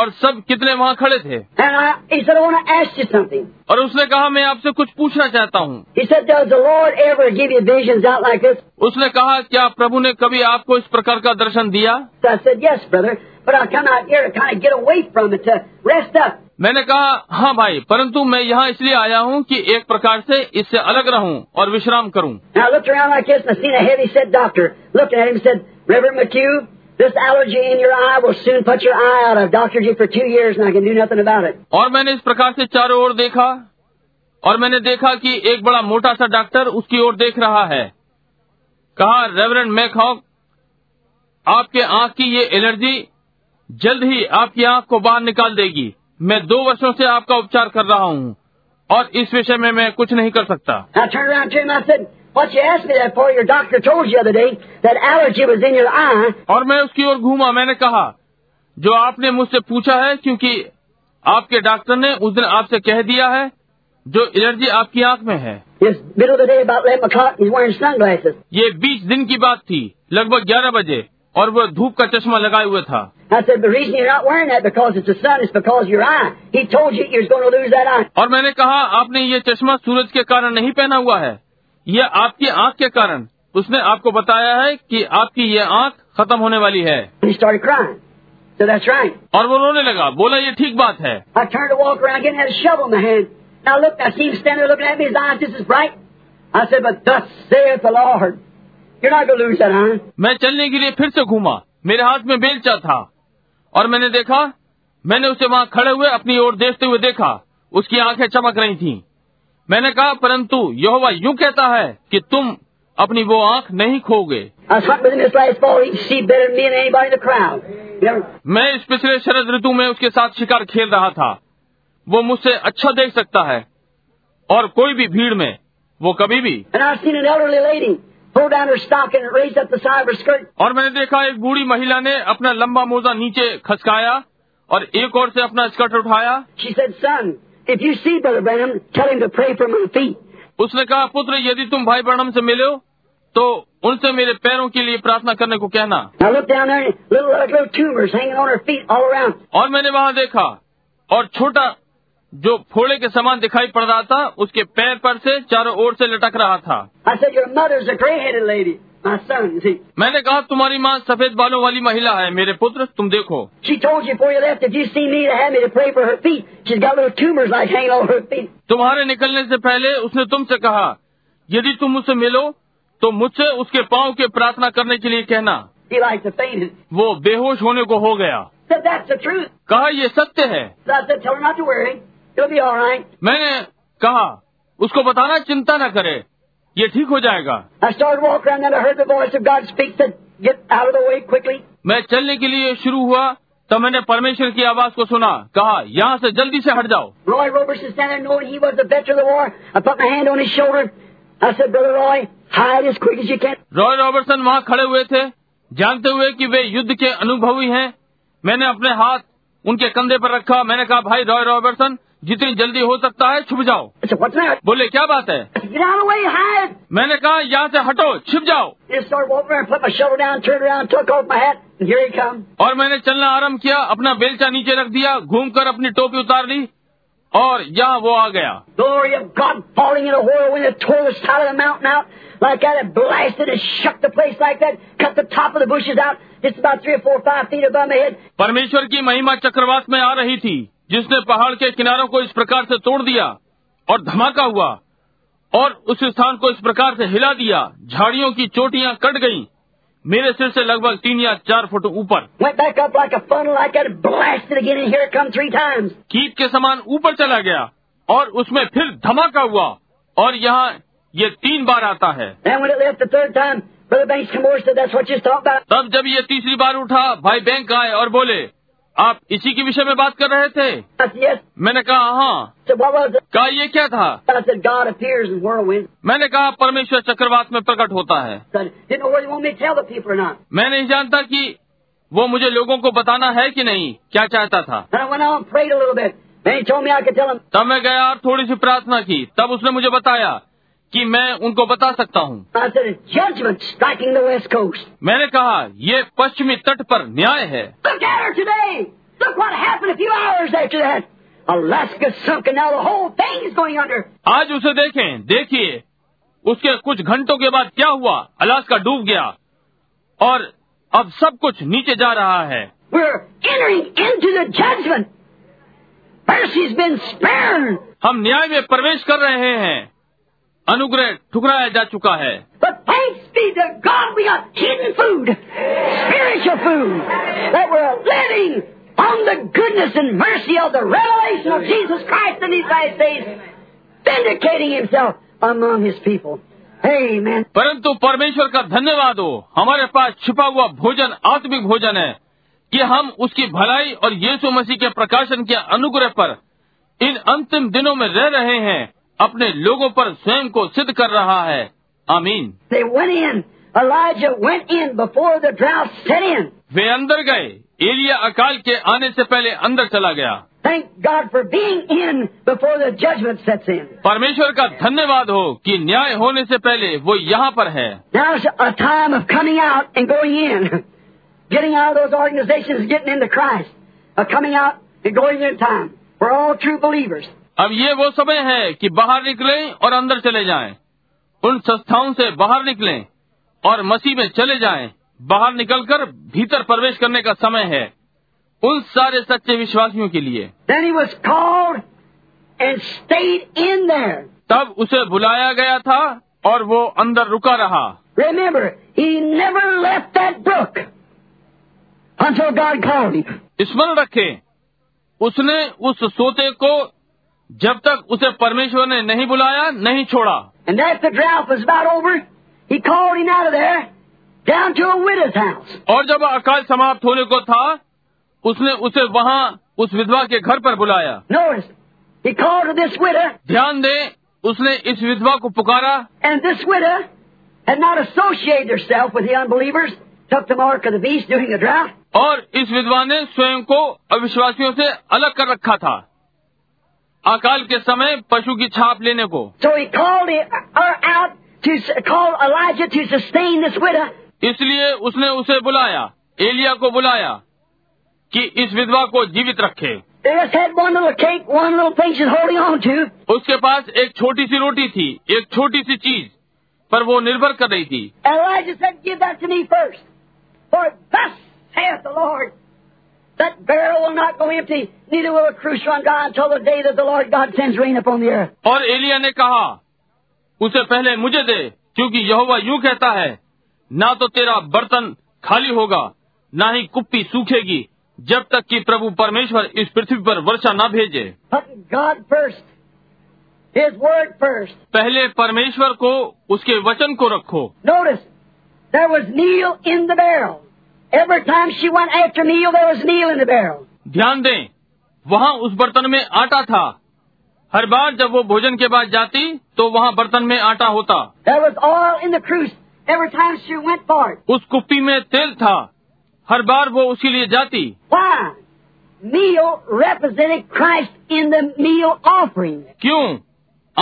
Speaker 1: और सब कितने वहाँ खड़े थे
Speaker 2: And I, he said, I want to ask you something.
Speaker 1: और उसने कहा मैं आपसे कुछ पूछना चाहता हूँ
Speaker 2: He said, Does the Lord ever give you visions out like this?
Speaker 1: उसने कहा क्या प्रभु ने कभी आपको इस प्रकार का दर्शन दिया
Speaker 2: I said, Yes, brother, but I come out here to kind of get away from it, to rest up.
Speaker 1: मैंने कहा हाँ भाई परंतु मैं यहाँ इसलिए आया हूँ कि एक प्रकार से इससे अलग रहूं और विश्राम करूं
Speaker 2: And I looked around like this and I seen a heavy set doctor looking at him and said, Reverend McHugh, this allergy in your eye will soon put your eye out. I've doctored you for two years and I can do nothing about it.
Speaker 1: और मैंने इस प्रकार से चारों ओर देखा और मैंने देखा कि एक बड़ा मोटा सा डॉक्टर उसकी ओर देख रहा है कहा रेवरेंड मैकहॉक आपके आंख की ये एलर्जी जल्द ही आपकी आंख को बाहर निकाल देगी मैं दो वर्षों से आपका उपचार कर रहा हूँ और इस विषय में मैं कुछ नहीं कर सकता
Speaker 2: And I turned around to him and I said, What you asked me that for? Your doctor told you the other day that allergy was in your eye.
Speaker 1: और मैं उसकी ओर घूमा मैंने कहा जो आपने मुझसे पूछा है क्योंकि आपके डॉक्टर ने उस दिन आपसे कह दिया है जो एलर्जी आपकी आंख में है
Speaker 2: It's middle of the day about 11 o'clock and he's wearing sunglasses.
Speaker 1: ये बीस दिन की बात थी लगभग ग्यारह बजे और वह धूप का चश्मा लगाए हुए था
Speaker 2: I said, the reason you're not wearing that because it's the sun, it's because of your eye. He told you you're going to lose that eye.
Speaker 1: और मैंने कहा आपने ये चश्मा सूरज के कारण नहीं पहना हुआ है यह आपकी आंख के कारण उसने आपको बताया है कि आपकी ये आंख खत्म होने वाली है
Speaker 2: And he started crying. So that's right.
Speaker 1: और वो रोने लगा बोला ये ठीक बात है
Speaker 2: I turned to walk around again, had a shovel in my hand. And I looked, I see him standing there looking at me, his eyes just as bright. I said, but thus saith the Lord, you're not going to lose that eye.
Speaker 1: मैं चलने के लिए फिर से घूमा मेरे हाथ में बेलचा था और मैंने देखा मैंने उसे वहां खड़े हुए अपनी ओर देखते हुए देखा उसकी आंखें चमक रही थीं। मैंने कहा परंतु यहोवा यूं कहता है कि तुम अपनी वो आंख नहीं खोगे
Speaker 2: I was hunting with him this last fall. He could see better than me and anybody in the crowd. You know,
Speaker 1: मैं इस पिछले शरद ऋतु में उसके साथ शिकार खेल रहा था वो मुझसे अच्छा देख सकता है और कोई भी भीड़ में वो कभी भी
Speaker 2: and I seen an elderly lady pull down her stocking and raise up the side of her skirt.
Speaker 1: और मैंने देखा एक बूढ़ी महिला ने अपना लंबा मोजा नीचे खसकाया और एक और से अपना स्कर्ट उठाया
Speaker 2: She said, son, if you see Brother Branham, tell him to pray for my feet.
Speaker 1: उसने कहा पुत्र यदि तुम भाई ब्रहणम से मिलो तो उनसे मेरे पैरों के लिए प्रार्थना करने को कहना
Speaker 2: Now look down there, and little like little tumors hanging on her feet all around.
Speaker 1: और मैंने वहां देखा और छोटा जो फोड़े के समान दिखाई पड़ रहा था उसके पैर पर से चारों ओर से लटक रहा था
Speaker 2: I said, Your mother's a gray headed lady, my son. You see,
Speaker 1: मैंने कहा तुम्हारी माँ सफेद बालों वाली महिला है मेरे पुत्र तुम देखो
Speaker 2: she told you before you left, if you see me to have me to pray for her feet, she's got little tumors like hanging all over her feet.
Speaker 1: तुम्हारे निकलने से पहले उसने तुमसे कहा यदि तुम मुझसे मिलो तो मुझसे उसके पाँव के प्रार्थना करने के लिए कहना
Speaker 2: He likes to faint.
Speaker 1: वो बेहोश होने को हो गया
Speaker 2: Said, That's the truth.
Speaker 1: कहा ये सत्य है
Speaker 2: So I said, Tell her not to worry. It'll be all right.
Speaker 1: मैंने कहा उसको बताना चिंता न करे ये ठीक हो जाएगा
Speaker 2: I started to walk around and I heard the voice of God speak, said, Get out of the way quickly.
Speaker 1: मैं चलने के लिए शुरू हुआ तब मैंने परमेश्वर की आवाज को सुना कहा यहाँ से जल्दी से हट जाओ
Speaker 2: Roy Roberson standing there knowing he was the veteran of the war. I put my hand on his shoulder. I said, Brother Roy, hide as quick as you can.
Speaker 1: Roy Robertson वहाँ खड़े हुए थे जानते हुए कि वे युद्ध के अनुभवी हैं मैंने अपने हाथ उनके कंधे पर रखा मैंने कहा भाई रॉय रॉबर्टसन जितनी जल्दी हो सकता है छुप जाओ
Speaker 2: I said, What's the matter?
Speaker 1: बोले क्या बात है
Speaker 2: I said, Get out of the way, hide.
Speaker 1: मैंने कहा यहाँ से हटो छिप जाओ
Speaker 2: And I started walking around, put my shoulder down, turned around, took off my hat, and here he come.
Speaker 1: और मैंने चलना आरंभ किया अपना बेलचा नीचे रख दिया घूमकर अपनी टोपी उतार ली और यहाँ वो आ गया
Speaker 2: Glory of God falling in a whirlwind that tore the side of the mountain out like that. It blasted and shook the place like that, cut the top of the bushes out, just about three or four or five feet above my head.
Speaker 1: परमेश्वर की महिमा चक्रवात में आ रही थी जिसने पहाड़ के किनारों को इस प्रकार से तोड़ दिया और धमाका हुआ और उस स्थान को इस प्रकार से हिला दिया झाड़ियों की चोटियां कट गईं मेरे सिर से लगभग तीन या चार फुट ऊपर
Speaker 2: Went back up like a funnel like that, it blasted again, and here it come three times.
Speaker 1: कीप के समान ऊपर चला गया और उसमें फिर धमाका हुआ और यहाँ ये तीन बार आता है
Speaker 2: And when it left the third time, Brother Banks come over and said, That's what you was talking about.
Speaker 1: तब जब ये तीसरी बार उठा भाई बैंक आए और बोले आप इसी के विषय में बात कर रहे थे
Speaker 2: I said, Yes.
Speaker 1: मैंने कहा हाँ
Speaker 2: I said, What was it?
Speaker 1: कहा ये क्या था
Speaker 2: I said, God appears in whirlwinds.
Speaker 1: मैंने कहा परमेश्वर चक्रवात में प्रकट होता है
Speaker 2: I said, Didn't know whether you want me to tell the people or not.
Speaker 1: मैं नहीं जानता कि वो मुझे लोगों को बताना है कि नहीं क्या चाहता था
Speaker 2: And I went on and prayed a little bit. Then he told me I could tell him.
Speaker 1: तब मैं गया और थोड़ी सी प्रार्थना की तब उसने मुझे बताया कि मैं उनको बता सकता हूँ
Speaker 2: I said, It's judgment striking the West Coast.
Speaker 1: मैंने कहा ये पश्चिमी तट पर न्याय है
Speaker 2: Look at her today. Look what happened a few hours after that. Alaska's sunk and now the whole thing's going under.
Speaker 1: आज उसे देखें देखिए उसके कुछ घंटों के बाद क्या हुआ अलास्का डूब गया और अब सब कुछ नीचे जा रहा है
Speaker 2: We're entering into the judgment. Mercy's been spared.
Speaker 1: हम न्याय में प्रवेश कर रहे हैं अनुग्रह ठुकराया जा चुका है
Speaker 2: But thanks be to God we got hidden food, spiritual food, that we're living on the goodness and mercy of the revelation of Jesus Christ in these last days, vindicating himself among his people. Amen.
Speaker 1: परंतु परमेश्वर का धन्यवाद हो हमारे पास छिपा हुआ भोजन आत्मिक भोजन है कि हम उसकी भलाई और यीशु मसीह के प्रकाशन के अनुग्रह पर इन अंतिम दिनों में रह रहे हैं अपने लोगों पर स्वयं को सिद्ध कर रहा है आमीन
Speaker 2: They went in. Elijah went in before the drought set in.
Speaker 1: वे अंदर गए एलिया अकाल के आने से पहले अंदर चला गया
Speaker 2: Thank God for being in before the judgment sets in.
Speaker 1: परमेश्वर का धन्यवाद हो कि न्याय होने से पहले वो यहाँ पर है
Speaker 2: Now's a time of coming out and going in. Getting out of those organizations, getting into Christ. Of coming out and going in time. We're all true believers.
Speaker 1: अब ये वो समय है कि बाहर निकलें और अंदर चले जाएं, उन संस्थाओं से बाहर निकलें और मसीह में चले जाएं, बाहर निकलकर भीतर प्रवेश करने का समय है उन सारे सच्चे विश्वासियों के लिए
Speaker 2: Then he was called and stayed in there.
Speaker 1: तब उसे बुलाया गया था और वो अंदर रुका रहा
Speaker 2: Remember, he never left that brook until God called him.
Speaker 1: स्मरण रखें उसने उस सोते को जब तक उसे परमेश्वर ने नहीं बुलाया नहीं छोड़ा
Speaker 2: And after the drought was about over, he called him out of there down to a widow's house.
Speaker 1: और जब अकाल समाप्त होने को था उसने उसे वहाँ उस विधवा के घर पर बुलाया
Speaker 2: Notice, he called to this widow,
Speaker 1: ध्यान दें उसने इस विधवा को पुकारा
Speaker 2: and this widow had not associated herself with the unbelievers, took the mark of the beast during the drought.
Speaker 1: और इस विधवा ने स्वयं को अविश्वासियों से अलग कर रखा था अकाल के समय पशु की छाप लेने को
Speaker 2: So he called her out to s- call Elijah to sustain this widow.
Speaker 1: इसलिए उसने उसे बुलाया एलिया को बुलाया कि इस विधवा को जीवित रखे
Speaker 2: They just had one little cake, one little thing she's holding on to.
Speaker 1: उसके पास एक छोटी सी रोटी थी एक छोटी सी चीज पर वो निर्भर कर रही थी
Speaker 2: And Elijah said, Give that to me first. For thus saith the Lord, that barrel will not go empty, neither will a cruise run dry until the day that the Lord God sends rain upon the earth.
Speaker 1: और एलिया ने कहा उसे पहले मुझे दे क्योंकि यहोवा यूं कहता है ना तो तेरा बर्तन खाली होगा ना ही कुप्पी सूखेगी जब तक कि प्रभु परमेश्वर इस पृथ्वी पर वर्षा ना भेजे
Speaker 2: Putting God first, His Word first.
Speaker 1: पहले परमेश्वर को उसके वचन को रखो
Speaker 2: Notice, there was Neil in the barrel. Every time she went after Neil, there was Neil in the barrel.
Speaker 1: ध्यान दें वहाँ उस बर्तन में आटा था हर बार जब वो भोजन के बाद जाती तो वहाँ बर्तन में आटा होता
Speaker 2: There was oil in the cruise. Every time she went for it.
Speaker 1: उस कुप्पी में तेल था हर बार वो उसके लिए जाती
Speaker 2: Why? Meal represented Christ in the meal offering.
Speaker 1: क्यों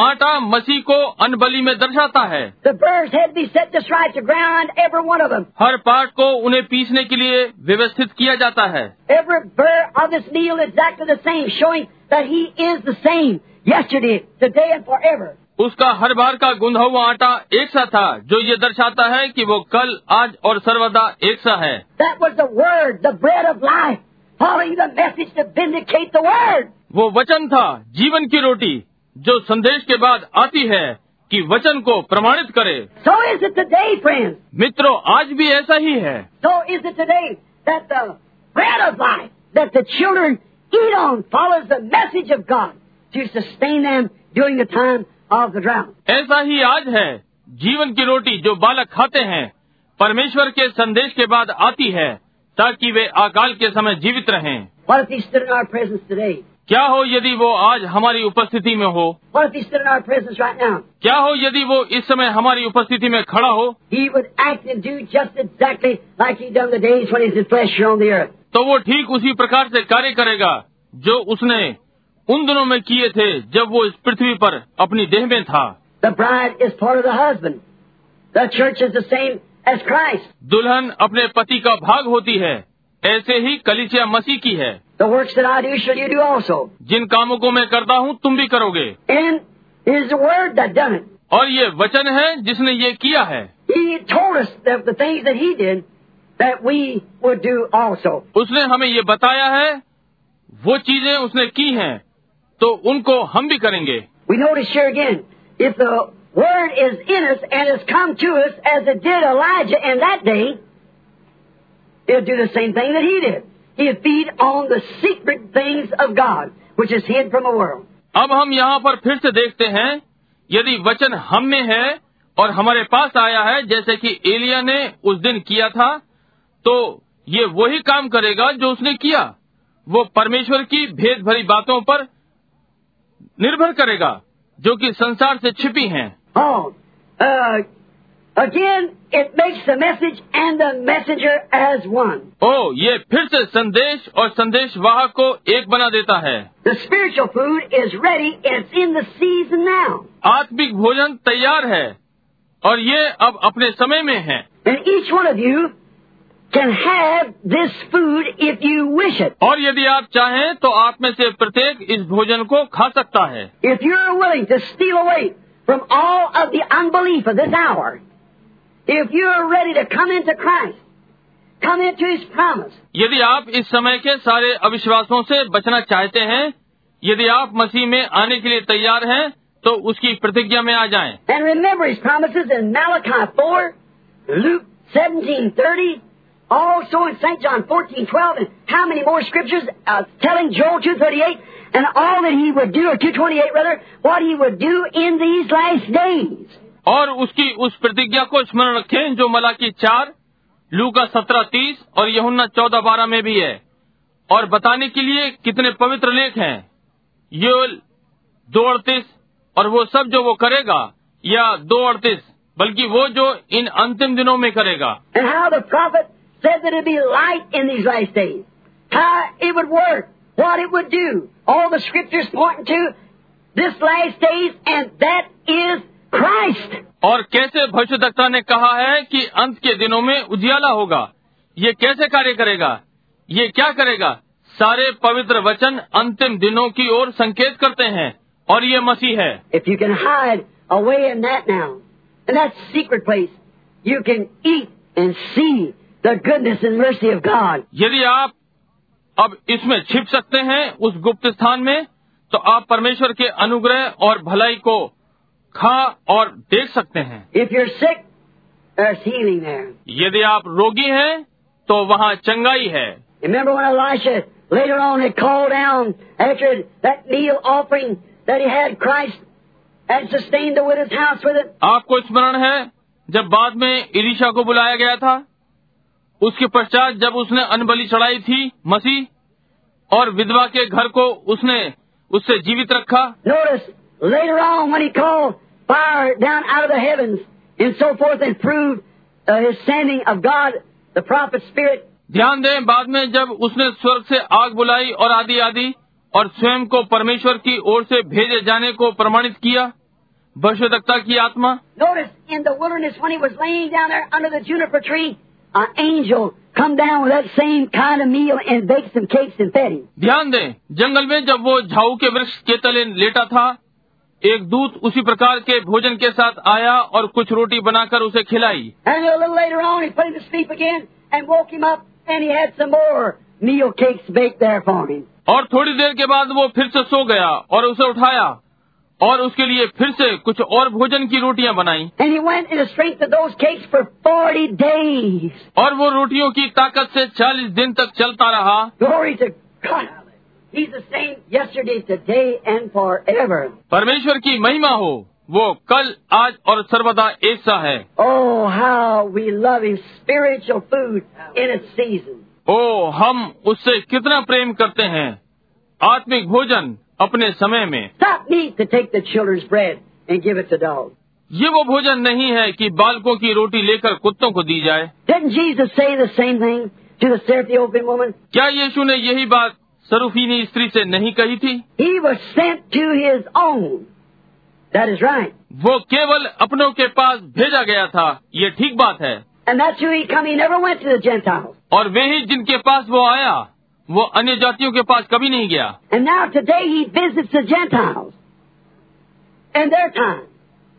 Speaker 1: आटा मसीह को अनबली में दर्शाता है
Speaker 2: The birds had to be set just right to ground, every one of them.
Speaker 1: हर पार्ट को उन्हें पीसने के लिए व्यवस्थित किया जाता है
Speaker 2: Every bird of this meal exactly the same, showing that He is the same yesterday, today, and forever.
Speaker 1: उसका हर बार का गुंधा हुआ आटा एक सा था जो ये दर्शाता है कि वो कल आज और सर्वदा एक सा है
Speaker 2: That was the Word, the bread of life, following the message to vindicate the Word.
Speaker 1: वो वचन था जीवन की रोटी जो संदेश के बाद आती है कि वचन को प्रमाणित करे
Speaker 2: So is it today, friends.
Speaker 1: मित्रों आज भी ऐसा ही है
Speaker 2: So is it today that the bread of life that the children eat on follows the message of God to sustain them during the time of the drought.
Speaker 1: ऐसा ही आज है जीवन की रोटी जो बालक खाते हैं परमेश्वर के संदेश के बाद आती है ताकि वे अकाल के समय जीवित रहें
Speaker 2: What if He stood in our presence today?
Speaker 1: क्या हो यदि वो आज हमारी उपस्थिति में हो
Speaker 2: What if He stood in our presence right now?
Speaker 1: क्या हो यदि वो इस समय हमारी उपस्थिति में खड़ा हो
Speaker 2: He would act and do just exactly like he done the days when he's in flesh here on the earth.
Speaker 1: तो वो ठीक उसी प्रकार से कार्य करेगा जो उसने उन दिनों में किए थे जब वो इस पृथ्वी पर अपनी देह में था
Speaker 2: The bride is part of the husband. The church is the same as Christ.
Speaker 1: दुल्हन अपने पति का भाग होती है ऐसे ही कलिसिया मसीह की है
Speaker 2: The works that I do shall you do also.
Speaker 1: जिन कामों को मैं करता हूँ तुम भी करोगे
Speaker 2: And it is the word that done it.
Speaker 1: और ये वचन है जिसने ये किया है
Speaker 2: He told us that the things that he did that we would do also.
Speaker 1: उसने हमें ये बताया है वो चीजें उसने की हैं तो उनको हम भी करेंगे
Speaker 2: We notice here again, if the word is in us and has come to us as it did Elijah in that day, it'll do the same thing that he did. He'll feed on the secret things of God, which is hid from the world.
Speaker 1: अब हम यहाँ पर फिर से देखते हैं यदि वचन हम में है और हमारे पास आया है जैसे कि एलिया ने उस दिन किया था तो ये वही काम करेगा जो उसने किया वो परमेश्वर की भेद भरी बातों पर निर्भर करेगा जो कि संसार से छिपी हैं
Speaker 2: Oh, uh, again, it makes the message and the messenger as one.
Speaker 1: ओ ये फिर से संदेश और संदेश वाहक को एक बना देता है
Speaker 2: The spiritual food is ready. It's in the season now.
Speaker 1: आत्मिक भोजन तैयार है और ये अब अपने समय में है
Speaker 2: And each one of you can have this food if you wish it.
Speaker 1: और यदि आप चाहें तो आप में से प्रत्येक इस भोजन को खा सकता है
Speaker 2: If you're willing to steal away from all of the unbelief of this hour, if you're ready to come into Christ, come into His promise,
Speaker 1: यदि आप इस समय के सारे अविश्वासों से बचना चाहते हैं यदि आप मसीह में आने के लिए तैयार हैं तो उसकी प्रतिज्ञा में आ जाएं।
Speaker 2: and remember His promises in Malachi 4, Luke 17:30, also in St. John 14:12, and how many more scriptures uh, telling Joel 2:38, and all that He would do, or 2:28 rather, what He would do in these last days.
Speaker 1: और उसकी उस प्रतिज्ञा को स्मरण रखें जो मलाकी चार लू का सत्रह तीस और यहुन्ना चौदह बारह में भी है और बताने के लिए कितने पवित्र लेख हैं ये दो अड़तीस और वो सब जो वो करेगा या दो अड़तीस बल्कि वो जो इन अंतिम दिनों में करेगा
Speaker 2: and how the prophet said that it'd be light in these last days, how it would work, what it would do. All the scriptures pointing to this last days, and that is Christ.
Speaker 1: और कैसे भविष्यवक्ता ने कहा है कि अंत के दिनों में उजियाला होगा ये कैसे कार्य करेगा ये क्या करेगा सारे पवित्र वचन अंतिम दिनों की ओर संकेत करते हैं और ये मसीह है
Speaker 2: If you can hide away in that now, in that secret place, you can eat and see the goodness and mercy of God.
Speaker 1: यदि आप अब इसमें छिप सकते हैं उस गुप्त स्थान में तो आप परमेश्वर के अनुग्रह और भलाई को खा और देख सकते हैं
Speaker 2: If you're sick, there's healing there.
Speaker 1: यदि आप रोगी हैं तो वहाँ चंगाई है
Speaker 2: Remember when Elisha later on had called down after that meal offering that he had Christ had sustained the widow's house with it?
Speaker 1: आपको स्मरण है जब बाद में इलिशा को बुलाया गया था उसके पश्चात जब उसने अनबली चढ़ाई थी मसीह और विधवा के घर को उसने उससे जीवित रखा
Speaker 2: Notice later on when he called fire down out of the heavens and so forth and proved uh, his sending of God, the prophet spirit,
Speaker 1: ध्यान दें बाद में जब उसने स्वर्ग से आग बुलाई और आदि आदि और स्वयं को परमेश्वर की ओर से भेजे जाने को प्रमाणित किया भविष्यवक्ता की आत्मा
Speaker 2: Notice in the wilderness when he was laying down there under the juniper tree, an angel come down with that same kind of meal and baked some cakes and fed him.
Speaker 1: ध्यान दें जंगल में जब वो झाऊ के वृक्ष के तले लेटा था एक दूत उसी प्रकार के भोजन के साथ आया और कुछ रोटी बनाकर उसे खिलाई
Speaker 2: And a little later on, he put him to sleep again and woke him up, and he had some more meal cakes baked there for him.
Speaker 1: और थोड़ी देर के बाद वो फिर से सो गया और उसे उठाया और उसके लिए फिर से कुछ और भोजन की रोटियां बनाई
Speaker 2: And he went in the strength of those cakes for 40 days.
Speaker 1: और वो रोटियों की ताकत से 40 दिन तक चलता रहा
Speaker 2: Glory to God. He's the same yesterday, today, and forever.
Speaker 1: परमेश्वर की महिमा हो वो कल आज और सर्वदा ऐसा है
Speaker 2: Oh, how we love him. Spiritual food in its season.
Speaker 1: ओ हम उससे कितना प्रेम करते हैं आत्मिक भोजन अपने समय में
Speaker 2: Stop neat to take the children's bread and give it to dogs.
Speaker 1: ये वो भोजन नहीं है कि बालकों की रोटी लेकर कुत्तों को दी जाए
Speaker 2: Didn't Jesus say the same thing to the Syrophoenician woman?
Speaker 1: क्या यीशु ने यही बात सरूफीनी स्त्री से नहीं कही थी
Speaker 2: He was sent to his own. That is right.
Speaker 1: वो केवल अपनों के पास भेजा गया था ये ठीक बात है
Speaker 2: And that's who he come. He never went to the Gentiles.
Speaker 1: और वे ही जिनके पास वो आया वो अन्य जातियों के पास कभी नहीं गया
Speaker 2: And now today he visits the Gentiles in their time.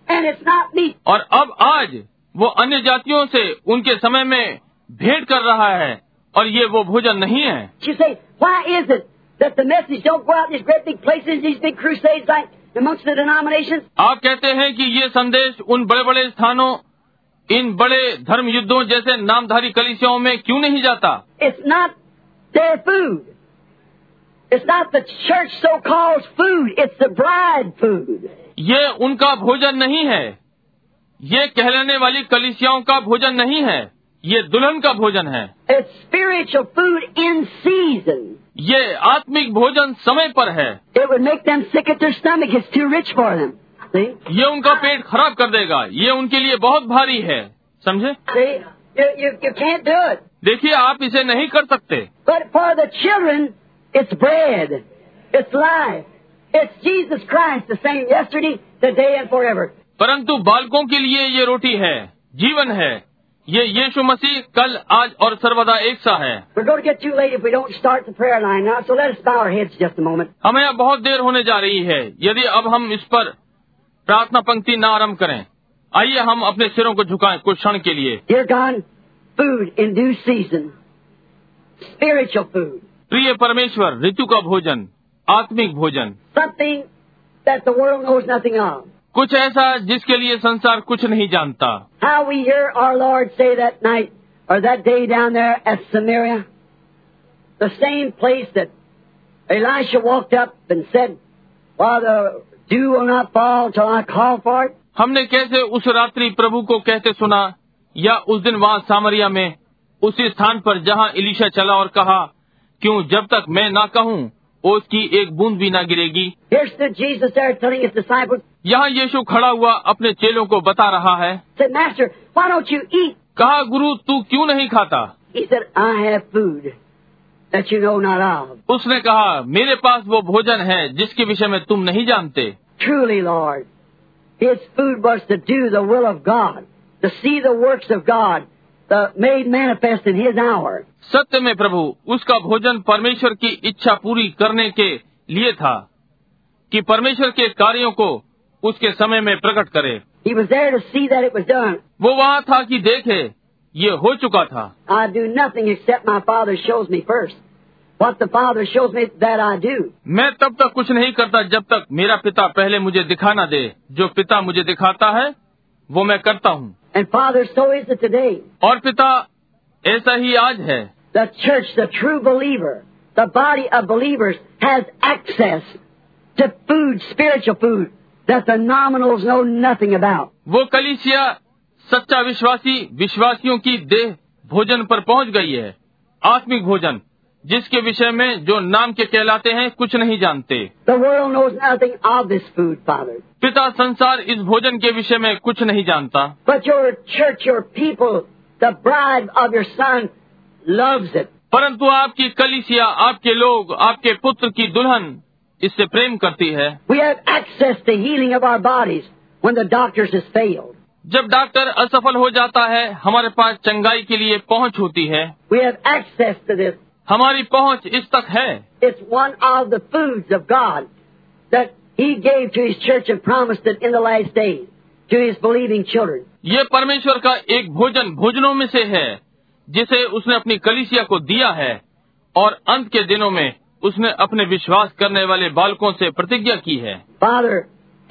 Speaker 2: And it's not meat.
Speaker 1: और अब आज वो अन्य जातियों से उनके समय में भेंट कर रहा है और ये वो भोजन नहीं है
Speaker 2: You say, why is it that the message don't go out in these great big places, these big crusades like amongst the denominations?
Speaker 1: आप कहते हैं कि ये संदेश उन बड़े बड़े स्थानों इन बड़े धर्म युद्धों जैसे नामधारी कलिसियाओं में क्यों नहीं जाता
Speaker 2: It's not their food. It's not the church so called food. It's the bride food.
Speaker 1: ये उनका भोजन नहीं है ये कहलाने वाली कलिसियाओं का भोजन नहीं है ये दुल्हन का भोजन है
Speaker 2: It's spiritual food in season.
Speaker 1: ये आत्मिक भोजन समय पर है
Speaker 2: It would make them sick at their stomach. It's too rich for them. See?
Speaker 1: ये उनका पेट खराब कर देगा ये उनके लिए बहुत भारी है समझे
Speaker 2: See? You, you, you can't do it.
Speaker 1: देखिए आप इसे नहीं कर सकते
Speaker 2: But for the children, it's bread. It's life. It's Jesus Christ, the same yesterday, today, and forever.
Speaker 1: परंतु बालकों के लिए ये रोटी है जीवन है ये यीशु मसीह कल आज और सर्वदा एक सा है
Speaker 2: We're going to get too late if we don't start the prayer line now, so let us bow our heads just a moment.
Speaker 1: हमें अब बहुत देर होने जा रही है यदि अब हम इस पर प्रार्थना पंक्ति न आरंभ करें आइए हम अपने सिरों को झुकाएं कुछ क्षण के लिए
Speaker 2: Dear God, food in due season, spiritual food,
Speaker 1: प्रिय परमेश्वर ऋतु का भोजन आत्मिक भोजन
Speaker 2: something that the world knows nothing of.
Speaker 1: कुछ ऐसा जिसके लिए संसार कुछ नहीं जानता
Speaker 2: How we hear our Lord say that night or that day down there at Samaria, the same place that Elisha walked up and said, While the dew will not fall till I call for it.
Speaker 1: हमने कैसे उस रात्रि प्रभु को कहते सुना या उस दिन वहाँ सामरिया में उसी स्थान पर जहाँ इलीशा चला और कहा क्यों जब तक मैं ना कहूँ ओस की एक बूंद भी ना गिरेगी
Speaker 2: Here stood Jesus there telling his disciples,
Speaker 1: यहाँ यीशु खड़ा हुआ अपने चेलों को बता रहा है
Speaker 2: said, Master, why don't you eat?
Speaker 1: कहा गुरु तू क्यों नहीं खाता
Speaker 2: He said, I have food that you know not of.
Speaker 1: उसने कहा मेरे पास वो भोजन है जिसके विषय में तुम नहीं जानते
Speaker 2: Truly, Lord, His food was to do the will of God, to see the works of God the made manifest in His hour.
Speaker 1: सत्य में प्रभु उसका भोजन परमेश्वर की इच्छा पूरी करने के लिए था कि परमेश्वर के कार्यों को उसके समय में प्रकट करे
Speaker 2: He was there to see that it was done.
Speaker 1: वो वहाँ था कि देखे ये हो चुका था
Speaker 2: I do nothing except my Father shows me first. What the Father shows me, that I do.
Speaker 1: मैं तब तक कुछ नहीं करता जब तक मेरा पिता पहले मुझे दिखा ना दे जो पिता मुझे दिखाता है वो मैं करता हूँ
Speaker 2: And Father, so is it today.
Speaker 1: और पिता ऐसा ही आज है
Speaker 2: The church, the true believer, the body of believers has access to food, spiritual food, that the nominals know nothing about.
Speaker 1: वो कलीसिया सच्चा विश्वासी विश्वासियों की देह भोजन पर पहुंच गई है आत्मिक भोजन जिसके विषय में जो नाम के कहलाते हैं कुछ नहीं जानते
Speaker 2: The world knows nothing of this food, Father.
Speaker 1: पिता संसार इस भोजन के विषय में कुछ नहीं जानता
Speaker 2: But your church, your people, the bride of your Son, loves it.
Speaker 1: परंतु आपकी कलीसिया आपके लोग आपके पुत्र की दुल्हन इससे प्रेम करती है
Speaker 2: We have access to healing of our bodies when the doctors has failed.
Speaker 1: जब डॉक्टर असफल हो जाता है हमारे पास चंगाई के लिए पहुंच होती है
Speaker 2: We have access to this.
Speaker 1: हमारी पहुंच इस तक है
Speaker 2: It's one of the foods of God that He gave to His church and promised it in the last days to His believing children.
Speaker 1: ये परमेश्वर का एक भोजन भोजनों में से है जिसे उसने अपनी कलीसिया को दिया है और अंत के दिनों में उसने अपने विश्वास करने वाले बालकों से प्रतिज्ञा की है
Speaker 2: Father,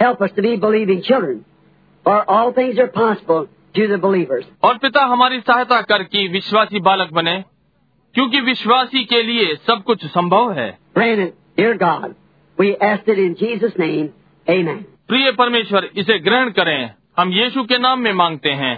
Speaker 2: help us to be believing children, for all things are possible to the believers.
Speaker 1: और पिता हमारी सहायता कर कि विश्वासी बालक बने क्योंकि विश्वासी के लिए सब कुछ संभव है
Speaker 2: Brandon, dear God, we ask it in Jesus' name. Amen.
Speaker 1: प्रिय परमेश्वर इसे ग्रहण करें हम यीशु के नाम में मांगते हैं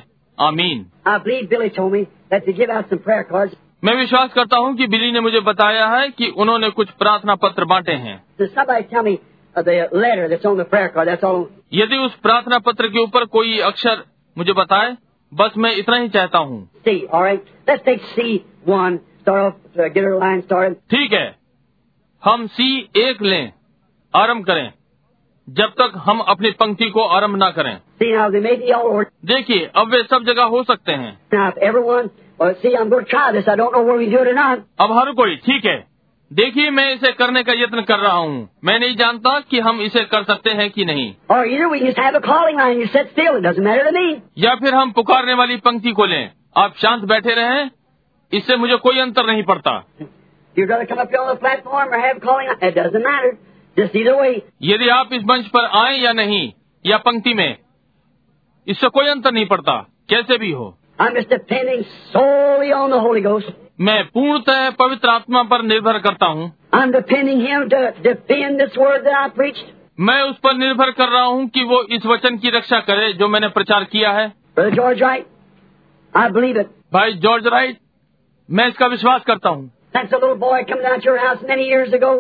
Speaker 1: आमीन
Speaker 2: I believe Billy told me that to give out some prayer cards
Speaker 1: मैं विश्वास करता हूँ कि बिली ने मुझे बताया है कि उन्होंने कुछ प्रार्थना पत्र बांटे हैं
Speaker 2: Does somebody tell me uh, the letter that's on the prayer card? That's all.
Speaker 1: यदि उस प्रार्थना पत्र के ऊपर कोई अक्षर मुझे बताए बस मैं इतना ही चाहता हूँ
Speaker 2: C. All right. Let's take C one. Start off. Uh, get our line started.
Speaker 1: ठीक है हम सी एक लें आरंभ करें जब तक हम अपनी पंक्ति को आरंभ ना करें
Speaker 2: See now they may be all ordered.
Speaker 1: देखिए अब वे सब जगह हो सकते हैं
Speaker 2: Now if everyone. Well, see, I'm going to try this. I don't know whether we can do it or not.
Speaker 1: अब हर कोई ठीक है देखिए मैं इसे करने का यत्न कर रहा हूँ मैं नहीं जानता कि हम इसे कर सकते हैं कि नहीं
Speaker 2: Or either we can just have a calling line. You sit still. It doesn't matter to me.
Speaker 1: या फिर हम पुकारने वाली पंक्ति को लें आप शांत बैठे रहें इससे मुझे कोई अंतर नहीं पड़ता
Speaker 2: You're going to come up here on the platform or have a calling line. It doesn't matter. Just either way.
Speaker 1: यदि आप इस मंच पर आए या नहीं या पंक्ति में इससे कोई अंतर नहीं पड़ता कैसे भी हो
Speaker 2: I'm just depending solely on the Holy Ghost.
Speaker 1: मैं पूर्णतः पवित्र आत्मा पर निर्भर करता हूँ
Speaker 2: I'm depending Him to defend this word that I preached.
Speaker 1: मैं उस पर निर्भर कर रहा हूँ कि वो इस वचन की रक्षा करे जो मैंने प्रचार किया है
Speaker 2: Brother George Wright, I believe it.
Speaker 1: भाई जॉर्ज राइट मैं इसका विश्वास करता हूँ
Speaker 2: That's a little boy coming out your house many years ago.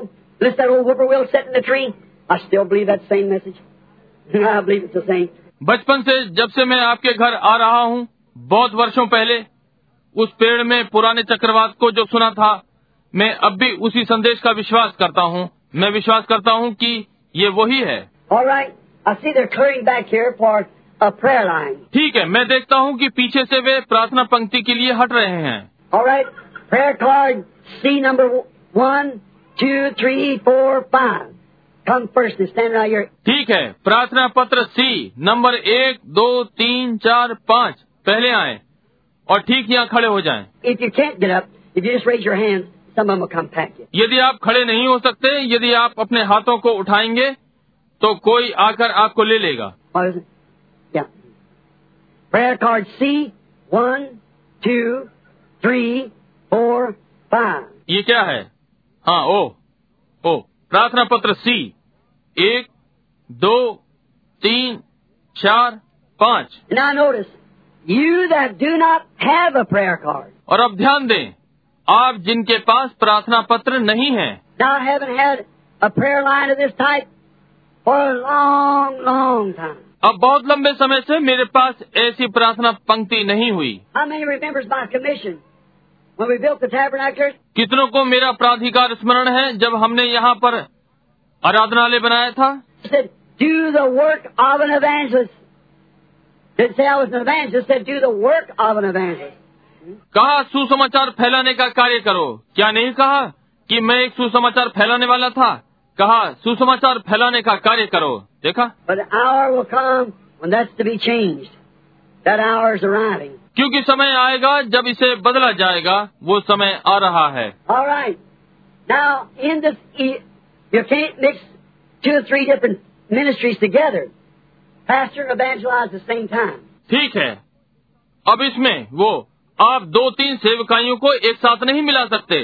Speaker 2: Listen to that old whippoorwill sitting in the tree. I still believe that same message. I believe it's the same.
Speaker 1: बचपन से जब से मैं आपके घर आ रहा हूँ बहुत वर्षों पहले उस पेड़ में पुराने चक्रवात को जो सुना था मैं अब भी उसी संदेश का विश्वास करता हूँ मैं विश्वास करता हूँ कि ये वही है
Speaker 2: All right. I see they're clearing back here for a prayer line.
Speaker 1: ठीक है मैं देखता हूँ कि पीछे से वे प्रार्थना पंक्ति के लिए हट रहे हैं
Speaker 2: All right. Prayer card C number one, two, three, four, five. Come first and stand right here.
Speaker 1: ठीक है प्रार्थना पत्र सी नंबर एक दो तीन चार पाँच पहले आए और ठीक यहाँ खड़े हो जाएं।
Speaker 2: If you can't get up, if you just raise your hands, some of them will come pack you.
Speaker 1: यदि आप खड़े नहीं हो सकते यदि आप अपने हाथों को उठाएंगे तो कोई आकर आपको ले लेगा
Speaker 2: What is it? Yeah. Prayer card C, one, two, three, four, five.
Speaker 1: ये क्या है हाँ ओ ओ प्रार्थना पत्र सी एक दो तीन चार पाँच
Speaker 2: Now notice, you that do not have a prayer card,
Speaker 1: और अब ध्यान दें आप जिनके पास प्रार्थना पत्र नहीं है
Speaker 2: now I haven't had a prayer line of this type for a long, long time.
Speaker 1: अब बहुत लंबे समय से मेरे पास ऐसी प्रार्थना पंक्ति नहीं हुई
Speaker 2: How many remembers my commission when we built the tabernacle?
Speaker 1: कितनों को मेरा प्राधिकार स्मरण है जब हमने यहाँ पर आराधनालय बनाया था
Speaker 2: He said, do the work of an evangelist. Didn't say I was an evangelist, said do the work of an evangelist.
Speaker 1: कहा सुसमाचार फैलाने का कार्य करो क्या नहीं कहा कि मैं एक सुसमाचार फैलाने वाला था कहा सुसमाचार फैलाने का कार्य करो देखा
Speaker 2: But an hour will come when that's to be changed. That hour is arriving.
Speaker 1: क्योंकि समय आएगा जब इसे बदला जाएगा वो समय आ रहा है
Speaker 2: All right. Now, in this, e- you can't mix two or three different ministries together. Pastor and evangelize at the same time.
Speaker 1: ठीक है अब इसमें वो आप दो तीन सेवकाइयों को एक साथ नहीं मिला सकते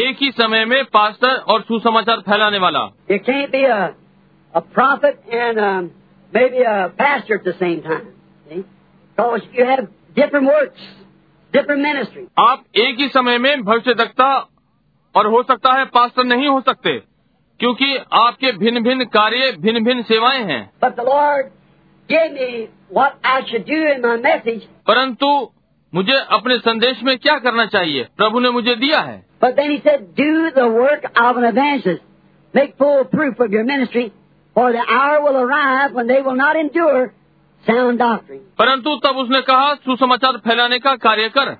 Speaker 1: एक ही समय में पास्टर और सुसमाचार फैलाने वाला
Speaker 2: You can't be a, a prophet and um, maybe a pastor at the same time. See? Because you have different works, different ministries.
Speaker 1: आप एक ही समय में भविष्यवक्ता और हो सकता है पास्टर नहीं हो सकते क्योंकि आपके भिन्न भिन्न कार्य भिन्न भिन्न सेवाएं हैं
Speaker 2: But the Lord gave me what I should do in my message,
Speaker 1: परंतु मुझे अपने संदेश में क्या करना चाहिए प्रभु ने मुझे दिया है
Speaker 2: but then He said, Do the work of an evangelist. Make full proof of your ministry, for the hour will arrive when they will not endure sound doctrine.
Speaker 1: परंतु तब उसने कहा सुसमाचार फैलाने का कार्य कर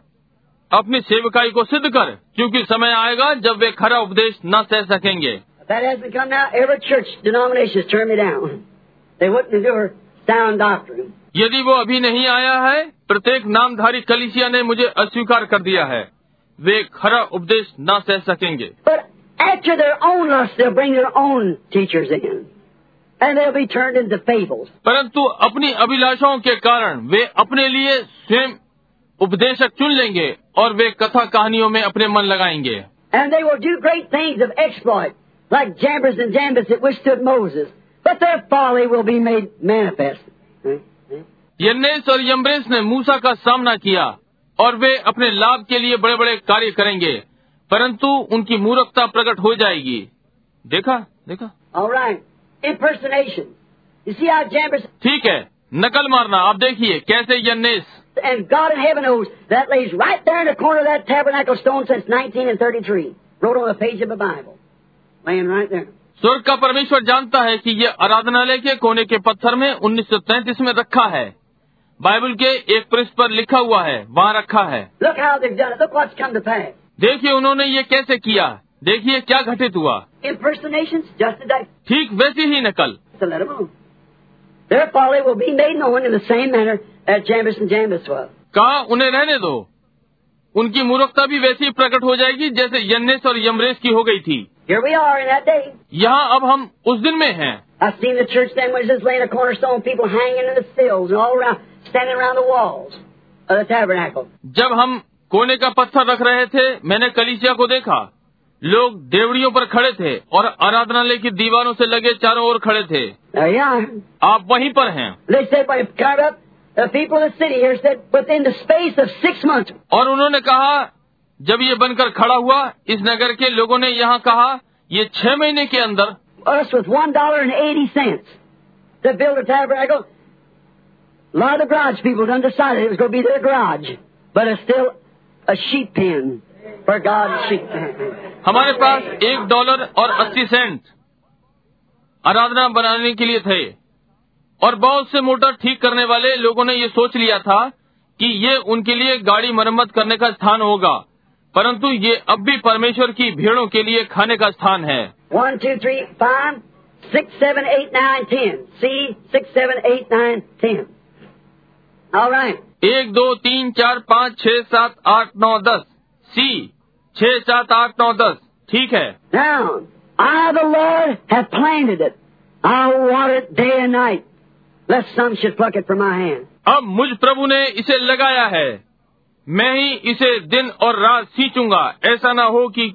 Speaker 1: अपनी सेवकाई को सिद्ध कर क्योंकि समय आएगा जब वे खरा उपदेश न सह सकेंगे
Speaker 2: If that hasn't come now, every church denomination has turned me down. They wouldn't endure sound doctrine.
Speaker 1: यदि वो अभी नहीं आया है प्रत्येक नामधारी कलिसिया ने मुझे अस्वीकार कर दिया है वे खरा उपदेश न सह सकेंगे
Speaker 2: But after their own lust, they'll bring their own teachers in. And they'll be turned into fables.
Speaker 1: परंतु अपनी अभिलाषाओं के कारण वे अपने लिए स्वयं उपदेशक चुन लेंगे और वे कथा कहानियों में अपने मन लगाएंगे
Speaker 2: And they will do great things of exploit, like Jambres and Jambres that withstood Moses. But their folly will be made manifest. Hmm?
Speaker 1: यन्नेस और यम्ब्रेस ने मूसा का सामना किया और वे अपने लाभ के लिए बड़े बड़े कार्य करेंगे परंतु उनकी मूर्खता प्रकट हो जाएगी देखा देखा
Speaker 2: All right. Impersonation. You see how Jambres
Speaker 1: ठीक है नकल मारना आप देखिए कैसे यन्नेस
Speaker 2: and God in heaven knows that lays right there in the corner of that tabernacle stone since 1933. Wrote on a page of the Bible. Laying right there.
Speaker 1: स्वर्ग का परमेश्वर जानता है कि ये आराधनालय के कोने के पत्थर में 1933 में रखा है बाइबल के एक पृष्ठ पर लिखा हुआ है वहाँ रखा है
Speaker 2: Look how they've done it. Look what's come to pass.
Speaker 1: देखिए उन्होंने ये कैसे किया देखिए क्या घटित हुआ
Speaker 2: Impersonations, just a day.
Speaker 1: ठीक वैसी ही नकल
Speaker 2: to let them on. Their folly will be made known in the same manner that Jambres and Jambres was.
Speaker 1: कहा उन्हें रहने दो उनकी मूर्खता भी वैसी ही प्रकट हो जाएगी जैसे यन्नेस और यमरेस की हो गई थी
Speaker 2: Here we are in that day.
Speaker 1: यहाँ अब हम उस दिन में हैं
Speaker 2: I've seen the church then was just laying a cornerstone, people hanging in the sills and all around, standing around the walls of the tabernacle.
Speaker 1: जब हम कोने का पत्थर रख रहे थे मैंने कलिसिया को देखा लोग देवड़ियों पर खड़े थे और आराधनालय की दीवारों से लगे चारों ओर खड़े थे
Speaker 2: There you are.
Speaker 1: आप वहीं पर हैं
Speaker 2: They said when it covered up, the people of the city here said within the space of six months,
Speaker 1: और उन्होंने कहा जब ये बनकर खड़ा हुआ इस नगर के लोगों ने यहाँ कहा ये छह महीने के अंदर
Speaker 2: us with one dollar and eighty cents to build a tabernacle. A lot of the garage people done decided it was going to be their garage, but it's still a sheep pen for God's sheep.
Speaker 1: हमारे पास एक dollar और अस्सी Saint आराधना बनाने के लिए थे और बहुत से मोटर ठीक करने वाले लोगों ने ये सोच लिया था कि ये उनके लिए गाड़ी मरम्मत करने का स्थान होगा परंतु ये अब भी परमेश्वर की भेड़ों के लिए खाने का स्थान है
Speaker 2: One, two, three, five, six, seven, eight, nine, ten. See, six, seven, eight, nine, ten. All right.
Speaker 1: एक दो तीन चार पाँच छह सात आठ नौ दस सी छह सात आठ नौ दस ठीक है
Speaker 2: Now, I, the Lord, have planted it. I water it day and night, lest some should pluck it from my hand.
Speaker 1: अब मुझ प्रभु ने इसे लगाया है मैं ही इसे दिन और रात सींचूंगा ऐसा ना हो कि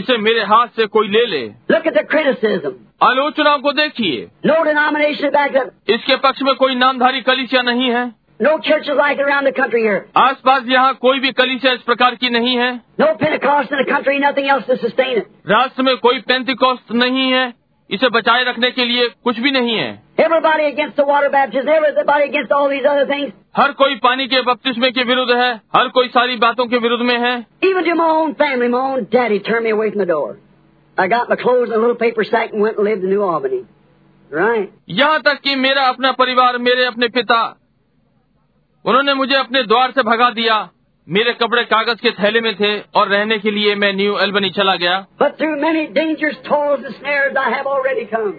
Speaker 1: इसे मेरे हाथ से कोई ले ले
Speaker 2: Look at the criticism.
Speaker 1: आलोचनाओं को देखिए
Speaker 2: No denomination back up.
Speaker 1: इसके पक्ष में कोई नामधारी कलिसिया नहीं है
Speaker 2: No churches like it around the country here.
Speaker 1: आसपास यहाँ कोई भी कलिसिया इस प्रकार की नहीं है
Speaker 2: No Pentecost in the country, nothing else to sustain it.
Speaker 1: राष्ट्र में कोई पेंतिकॉस्ट नहीं है इसे बचाए रखने के लिए कुछ भी नहीं है
Speaker 2: Everybody against the water baptism, everybody against all these other things.
Speaker 1: हर कोई पानी के बपतिस्मे के विरुद्ध है हर कोई सारी बातों के विरुद्ध में है
Speaker 2: Even to my own family, my own daddy turned me away from the door. I got my clothes in a little paper sack and went and lived in New Albany. Right.
Speaker 1: यहाँ तक कि मेरा अपना परिवार मेरे अपने पिता उन्होंने मुझे अपने द्वार से भगा दिया मेरे कपड़े कागज के थैले में थे और रहने के लिए मैं न्यू एल्बनी चला गया
Speaker 2: But through many dangers, toils, and snares, I have already come.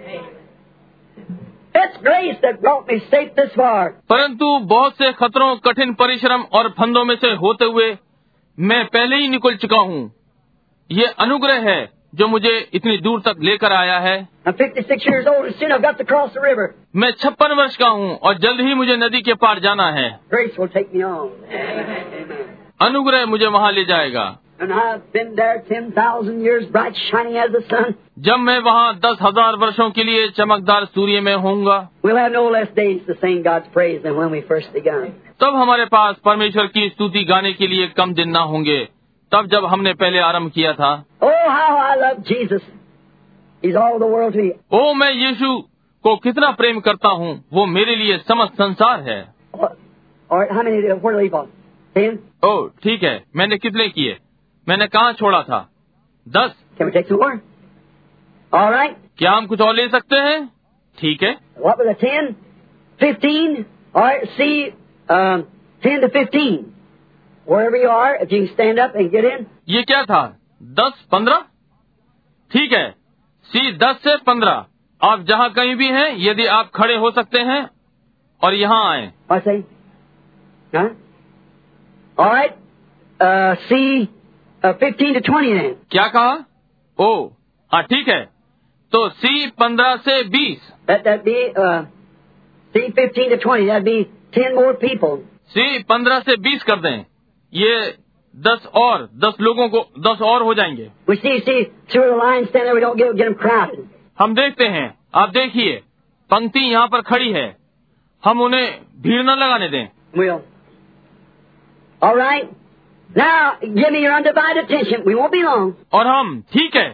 Speaker 2: It's grace that brought me safe this far.
Speaker 1: परंतु बहुत से खतरों कठिन परिश्रम और फंदों में से होते हुए मैं पहले ही निकल चुका हूँ ये अनुग्रह है जो मुझे इतनी दूर तक लेकर आया है
Speaker 2: I'm 56 years old and still I've got to cross the river.
Speaker 1: मैं छप्पन वर्ष का हूँ और जल्द ही मुझे नदी के पार जाना है
Speaker 2: Grace will take me on. Amen.
Speaker 1: अनुग्रह मुझे वहाँ ले जाएगा
Speaker 2: And I've been there 10,000 years, bright shining as the sun.
Speaker 1: जब मैं वहाँ दस हजार वर्षों के लिए चमकदार सूर्य में होऊंगा
Speaker 2: We'll have no less days to sing God's praise than when we first begun.
Speaker 1: तब हमारे पास परमेश्वर की स्तुति गाने के लिए कम दिन ना होंगे तब जब हमने पहले आरंभ किया था
Speaker 2: Oh, how I love Jesus. He's all the world to me.
Speaker 1: ओ मैं यीशु को कितना प्रेम करता हूँ वो मेरे लिए समस्त संसार है
Speaker 2: What? All right, how many, where do we leave off? Ten?
Speaker 1: ओ ठीक है मैंने कितने किए मैंने कहाँ छोड़ा था दस
Speaker 2: Can we take some more? All right.
Speaker 1: क्या हम कुछ और ले सकते हैं ठीक है
Speaker 2: What was it, ten? Fifteen? All right, see, um, ten to fifteen. Wherever you are, if you can stand up and get in.
Speaker 1: ये क्या था दस पंद्रह ठीक है सी दस से पंद्रह आप जहाँ कहीं भी हैं यदि आप खड़े हो सकते हैं और यहाँ आए
Speaker 2: I say? Huh? All right. Uh, see, uh, 15 to 20 then.
Speaker 1: क्या कहा ओ हाँ ठीक है तो सी पंद्रह से बीस
Speaker 2: That, that'd be, uh, see, 15 to 20. That'd be 10 more people.
Speaker 1: See पंद्रह से बीस कर दें ये दस और दस लोगों को दस और हो जाएंगे
Speaker 2: We see, see, through the line, stand there. We don't get, get them crowded.
Speaker 1: हम देखते हैं आप देखिए पंक्ति यहाँ पर खड़ी है हम उन्हें भीड़ न लगाने दें
Speaker 2: We'll. All right. Now, give me your undivided attention. We won't be long.
Speaker 1: और हम ठीक है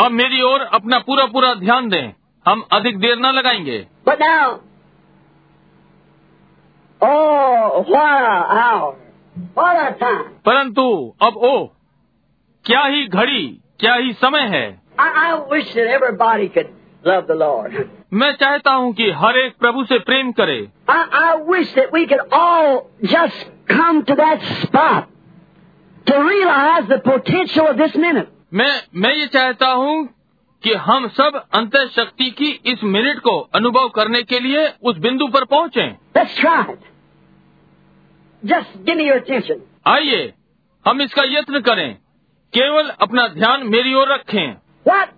Speaker 1: अब मेरी ओर अपना पूरा पूरा ध्यान दें हम अधिक देर न लगाएंगे
Speaker 2: But now, oh, what an hour. What a time.
Speaker 1: परंतु अब ओ क्या ही घड़ी क्या ही समय है
Speaker 2: I, I wish that everybody could love the Lord.
Speaker 1: मैं चाहता हूँ कि हर एक प्रभु से प्रेम करे
Speaker 2: I, I wish that we could all just come to that spot to realize the potential of this minute.
Speaker 1: मैं मैं ये चाहता हूँ कि हम सब अंत शक्ति की इस मिनट को अनुभव करने के लिए उस बिंदु पर पहुँचे
Speaker 2: Let's try it. Just give me your attention.
Speaker 1: आइए हम इसका यत्न करें केवल अपना ध्यान मेरी ओर रखें
Speaker 2: What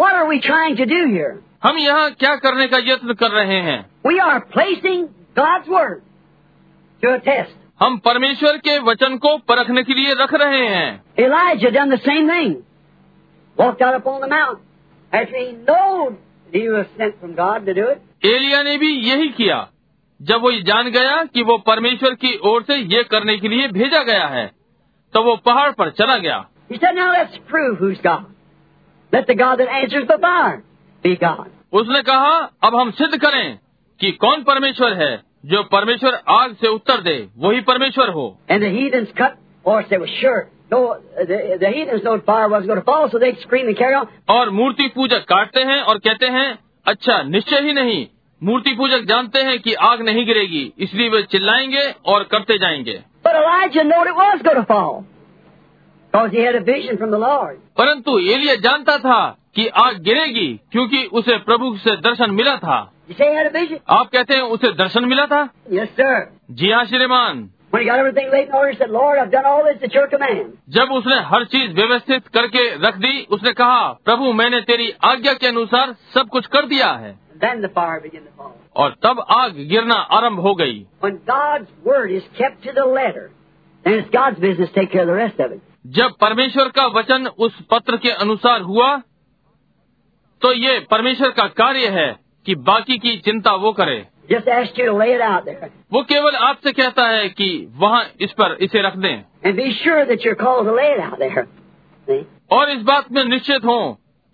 Speaker 2: what are we trying to do here?
Speaker 1: हम यहाँ क्या करने का यत्न कर रहे हैं
Speaker 2: We are placing God's word to a test.
Speaker 1: हम परमेश्वर के वचन को परखने के लिए रख रहे हैं
Speaker 2: Elijah done the same thing. Walked out upon the mountain after he knew that he was sent from God to do it.
Speaker 1: Elia ने भी यही किया जब वो ये जान गया कि वो परमेश्वर की ओर से ये करने के लिए भेजा गया है तो वो पहाड़ पर चला गया
Speaker 2: He said, Now let's prove who's God. Let the God that answers the fire be God.
Speaker 1: उसने कहा अब हम सिद्ध करें कि कौन परमेश्वर है जो परमेश्वर आग से उत्तर दे वही परमेश्वर हो
Speaker 2: And the heathens cut, or they were sure, no, the, the heathens knew fire wasn't going to fall, so they'd scream and carry on.
Speaker 1: और मूर्ति पूजक काटते हैं और कहते हैं अच्छा निश्चय ही नहीं मूर्ति पूजक जानते हैं कि आग नहीं गिरेगी इसलिए वे चिल्लाएंगे और करते जाएंगे
Speaker 2: But Elijah knew it was going to fall. Because he had a vision from the Lord.
Speaker 1: परंतु एलिया जानता था कि आग गिरेगी क्योंकि उसे प्रभु से दर्शन मिला था
Speaker 2: You say he had a vision?
Speaker 1: आप कहते हैं उसे दर्शन मिला था
Speaker 2: Yes, sir.
Speaker 1: जी हाँ श्रीमान
Speaker 2: When he got everything laid in order, he said, Lord, I've done all this at your command.
Speaker 1: जब उसने हर चीज व्यवस्थित करके रख दी उसने कहा प्रभु मैंने तेरी आज्ञा के अनुसार सब कुछ कर दिया है
Speaker 2: And then the fire began to fall.
Speaker 1: और तब आग गिरना आरंभ हो गई
Speaker 2: When God's word is kept to the letter, then it's God's business to take care of the rest of it.
Speaker 1: जब परमेश्वर का वचन उस पत्र के अनुसार हुआ तो ये परमेश्वर का कार्य है कि बाकी की चिंता वो करे
Speaker 2: Just asked you to lay it out there.
Speaker 1: वो केवल आपसे कहता है कि वहाँ इस पर इसे रख दें
Speaker 2: And be sure that you're called to lay it out there. See?
Speaker 1: और इस बात में निश्चित हों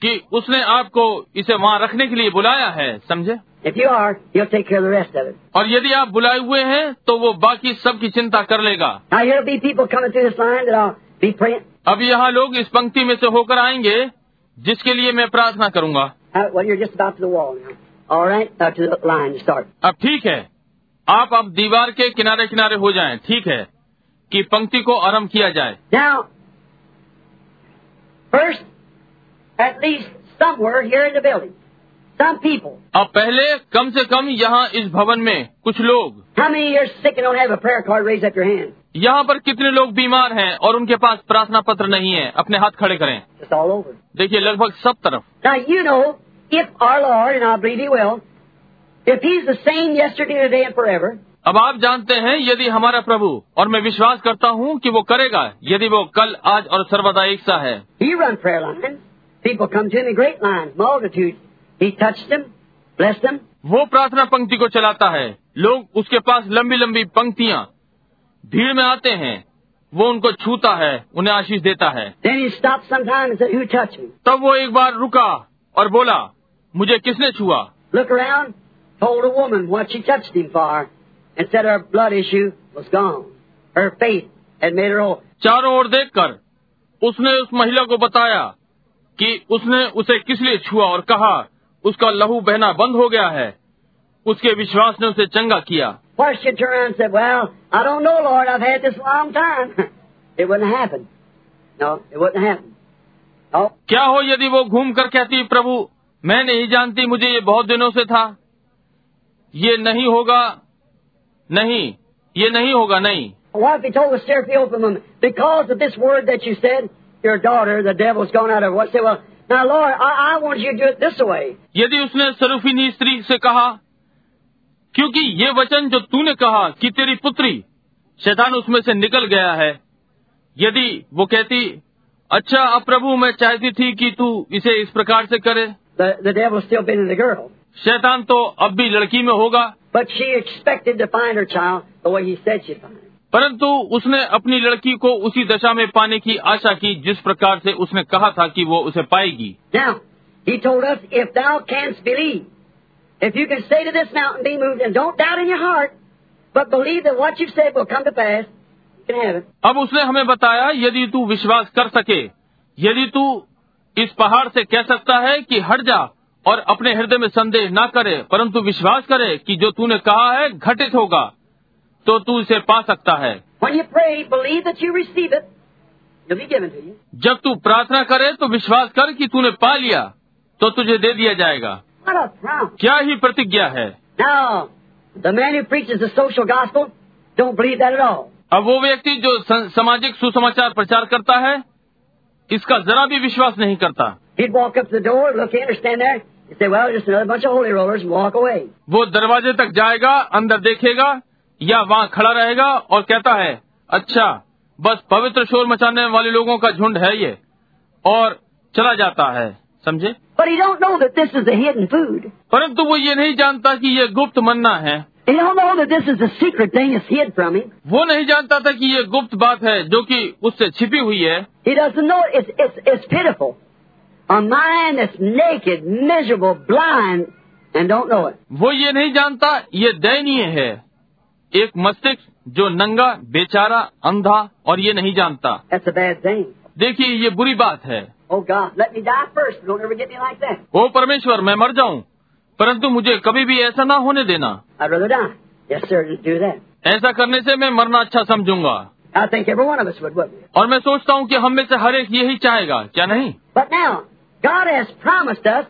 Speaker 1: कि उसने आपको इसे वहाँ रखने के लिए बुलाया है समझे
Speaker 2: If you are, he'll take care of the rest of it.
Speaker 1: और यदि आप बुलाए हुए हैं तो वो बाकी सब की चिंता कर लेगा
Speaker 2: Now, here'll be people coming through this line that I'll be praying.
Speaker 1: अब यहाँ लोग इस पंक्ति में से होकर आएंगे जिसके लिए मैं प्रार्थना करूंगा
Speaker 2: Uh, well, you're just about to the wall now. All right? Uh, to the line to start.
Speaker 1: अब ठीक है आप अब दीवार के किनारे किनारे हो जाएं, ठीक है कि पंक्ति को आरंभ किया जाए
Speaker 2: Now, first, at least somewhere here in the building, some people,
Speaker 1: अब पहले कम से कम यहाँ इस भवन में कुछ लोग
Speaker 2: how many of you are sick and don't have a prayer card, raise up your hand.
Speaker 1: यहाँ पर कितने लोग बीमार हैं और उनके पास प्रार्थना पत्र नहीं है अपने हाथ खड़े करें
Speaker 2: It's all over.
Speaker 1: देखिए लगभग सब तरफ
Speaker 2: Now, you know, if our Lord, and I believe He will, if He's the same yesterday, today, and forever,
Speaker 1: अब आप जानते हैं यदि हमारा प्रभु और मैं विश्वास करता हूँ कि वो करेगा यदि वो कल आज और सर्वदा एक सा है
Speaker 2: He run prayer lines. People come to Him in great lines, multitudes. He touched them, blessed them.
Speaker 1: वो प्रार्थना पंक्ति को चलाता है लोग उसके पास लंबी लंबी पंक्तियाँ भीड़ में आते हैं वो उनको छूता है उन्हें आशीष देता है
Speaker 2: Then He stopped sometime and said, Who touched me?
Speaker 1: तब वो एक बार रुका और बोला मुझे किसने छुआ
Speaker 2: Look around, told a woman what she touched Him for, and said her blood issue was gone. Her faith had made her whole.
Speaker 1: चारों ओर देखकर उसने उस महिला को बताया कि उसने उसे किस लिए छुआ और कहा उसका लहू बहना बंद हो गया है उसके विश्वास ने उसे चंगा किया
Speaker 2: Why she turned around and said, Well, I don't know, Lord, I've had this a long time. it wouldn't happen. No, it wouldn't happen. Oh,
Speaker 1: क्या हो यदि वो घूम कर कहती प्रभु मैं नहीं जानती मुझे ये बहुत दिनों से था ये नहीं होगा नहीं ये नहीं होगा नहीं
Speaker 2: What if he told the Seraphim woman, because of this word that you said, your daughter, the devil's gone out of her? What say? Well, now, Lord, I, I want you to do it this way.
Speaker 1: यदि उसने सरूफीनी स्त्री से कहा क्योंकि ये वचन जो तूने कहा कि तेरी पुत्री शैतान उसमें से निकल गया है यदि वो कहती अच्छा अब प्रभु मैं चाहती थी कि तू इसे इस प्रकार से करे
Speaker 2: The, the devil's still been in the girl.
Speaker 1: शैतान तो अब भी लड़की में होगा
Speaker 2: But she expected to find her child the way he said she'd find him.
Speaker 1: परंतु उसने अपनी लड़की को उसी दशा में पाने की आशा की जिस प्रकार से उसने कहा था कि वो उसे पाएगी
Speaker 2: Now, he told us, if thou canst believe, if you can say to this mountain, be moved, and don't doubt in your heart, but believe that what you've said will come to pass, you can have it.
Speaker 1: अब उसने हमें बताया यदि तू विश्वास कर सके यदि तू इस पहाड़ से कह सकता है कि हट जा और अपने हृदय में संदेह ना करे परंतु विश्वास करे कि जो तूने कहा है घटित होगा तो तू इसे पा सकता है
Speaker 2: When you pray, believe that you receive it, it'll be given to you.
Speaker 1: जब तू प्रार्थना करे तो विश्वास कर कि तूने पा लिया तो तुझे दे दिया जाएगा
Speaker 2: What a promise.
Speaker 1: क्या ही प्रतिज्ञा है
Speaker 2: Now, the man who preaches the social gospel don't believe that at all.
Speaker 1: अब वो व्यक्ति जो सं- सामाजिक सुसमाचार प्रचार करता है इसका जरा भी विश्वास नहीं करता
Speaker 2: He'd walk up to the door, look in, or stand there, and say, "Well, just another bunch of holy rollers," and walk away.
Speaker 1: वो दरवाजे तक जाएगा अंदर देखेगा या वहाँ खड़ा रहेगा और कहता है अच्छा बस पवित्र शोर मचाने वाले लोगों का झुंड है ये और चला जाता है समझे
Speaker 2: But he don't know that this is the hidden food.
Speaker 1: परंतु वो ये नहीं जानता कि ये गुप्त मन्ना है
Speaker 2: He don't know that this is the secret thing that's hid from him.
Speaker 1: वो नहीं जानता था कि ये गुप्त बात है जो कि उससे छिपी हुई है
Speaker 2: He doesn't know it. it's it's it's pitiful. A mind that's naked, miserable, blind, and don't know it.
Speaker 1: वो ये नहीं जानता ये दयनीय है एक मस्तिष्क जो नंगा बेचारा अंधा और ये नहीं जानता
Speaker 2: That's a bad thing.
Speaker 1: देखिए ये बुरी बात है
Speaker 2: Oh God, let me die first. Don't ever get me like that.
Speaker 1: ओ परमेश्वर मैं मर जाऊं परंतु मुझे कभी भी ऐसा ना होने देना
Speaker 2: I'd rather die. Yes, sir, just do that.
Speaker 1: ऐसा करने से मैं मरना अच्छा समझूंगा
Speaker 2: I think every one of us would, wouldn't we?
Speaker 1: और मैं सोचता हूँ कि हम में से हर एक यही चाहेगा क्या नहीं
Speaker 2: But now, God has promised us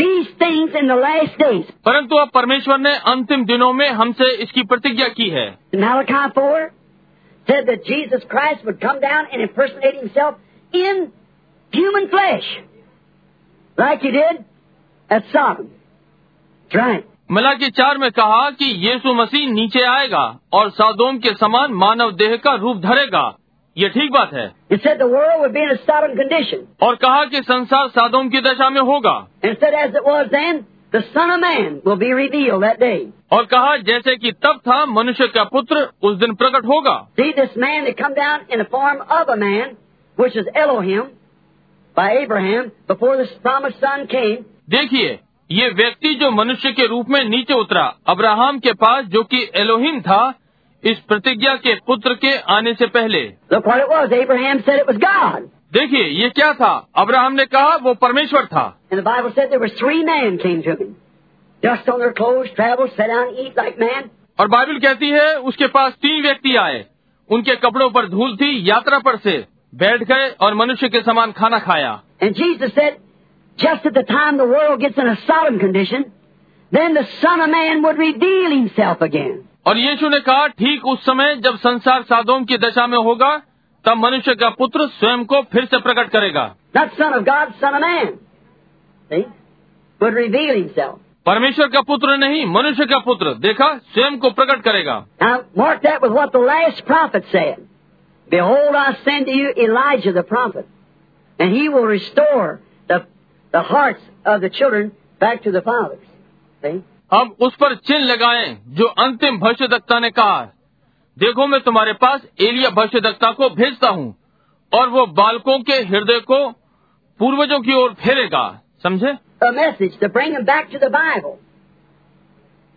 Speaker 2: these things in the last days.
Speaker 1: परंतु अब परमेश्वर ने अंतिम दिनों में हमसे इसकी प्रतिज्ञा की है
Speaker 2: In Malachi 4 said that Jesus Christ would come down and impersonate himself in human flesh, like he did at Sodom. That's right.
Speaker 1: मलाकी चार में कहा कि यीशु मसीह नीचे आएगा और सादोम के समान मानव देह का रूप धरेगा ये ठीक बात है
Speaker 2: It said the world would be in a Sodom condition.
Speaker 1: और कहा कि संसार सादोम की दशा में होगा
Speaker 2: And it said, as it was then, the Son of Man will be revealed that day.
Speaker 1: और कहा जैसे कि तब था मनुष्य का पुत्र उस दिन प्रकट होगा
Speaker 2: See, this man that come down in the form of a man, which is Elohim, by Abraham, before the promised son came,
Speaker 1: देखिए ये व्यक्ति जो मनुष्य के रूप में नीचे उतरा अब्राहम के पास जो कि एलोहिम था इस प्रतिज्ञा के पुत्र के आने से पहले
Speaker 2: Look what it was. Abraham said it was God.
Speaker 1: देखिए ये क्या था अब्राहम ने कहा वो परमेश्वर था
Speaker 2: And the Bible said there was three men came to him. Dust on their clothes, traveled, sat down, eat like man.
Speaker 1: और बाइबल कहती है उसके पास तीन व्यक्ति आए उनके कपड़ों पर धूल थी यात्रा पर से बैठ गए और मनुष्य के समान खाना खाया
Speaker 2: And Jesus said, just at the time the world gets in a solemn condition, then the Son of Man would reveal himself again.
Speaker 1: और यीशु ने कहा ठीक उस समय जब संसार सादोम की दशा में होगा तब मनुष्य का पुत्र स्वयं को फिर से प्रकट करेगा
Speaker 2: Not Son of God, Son of Man. See? Would reveal himself.
Speaker 1: परमेश्वर का पुत्र नहीं मनुष्य का पुत्र देखा स्वयं को प्रकट करेगा
Speaker 2: Now, mark that with what the last prophet said. Behold, I send to you Elijah the prophet, and he will restore the, the hearts of the children back to the fathers. See?
Speaker 1: अब उस पर चिन्ह लगाएं जो अंतिम भविष्यदक्ता ने कहा देखो मैं तुम्हारे पास एलिया भविष्यदक्ता को भेजता हूँ और वो बालकों के हृदय को पूर्वजों की ओर फेरेगा समझे
Speaker 2: A message to bring them back to the Bible.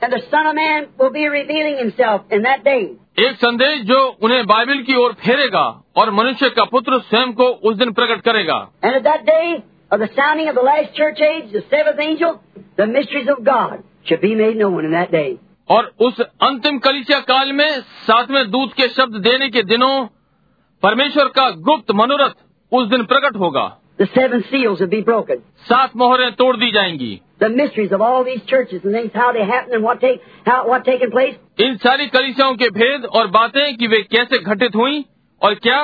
Speaker 2: And the Son of Man will be revealing himself in that day.
Speaker 1: एक संदेश जो उन्हें बाइबल की ओर फेरेगा और मनुष्य का पुत्र स्वयं को उस दिन प्रकट करेगा
Speaker 2: And at that day of the sounding of the last church age, the seventh angel, the mysteries of God should be made known in that day.
Speaker 1: और उस अंतिम कलिसिया काल में सातवें दूत के शब्द देने के दिनों परमेश्वर का गुप्त मनोरथ उस दिन प्रकट होगा
Speaker 2: The seven seals will be broken.
Speaker 1: सात मोहरें तोड़ दी जाएंगी
Speaker 2: The mysteries of all these churches and things, how they happen and what take how what taking place.
Speaker 1: इन सारी कलिसियाओं के भेद और बातें कि वे कैसे घटित हुई और क्या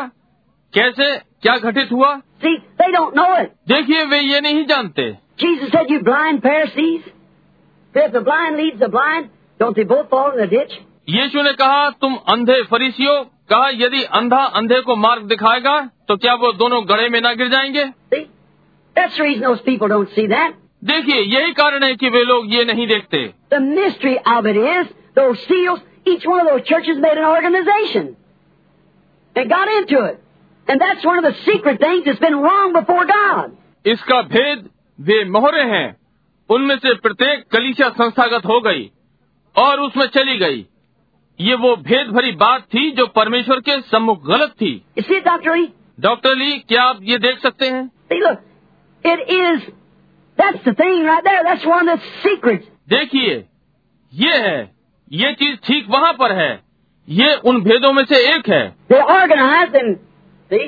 Speaker 1: कैसे क्या घटित हुआ
Speaker 2: See, they don't know it.
Speaker 1: देखिए वे ये नहीं जानते
Speaker 2: Jesus said, You blind Pharisees. If the blind leads the blind, don't they both fall in the ditch?
Speaker 1: यीशु ने कहा तुम अंधे फरीसियों कहा यदि अंधा अंधे को मार्ग दिखाएगा तो क्या वो दोनों गड़े में ना गिर जाएंगे
Speaker 2: See? That's the reason those people don't see that.
Speaker 1: देखिए यही कारण है कि वे लोग ये नहीं देखते
Speaker 2: The mystery of it is those seals, each one of those churches made an organization and got into it. And that's one of the secret things that's been wrong before God.
Speaker 1: इसका भेद वे मोहरे हैं उनमें से प्रत्येक कलिसिया संस्थागत हो गई और उसमें चली गई ये वो भेद भरी बात थी जो परमेश्वर के सम्मुख गलत थी
Speaker 2: You see it, E? Dr. Lee?
Speaker 1: Doctor Lee क्या आप ये देख सकते हैं
Speaker 2: See, look, it is, that's the thing right there. That's one of the secrets.
Speaker 1: देखिए ये है ये चीज ठीक वहाँ पर है ये उन भेदों में से एक है
Speaker 2: They organized and, see,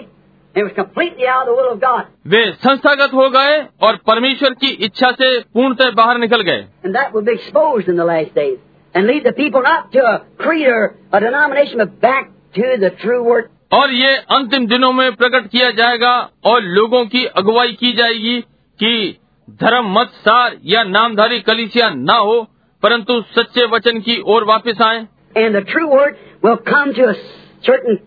Speaker 2: it was completely out of the will of God.
Speaker 1: वे संस्थागत हो गए और परमेश्वर की इच्छा से पूर्णतः बाहर निकल गए
Speaker 2: And that will be exposed in the last days and lead the people not to a creed or a denomination, but back to the true work.
Speaker 1: और ये अंतिम दिनों में प्रकट किया जाएगा और लोगों की अगुवाई की जाएगी कि धर्म मत सार या नामधारी कलिसिया ना हो परंतु सच्चे वचन की ओर वापस आए
Speaker 2: And the true word will come to a certain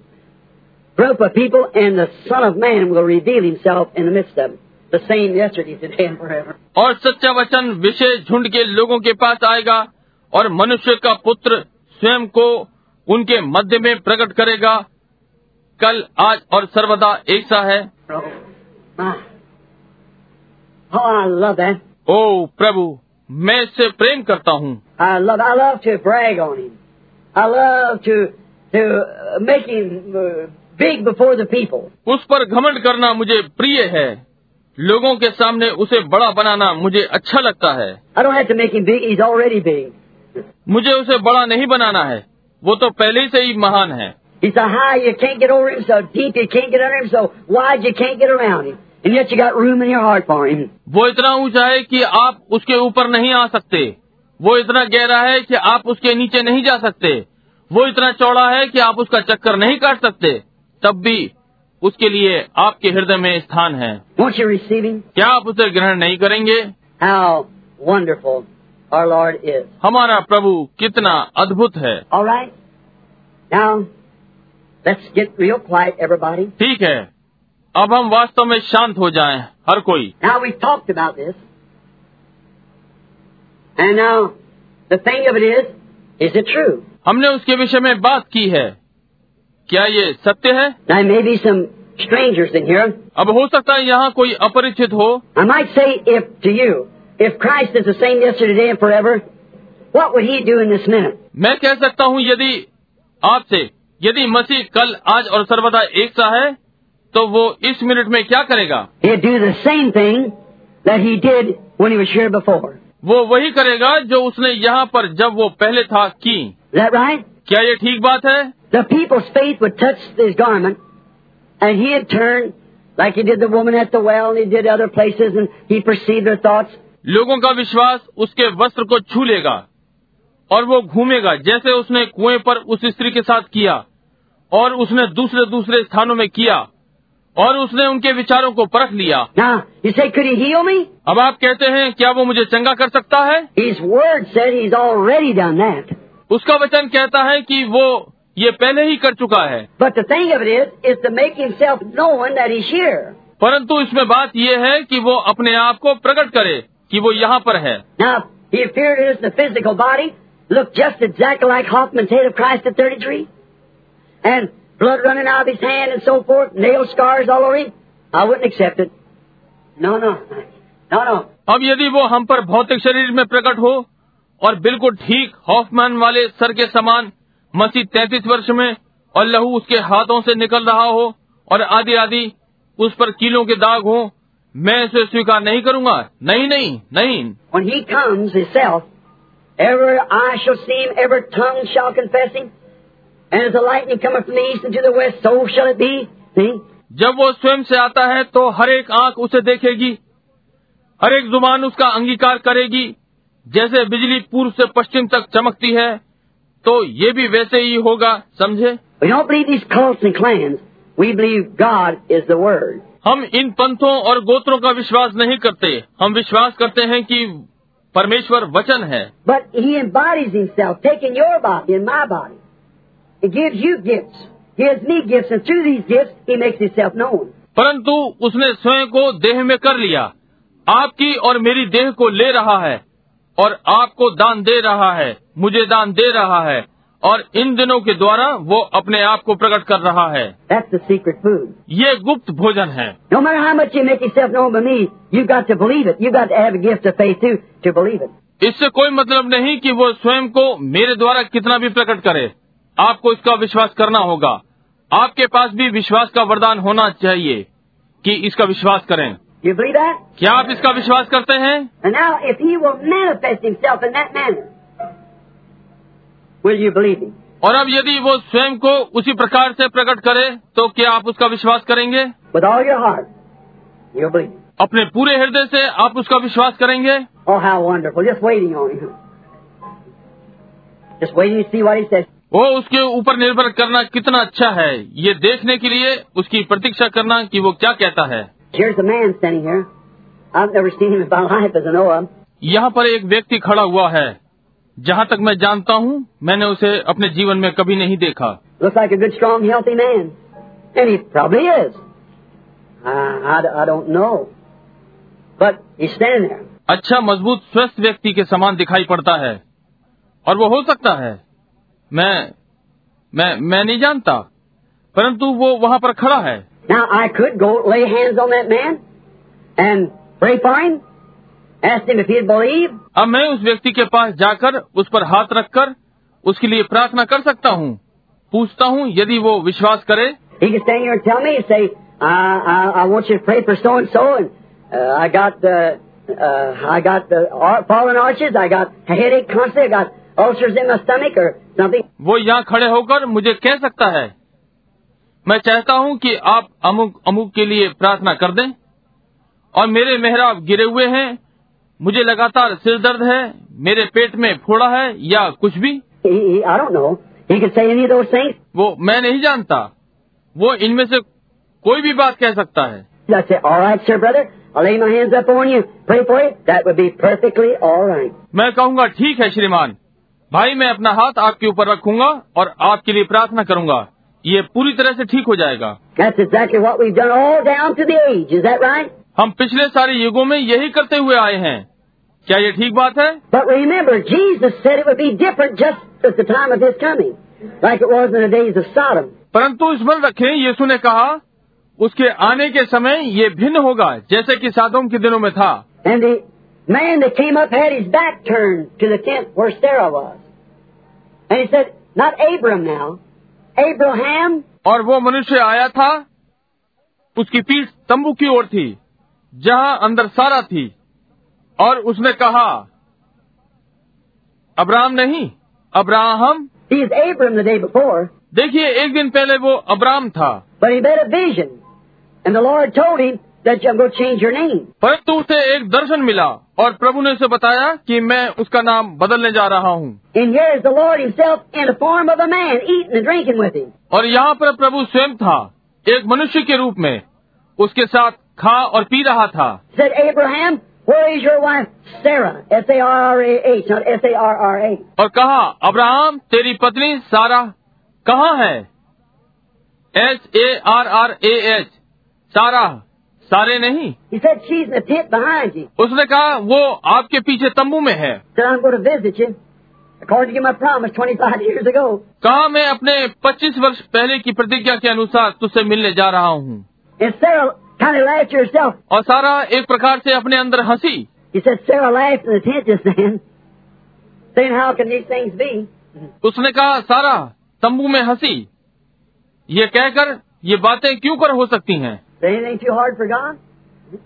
Speaker 2: group of people, and the Son of Man will reveal himself in the midst of them. The same yesterday, today, and forever.
Speaker 1: और सच्चा वचन विशेष झुंड के लोगों के पास आएगा और मनुष्य का पुत्र स्वयं को उनके मध्य में प्रकट करेगा कल आज और सर्वदा एक सा है
Speaker 2: Oh, my. Oh, I love that.
Speaker 1: ओ प्रभु मैं इससे प्रेम करता हूँ
Speaker 2: I love. I love to brag on him. I love to to uh, make him uh, big before the people.
Speaker 1: उस पर घमंड करना मुझे प्रिय है लोगों के सामने उसे बड़ा बनाना मुझे अच्छा लगता है
Speaker 2: I don't have to make him big. He's already big.
Speaker 1: मुझे उसे बड़ा नहीं बनाना है वो तो पहले से ही महान है
Speaker 2: He's so high you can't get over him, so deep you can't get under him, so wide you can't get around him. And yet you got room in your heart for him.
Speaker 1: वो इतना ऊंचा है कि आप उसके ऊपर नहीं आ सकते वो इतना गहरा है कि आप उसके नीचे नहीं जा सकते वो इतना चौड़ा है कि आप उसका चक्कर नहीं काट सकते तब भी उसके लिए आपके हृदय में स्थान है
Speaker 2: Won't you receive him?
Speaker 1: क्या आप उसे ग्रहण नहीं करेंगे
Speaker 2: How wonderful our Lord is.
Speaker 1: हमारा प्रभु कितना अद्भुत है
Speaker 2: All right? Now, let's get real quiet, everybody.
Speaker 1: ठीक है अब हम वास्तव में शांत हो जाएं हर कोई
Speaker 2: Now, we've talked about this. And now, the thing of it is, is it true?
Speaker 1: हमने उसके विषय में बात की है क्या ये सत्य है
Speaker 2: Now, there may be some strangers in here.
Speaker 1: अब हो सकता है यहाँ कोई अपरिचित हो
Speaker 2: I might say if to you, if Christ is the same yesterday, today, and forever, what would he do in this minute?
Speaker 1: मैं कह सकता हूँ यदि आपसे यदि मसीह कल आज और सर्वदा एक सा है तो वो इस मिनट में क्या करेगा
Speaker 2: He'd do the same thing that he did when he was here before.
Speaker 1: वो वही करेगा जो उसने यहाँ पर जब वो पहले था की
Speaker 2: Is that right?
Speaker 1: क्या ये ठीक बात है
Speaker 2: The people's faith would touch his garment, and he'd turn like he did the woman at the well, and he did other places, and he perceived their thoughts.
Speaker 1: लोगों का विश्वास उसके वस्त्र को छू लेगा और वो घूमेगा जैसे उसने कुएं पर उस स्त्री के साथ किया और उसने दूसरे दूसरे स्थानों में किया और उसने उनके विचारों को परख लिया
Speaker 2: Now, you say, could he heal me?
Speaker 1: अब आप कहते हैं क्या वो मुझे चंगा कर सकता है
Speaker 2: His word said he's already done that.
Speaker 1: उसका वचन कहता है कि वो ये पहले ही कर चुका है
Speaker 2: But the thing of it is, is to make himself known that he's here.
Speaker 1: परंतु इसमें बात यह है कि वो अपने आप को प्रकट करे कि वो यहाँ पर है
Speaker 2: Now, he appeared in us in the physical body, looked just exactly like Hoffman's head of Christ at 33, and blood running out of his hand and so forth, nail scars all over him. I wouldn't accept it. No, no. No, no.
Speaker 1: अब यदि वो हम पर भौतिक शरीर में प्रकट हो और बिल्कुल ठीक हॉफमैन वाले सर के समान मसीह तैतीस वर्ष में और लहू उसके हाथों से निकल रहा हो और आदि आदि उस पर कीलों के दाग हो मैं इसे स्वीकार नहीं करूंगा नहीं नहीं नहीं
Speaker 2: When he comes himself, every eye shall see him, every tongue shall confess him. And as the lightning cometh from the east and to the west, so shall it be. See?
Speaker 1: जब वो स्वयं से आता है तो हर एक आंख उसे देखेगी हर एक जुबान उसका अंगीकार करेगी जैसे बिजली पूर्व से पश्चिम तक चमकती है तो ये भी वैसे ही होगा समझे
Speaker 2: We don't believe these cults and clans. We believe God is the Word.
Speaker 1: हम इन पंथों और गोत्रों का विश्वास नहीं करते हम विश्वास करते हैं कि परमेश्वर वचन है
Speaker 2: But He embodies Himself, taking your body and my body. He gives you gifts, gives me gifts, and through these gifts, He makes Himself known.
Speaker 1: परंतु उसने स्वयं को देह में कर लिया आपकी और मेरी देह को ले रहा है और आपको दान दे रहा है मुझे दान दे रहा है और इन दिनों के द्वारा वो अपने आप को प्रकट कर रहा है
Speaker 2: That's the secret food.
Speaker 1: ये गुप्त भोजन है
Speaker 2: No matter how much you make yourself known by me, you've got to believe it. You've got to have a gift of faith too to believe it.
Speaker 1: इससे कोई मतलब नहीं कि वो स्वयं को मेरे द्वारा कितना भी प्रकट करे आपको इसका विश्वास करना होगा आपके पास भी विश्वास का वरदान होना चाहिए कि इसका विश्वास करें
Speaker 2: You believe that?
Speaker 1: क्या आप इसका विश्वास करते हैं
Speaker 2: And now, if He will manifest Himself in that manner, will you believe Him?
Speaker 1: और अब यदि वो स्वयं को उसी प्रकार से प्रकट करे तो क्या आप उसका विश्वास करेंगे
Speaker 2: With all your heart, you'll believe Him.
Speaker 1: अपने पूरे हृदय से आप उसका विश्वास करेंगे
Speaker 2: Oh, how wonderful. Just waiting on him. Just waiting to see what he says.
Speaker 1: वो उसके ऊपर निर्भर करना कितना अच्छा है ये देखने के लिए उसकी प्रतीक्षा करना कि वो क्या कहता है
Speaker 2: Here's a man standing here. I've never seen him in my life as I know of.
Speaker 1: यहाँ पर एक व्यक्ति खड़ा हुआ है जहाँ तक मैं जानता हूँ मैंने उसे अपने जीवन में कभी नहीं देखा
Speaker 2: Looks like a good, strong, healthy man. And he probably is. Uh, I, d- I don't know. But he's standing there.
Speaker 1: अच्छा मजबूत स्वस्थ व्यक्ति के समान दिखाई पड़ता है और वो हो सकता है मैं मैं मैं नहीं जानता परंतु वो वहाँ पर खड़ा है
Speaker 2: Now, I could go lay hands on that man and pray for him, ask him if he'd believe.
Speaker 1: अब मैं उस व्यक्ति के पास जाकर उस पर हाथ रखकर उसके लिए प्रार्थना कर सकता हूँ पूछता हूँ यदि वो विश्वास करे
Speaker 2: He could stand here and tell me, say, I, I, I want you to pray for so and so, and uh, I got the, uh, I got the ar- fallen arches, I got a headache constantly, I got ulcers in my stomach or something.
Speaker 1: वो यहाँ खड़े होकर मुझे कह सकता है मैं चाहता हूँ कि आप अमुक अमुक के लिए प्रार्थना कर दें और मेरे मेहराब गिरे हुए हैं मुझे लगातार सिर दर्द है मेरे पेट में फोड़ा है या कुछ भी
Speaker 2: He, he, I don't know. He could say any of those things.
Speaker 1: वो मैं नहीं जानता वो इनमें से कोई भी बात कह सकता है
Speaker 2: I'd say, all right, sir, brother, I'll lay my hands up on you, pray for you. That would be perfectly all right.
Speaker 1: मैं कहूँगा ठीक है श्रीमान भाई मैं अपना हाथ आपके ऊपर रखूंगा और आपके लिए प्रार्थना करूंगा ये पूरी तरह से ठीक हो जाएगा
Speaker 2: That's exactly what we've done all down to the age. Is that right?
Speaker 1: हम पिछले सारे युगों में यही करते हुए आए हैं क्या ये ठीक बात है
Speaker 2: But remember, Jesus said it would be different just at the time of His coming, like it was in the days of Sodom.
Speaker 1: परंतु स्मरण रखें यीशु ने कहा उसके आने के समय ये भिन्न होगा जैसे कि सादोम के दिनों में था
Speaker 2: And the man that came up had his back turned to the tent where Sarah was. And he said, Not Abram now, Abraham.
Speaker 1: और वो मनुष्य आया था उसकी पीठ तंबू की ओर थी जहां अंदर सारा थी और उसने कहा अब्राहम नहीं Abraham
Speaker 2: He is Abram the day before,
Speaker 1: देखिए एक दिन पहले वो अब्राम था
Speaker 2: but he had a vision. And the Lord told him that I'm going to change your name.
Speaker 1: परंतु उसे एक दर्शन मिला और प्रभु ने उसे बताया कि मैं उसका नाम बदलने जा रहा हूँ
Speaker 2: And here is the Lord himself in the form of a man, eating and drinking with him.
Speaker 1: और यहाँ पर प्रभु स्वयं था एक मनुष्य के रूप में उसके साथ खा और पी रहा था
Speaker 2: said, Abraham, where is your wife Sarah? S-A-R-R-A-H, not S-A-R-R-A.
Speaker 1: और कहा अब्राहम तेरी पत्नी सारा कहाँ है S A R R A H Sarah सारे नहीं
Speaker 2: He said, she's in the pit behind you.
Speaker 1: उसने कहा वो आपके पीछे तंबू में है
Speaker 2: Said, I'm going to visit you, according to my promise 25 years ago.
Speaker 1: कहा मैं अपने 25 वर्ष पहले की प्रतिज्ञा के अनुसार तुझसे मिलने जा रहा हूँ
Speaker 2: And Sarah kind of laughed to herself.
Speaker 1: और सारा एक प्रकार से अपने अंदर हंसी
Speaker 2: He said, Sarah laughed in the tent just then, saying, how can these things be?
Speaker 1: उसने कहा सारा तंबू में हंसी ये कहकर ये बातें क्यों कर हो सकती हैं
Speaker 2: Is anything too hard for God? Nothing.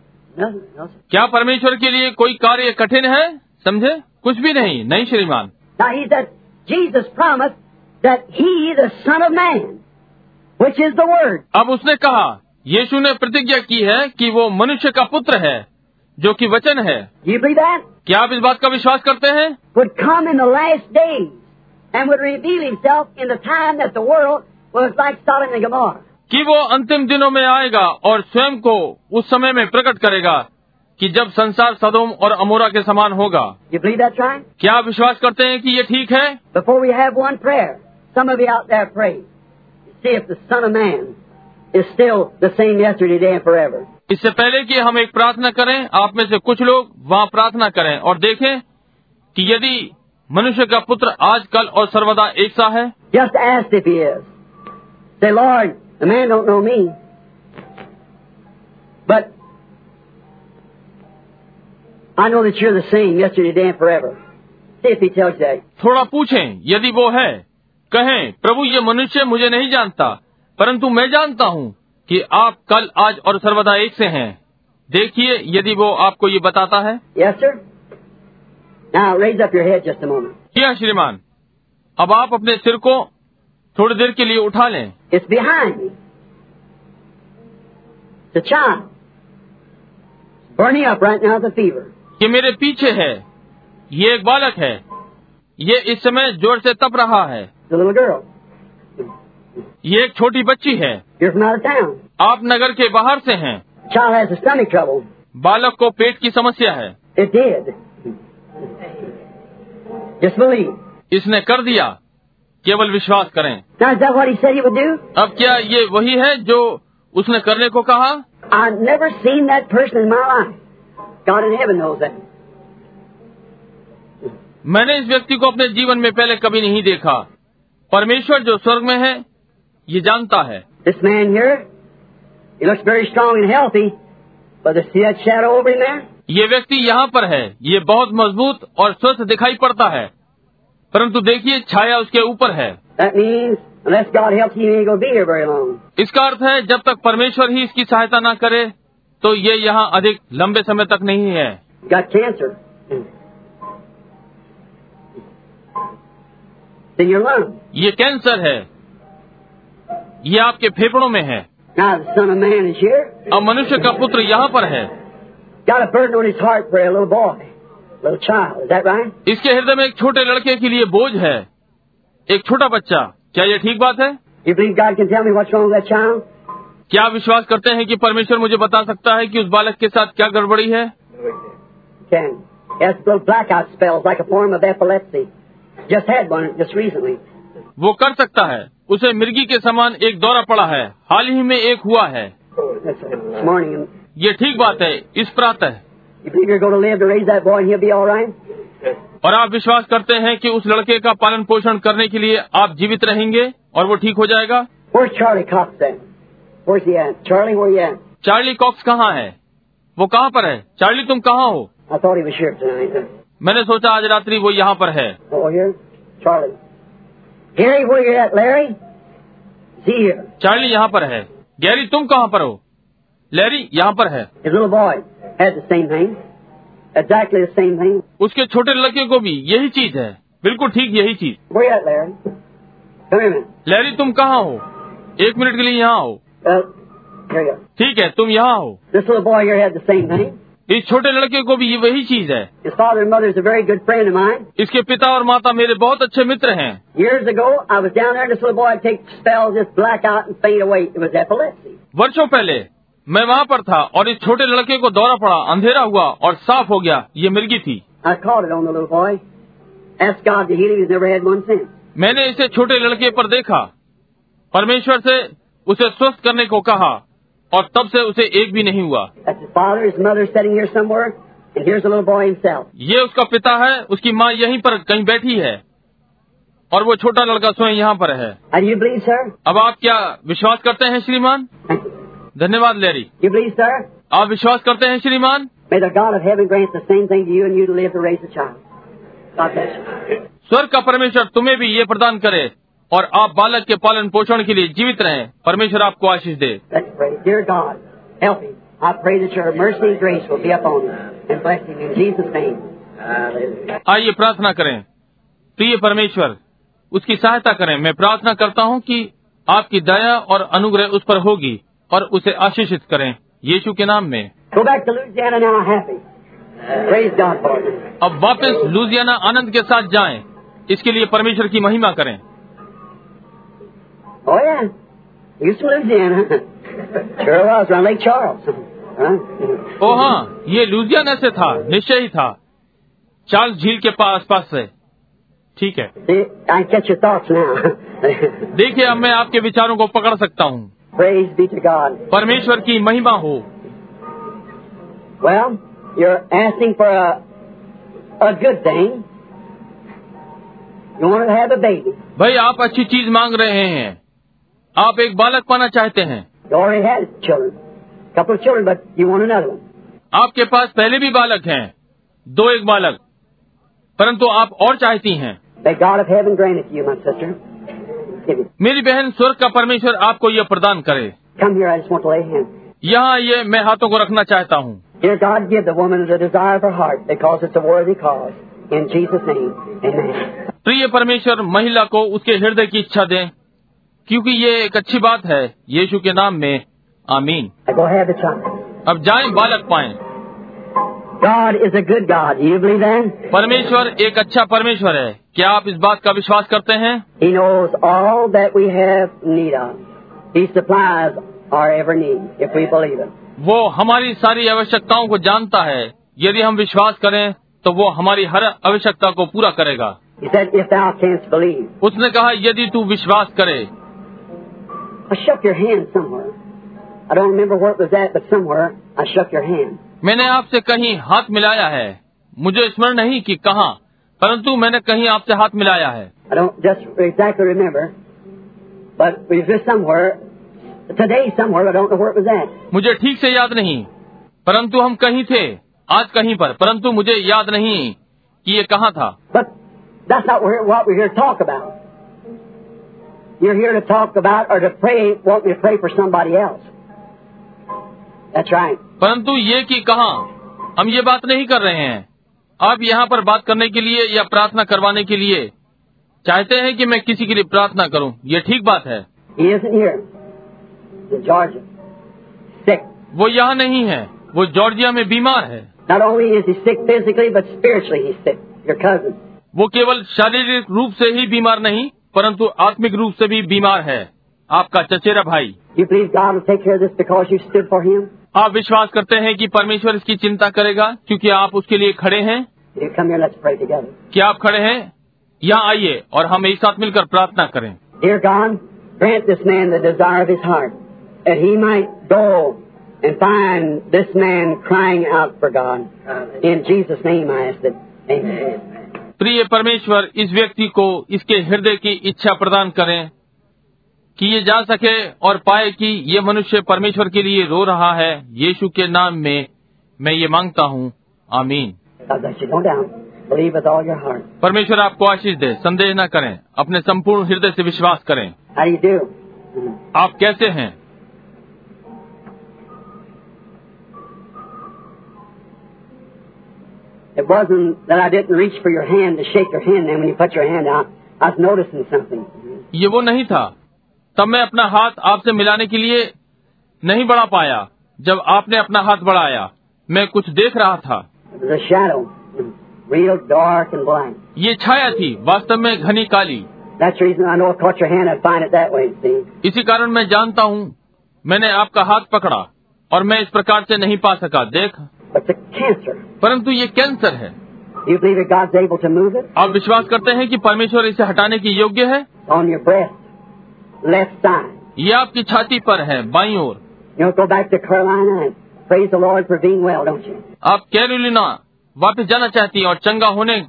Speaker 2: No, sir.
Speaker 1: क्या परमेश्वर के लिए कोई कार्य कठिन है समझे कुछ भी नहीं नहीं श्रीमान
Speaker 2: Now he said, Jesus promised that he, the Son of Man, which is the Word,
Speaker 1: अब उसने कहा यीशु ने प्रतिज्ञा की है कि वो मनुष्य का पुत्र है जो कि वचन है
Speaker 2: do you believe that?
Speaker 1: क्या आप इस बात का विश्वास करते हैं
Speaker 2: would come in the last days and would reveal himself in the time that the world was like Sodom and Gomorrah.
Speaker 1: कि वो अंतिम दिनों में आएगा और स्वयं को उस समय में प्रकट करेगा कि जब संसार सदोम और अमोरा के समान होगा
Speaker 2: You believe that's right?
Speaker 1: क्या आप विश्वास करते हैं कि ये ठीक है
Speaker 2: Before we have one prayer, some of you out there pray. See if the Son of Man is still the same yesterday, today, and forever.
Speaker 1: इससे पहले कि हम एक प्रार्थना करें आप में से कुछ लोग वहाँ प्रार्थना करें और देखें कि यदि मनुष्य का पुत्र आज कल और सर्वदा एक सा है
Speaker 2: Just ask if he is. Say, Lord, the man don't know me. But I know that you're the same yesterday, today, and forever. See if he tells you that.
Speaker 1: थोड़ा पूछें यदि वो है कहें प्रभु ये मनुष्य मुझे नहीं जानता परंतु मैं जानता हूँ कि आप कल आज और सर्वदा एक से हैं देखिए यदि वो आपको ये बताता है
Speaker 2: Yes, sir? Now, raise up your head just a moment.
Speaker 1: क्या श्रीमान अब आप अपने सिर को थोड़ी देर के लिए उठा लें
Speaker 2: It's behind me. It's a child. Burning up right now with a fever.
Speaker 1: ये मेरे पीछे है ये एक बालक है ये इस समय जोर से तप रहा है
Speaker 2: It's a little girl.
Speaker 1: ये एक छोटी बच्ची है
Speaker 2: You're from out of town.
Speaker 1: आप नगर के बाहर से हैं
Speaker 2: The child has a stomach trouble.
Speaker 1: बालक को पेट की समस्या है
Speaker 2: It did. Just believe.
Speaker 1: इसने कर दिया केवल विश्वास करें
Speaker 2: Now, is that what he said he would do?
Speaker 1: अब क्या ये वही है जो उसने करने को कहा
Speaker 2: I've never seen that person in my life. God in heaven knows that.
Speaker 1: मैंने इस व्यक्ति को अपने जीवन में पहले कभी नहीं देखा परमेश्वर जो स्वर्ग में है ये जानता है
Speaker 2: This man here, he looks very strong and healthy, but you see that shadow over him there?
Speaker 1: ये व्यक्ति यहाँ पर है ये बहुत मजबूत और स्वस्थ दिखाई पड़ता है परंतु देखिए छाया उसके ऊपर है
Speaker 2: That means, unless God helps you, you ain't going to be here very long.
Speaker 1: इसका अर्थ है जब तक परमेश्वर ही इसकी सहायता ना करे तो ये यहाँ अधिक लंबे समय तक नहीं है
Speaker 2: got cancer in your lung.
Speaker 1: ये कैंसर है ये आपके फेफड़ों में है
Speaker 2: Now the Son of Man is here.
Speaker 1: अब मनुष्य का पुत्र यहाँ पर है
Speaker 2: Got a burden on his heart for a little boy, little child. Is that right?
Speaker 1: इसके हृदय में एक छोटे लड़के के लिए बोझ है एक छोटा बच्चा क्या ये ठीक बात है
Speaker 2: You believe God can tell me what's wrong with that child?
Speaker 1: क्या आप विश्वास करते हैं कि परमेश्वर मुझे बता सकता है कि उस बालक के साथ क्या गड़बड़ी है
Speaker 2: Can. Yes, little blackout spells like a form of epilepsy. Just had one just recently.
Speaker 1: वो कर सकता है उसे मिर्गी के समान एक दौरा पड़ा है हाल ही में एक हुआ है
Speaker 2: That's this morning.
Speaker 1: ये ठीक बात है इस प्रातः
Speaker 2: You believe you're going to live to raise that boy and he'll be all right?
Speaker 1: और आप विश्वास करते हैं कि उस लड़के का पालन पोषण करने के लिए आप जीवित रहेंगे और वो ठीक हो जाएगा
Speaker 2: Where's Charlie Cox at? Where's he at? Charlie, where you at?
Speaker 1: Charlie Cox कहाँ है वो कहाँ पर है चार्ली तुम कहाँ हो
Speaker 2: I thought he was here tonight.
Speaker 1: मैंने सोचा आज रात्रि वो यहाँ पर है
Speaker 2: Over here, Charlie. Gary, where you at, Larry? Is he here?
Speaker 1: Charlie यहाँ पर है गैरी तुम कहाँ पर हो लैरी यहाँ पर है
Speaker 2: His little boy had the same thing, exactly the same thing.
Speaker 1: उसके छोटे लड़के को भी यही चीज है बिल्कुल ठीक यही चीज
Speaker 2: Where you at, Larry? Come here a minute.
Speaker 1: Larry तुम कहाँ हो एक मिनट के लिए यहाँ आओ
Speaker 2: Uh, here you go.
Speaker 1: ठीक है तुम यहाँ हो
Speaker 2: This little boy here had the same thing.
Speaker 1: इस छोटे लड़के को भी ये वही चीज है
Speaker 2: His father and mother is a very good friend of mine.
Speaker 1: इसके पिता और माता मेरे बहुत अच्छे मित्र हैं
Speaker 2: Years ago, I was down there, and this little boy would take spells, just black out and faint away. It was epilepsy.
Speaker 1: वर्षों पहले मैं वहाँ पर था और इस छोटे लड़के को दौरा पड़ा अंधेरा हुआ और साफ हो गया ये मिर्गी थी
Speaker 2: I called it on the little boy. Asked God to heal him. He's never had one since.
Speaker 1: मैंने इसे छोटे लड़के पर देखा परमेश्वर से उसे स्वस्थ करने को कहा और तब से उसे एक भी नहीं हुआ
Speaker 2: That's his father, his mother sitting here somewhere, and here's the little boy himself.
Speaker 1: ये उसका पिता है उसकी माँ यहीं पर कहीं बैठी है और वो छोटा लड़का स्वयं यहाँ पर है
Speaker 2: How do you believe, sir?
Speaker 1: अब आप क्या विश्वास करते हैं श्रीमान
Speaker 2: Thank you.
Speaker 1: धन्यवाद लैरी
Speaker 2: You believe, sir?
Speaker 1: आप विश्वास करते हैं श्रीमान
Speaker 2: May the God of heaven grant the same thing to you and you to live to raise a child. God bless you.
Speaker 1: स्वर्ग का परमेश्वर तुम्हें भी ये प्रदान करे और आप बालक के पालन पोषण के लिए जीवित रहें परमेश्वर आपको आशीष दे
Speaker 2: Let's pray. Dear God, help him. I pray that your mercy and grace will be upon him and bless him in Jesus' name. Hallelujah.
Speaker 1: आइए प्रार्थना करें प्रिय परमेश्वर उसकी सहायता करें मैं प्रार्थना करता हूँ कि आपकी दया और अनुग्रह उस पर होगी और उसे आशीषित करें यीशु के नाम में
Speaker 2: Go back to Louisiana now happy. Praise God for you.
Speaker 1: अब वापस लुजियाना आनंद के साथ जाएं इसके लिए परमेश्वर की महिमा करें
Speaker 2: Oh, yeah. You from Louisiana. sure was, around Lake Charles. Huh?
Speaker 1: ओ हाँ ये लुजियाना से था निश्चय ही था चार्ल्स झील के पास पास से ठीक है
Speaker 2: See, I catch your thoughts now.
Speaker 1: देखिए अब मैं आपके विचारों को पकड़ सकता हूँ
Speaker 2: Praise be to God.
Speaker 1: परमेश्वर की महिमा हो
Speaker 2: Well, you're asking for a, a good thing. You want to have a baby.
Speaker 1: भाई आप अच्छी चीज मांग रहे हैं आप एक बालक पाना चाहते हैं
Speaker 2: You already had children. A couple of children, but you want another one.
Speaker 1: आपके पास पहले भी बालक हैं दो एक बालक परंतु आप और चाहती हैं
Speaker 2: May God of heaven grant it to you, my sister. Give it.
Speaker 1: मेरी बहन स्वर्ग का परमेश्वर आपको यह प्रदान करे
Speaker 2: Come here, I just want to lay a hand.
Speaker 1: यहाँ ये मैं हाथों को रखना चाहता हूँ
Speaker 2: Dear God, give the woman the desire of her heart because it's a worthy cause. In Jesus' name, amen.
Speaker 1: प्रिय परमेश्वर महिला को उसके हृदय की इच्छा दें क्योंकि ये एक अच्छी बात है यीशु के नाम में आमीन
Speaker 2: Now go have the child.
Speaker 1: अब जाएं बालक पाएं
Speaker 2: God is a good God. Do you believe that?
Speaker 1: परमेश्वर एक अच्छा परमेश्वर है क्या आप इस बात का विश्वास करते हैं
Speaker 2: He knows all that we have need of. He supplies our every need if we believe it.
Speaker 1: वो हमारी सारी आवश्यकताओं को जानता है यदि हम विश्वास करें तो वो हमारी हर आवश्यकता को पूरा करेगा
Speaker 2: He said, if thou canst believe.
Speaker 1: उसने कहा यदि तू विश्वास करे
Speaker 2: I shook your hand somewhere. I don't remember where it was at, but somewhere I shook your hand.
Speaker 1: मैंने आपसे कहीं हाथ मिलाया है मुझे स्मरण नहीं कि कहाँ परंतु मैंने कहीं आपसे हाथ मिलाया है
Speaker 2: I don't just exactly remember, but it was just somewhere, today somewhere, but I don't know where it was at.
Speaker 1: मुझे ठीक से याद नहीं परंतु हम कहीं थे आज कहीं पर परंतु मुझे याद नहीं कि ये कहाँ था
Speaker 2: But that's not where, what we're here to talk about. You're here to talk about or to pray, want me to pray for somebody else. That's right.
Speaker 1: परंतु ये कि कहाँ हम ये बात नहीं कर रहे हैं आप यहाँ पर बात करने के लिए या प्रार्थना करवाने के लिए चाहते हैं कि मैं किसी के लिए प्रार्थना करूं ये ठीक बात है
Speaker 2: He isn't here. He's in Georgia. Sick.
Speaker 1: वो यहाँ नहीं है वो जॉर्जिया में बीमार है
Speaker 2: Not only is he sick physically, but spiritually he's sick. Your cousin.
Speaker 1: वो केवल शारीरिक रूप से ही बीमार नहीं परंतु आत्मिक रूप से भी बीमार है आपका चचेरा भाई
Speaker 2: You believe God will take care of this because you stood for Him?
Speaker 1: आप विश्वास करते हैं कि परमेश्वर इसकी चिंता करेगा क्योंकि आप उसके लिए खड़े हैं
Speaker 2: You come here, let's pray together.
Speaker 1: क्या आप खड़े हैं यहाँ आइए और हम एक साथ मिलकर प्रार्थना करें
Speaker 2: Dear God, grant this man the desire of his heart, that he might go and find this man crying out for God. In Jesus' name I ask it. Amen.
Speaker 1: प्रिय परमेश्वर इस व्यक्ति को इसके हृदय की इच्छा प्रदान करें कि ये जा सके और पाए कि ये मनुष्य परमेश्वर के लिए रो रहा है यीशु के नाम में मैं ये मांगता हूँ आमीन
Speaker 2: God bless you. Go down. Believe with all your heart.
Speaker 1: परमेश्वर आपको आशीष दे संदेह न करें अपने संपूर्ण हृदय से विश्वास करें
Speaker 2: How do you do?
Speaker 1: आप कैसे हैं
Speaker 2: It wasn't that I didn't reach for your hand to shake your hand then when you put your hand out. I was noticing something.
Speaker 1: ये वो नहीं था तब मैं अपना हाथ आपसे मिलाने के लिए नहीं बढ़ा पाया जब आपने अपना हाथ बढ़ाया मैं कुछ देख रहा था
Speaker 2: It was a shadow, real dark and blind.
Speaker 1: ये छाया थी वास्तव में घनी काली
Speaker 2: That's the reason I know I caught your hand. I'd find it that way, see.
Speaker 1: इसी कारण मैं जानता हूँ मैंने आपका हाथ पकड़ा और मैं इस प्रकार से नहीं पा सका देख
Speaker 2: But the cancer,
Speaker 1: परंतु ये कैंसर है
Speaker 2: you believe that God's able to move it
Speaker 1: आप विश्वास करते हैं कि परमेश्वर इसे हटाने की योग्य है
Speaker 2: on your breast, left side.
Speaker 1: ये आपकी छाती पर है बाई ओर
Speaker 2: You know, go back to Carolina and praise the Lord for being well, don't you?
Speaker 1: आप कैरोलिना वापस जाना चाहती हैं और चंगा होने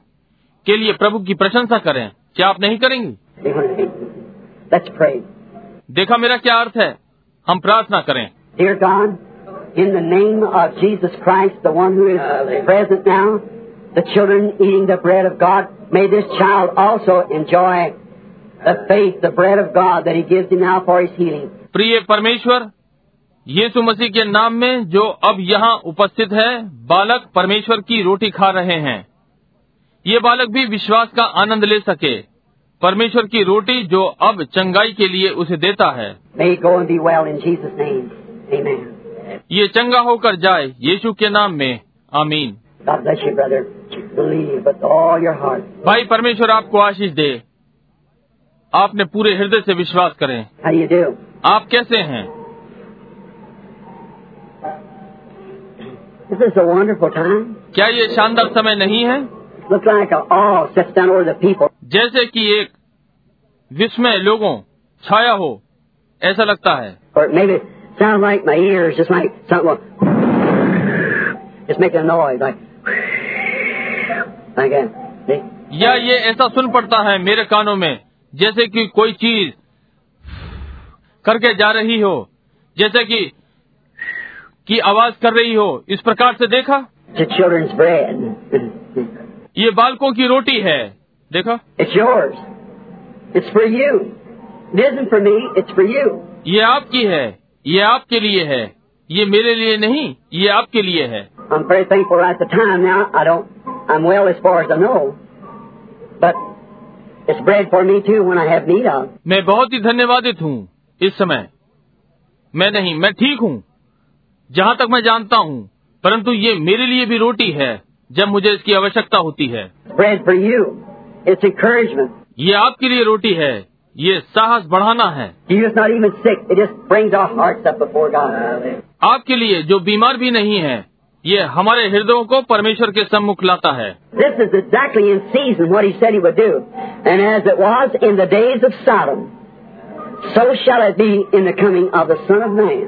Speaker 1: के लिए प्रभु की प्रशंसा करें क्या आप नहीं करेंगी
Speaker 2: See what I mean? Let's pray.
Speaker 1: देखा मेरा क्या अर्थ है हम प्रार्थना करें
Speaker 2: Dear God, in the name of Jesus Christ, the one who is present now, the children eating the bread of God, may this child also enjoy the faith, the bread of God that He gives him now for his healing.
Speaker 1: प्रिय परमेश्वर यीशु मसीह के नाम में जो अब यहाँ उपस्थित है बालक परमेश्वर की रोटी खा रहे हैं ये बालक भी विश्वास का आनंद ले सके परमेश्वर की रोटी जो अब चंगाई के लिए उसे देता है
Speaker 2: May he go and be well in Jesus' name. Amen.
Speaker 1: ये चंगा होकर जाए यीशु के नाम में आमीन
Speaker 2: God bless you, brother. Believe with all your heart.
Speaker 1: भाई परमेश्वर आपको आशीष दे आपने पूरे हृदय से विश्वास करें
Speaker 2: How do you do?
Speaker 1: आप कैसे हैं
Speaker 2: Is this a wonderful time?
Speaker 1: क्या ये शानदार समय नहीं है
Speaker 2: Looks like a awe sets down over the people.
Speaker 1: जैसे कि एक विस्मय लोगों छाया हो ऐसा लगता है
Speaker 2: Or maybe it sounds like my ears, just like something. Just making a noise, like. Like that. See?
Speaker 1: या ये ऐसा सुन पड़ता है मेरे कानों में जैसे कि कोई चीज करके जा रही हो जैसे कि की आवाज कर रही हो इस प्रकार से देखा
Speaker 2: It's a children's bread.
Speaker 1: ये बालकों की रोटी है देखा
Speaker 2: It's yours. It's for you. It isn't for me, it's for you.
Speaker 1: ये आपकी है ये आपके लिए है ये मेरे लिए नहीं ये आपके लिए है
Speaker 2: I'm very thankful at the time now. I don't, I'm well as far as I know. But it's bread for me too when I have need of. it.
Speaker 1: मैं बहुत ही धन्यवादित हूँ इस समय मैं नहीं मैं ठीक हूँ जहाँ तक मैं जानता हूँ परंतु ये मेरे लिए भी रोटी है जब मुझे इसकी आवश्यकता होती है
Speaker 2: It's bread for you. It's encouragement.
Speaker 1: ये आपके लिए रोटी है ये साहस बढ़ाना है
Speaker 2: Jesus not even sick. It just brings our hearts up before God.
Speaker 1: आपके लिए जो बीमार भी नहीं है ये हमारे हृदयों को परमेश्वर के सम्मुख लाता है
Speaker 2: This is exactly in season what he said he would do. And as it was in the days of Sodom, so shall it be in the coming of the Son of Man.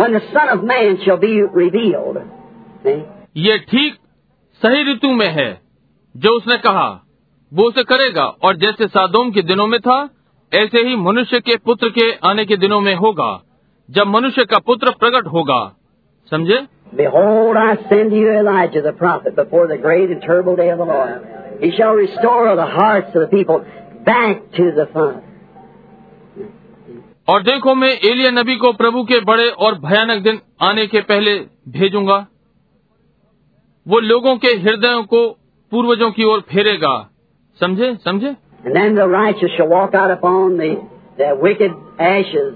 Speaker 2: When the Son of Man shall be revealed. See?
Speaker 1: ये ठीक सही ऋतु में है जो उसने कहा वो उसे करेगा और जैसे सादोम के दिनों में था ऐसे ही मनुष्य के पुत्र के आने के दिनों में होगा जब मनुष्य का पुत्र प्रकट होगा समझे
Speaker 2: Behold, I send you Elijah the prophet before the great and terrible day of the Lord. He shall restore the hearts of the people back to the Father.
Speaker 1: और देखो मैं एलिया नबी को प्रभु के बड़े और भयानक दिन आने के पहले भेजूंगा वो लोगों के हृदयों को पूर्वजों की ओर फेरेगा समझे समझे
Speaker 2: And then the righteous shall walk out upon the, the wicked ashes.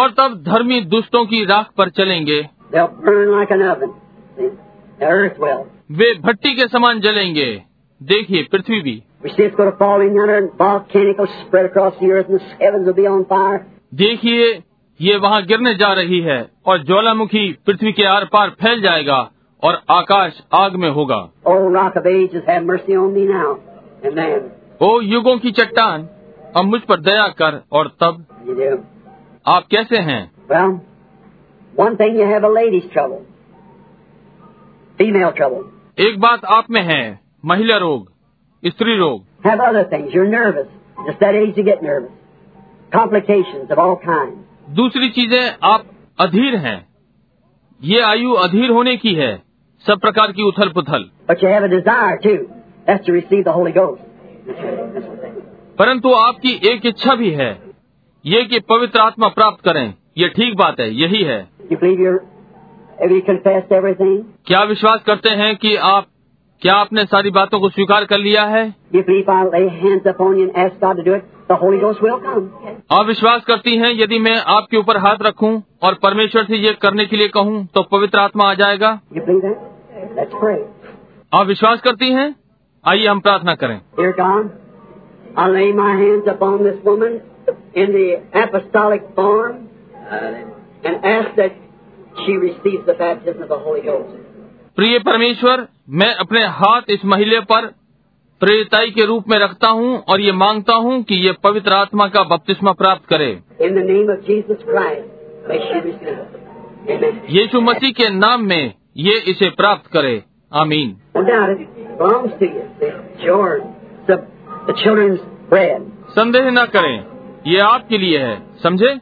Speaker 1: और तब धर्मी दुष्टों की राख पर चलेंगे
Speaker 2: They'll burn like an oven. See? The earth will.
Speaker 1: वे भट्टी के समान जलेंगे देखिए पृथ्वी भी
Speaker 2: We see it's going to fall in under and volcanic will spread across the earth and the heavens will be on fire.
Speaker 1: देखिए ये वहाँ गिरने जा रही है और ज्वालामुखी पृथ्वी के आर पार फैल जाएगा और आकाश आग में होगा
Speaker 2: Oh, rock of ages, have mercy on me now. Amen.
Speaker 1: ओ युगों की चट्टान अब मुझ पर दया कर और तब
Speaker 2: You do.
Speaker 1: आप कैसे हैं
Speaker 2: Well, one thing you have a lady's trouble. Female trouble.
Speaker 1: एक बात आप में है महिला रोग स्त्री रोग
Speaker 2: Have other things. You're nervous. Just that age to get nervous. Complications of all kinds.
Speaker 1: दूसरी चीजें आप अधीर हैं ये आयु अधीर होने की है सब प्रकार की उथल पुथल
Speaker 2: But you have a desire too. That's to receive the Holy Ghost.
Speaker 1: परंतु आपकी एक इच्छा भी है ये कि पवित्र आत्मा प्राप्त करें ये ठीक बात है यही है
Speaker 2: You believe you're, have you confessed everything?
Speaker 1: क्या विश्वास करते हैं कि आप क्या आपने सारी बातों को स्वीकार कर लिया है
Speaker 2: You believe I'll lay hands upon you and ask God to do it, the Holy Ghost will come.
Speaker 1: आप विश्वास करती हैं यदि मैं आपके ऊपर हाथ रखूं और परमेश्वर से ये करने के लिए कहूं तो पवित्र आत्मा आ जाएगा
Speaker 2: You believe that? Let's pray.
Speaker 1: आप विश्वास करती हैं आइए हम प्रार्थना करें
Speaker 2: Dear God, I lay my hands upon this woman in the apostolic form and ask that she receives the baptism of the Holy Ghost.
Speaker 1: प्रिय परमेश्वर मैं अपने हाथ इस महिले पर प्रेरिताई के रूप में रखता हूं और ये मांगता हूं कि ये पवित्र आत्मा का बपतिस्मा प्राप्त करे
Speaker 2: In the name of Jesus Christ, may she receive it. Amen.
Speaker 1: यीशु मसीह के नाम में ये इसे प्राप्त करे आमीन
Speaker 2: No doubt it belongs to you. It's yours. It's the, the children's bread.
Speaker 1: संदेह न करें ये आपके लिए है समझे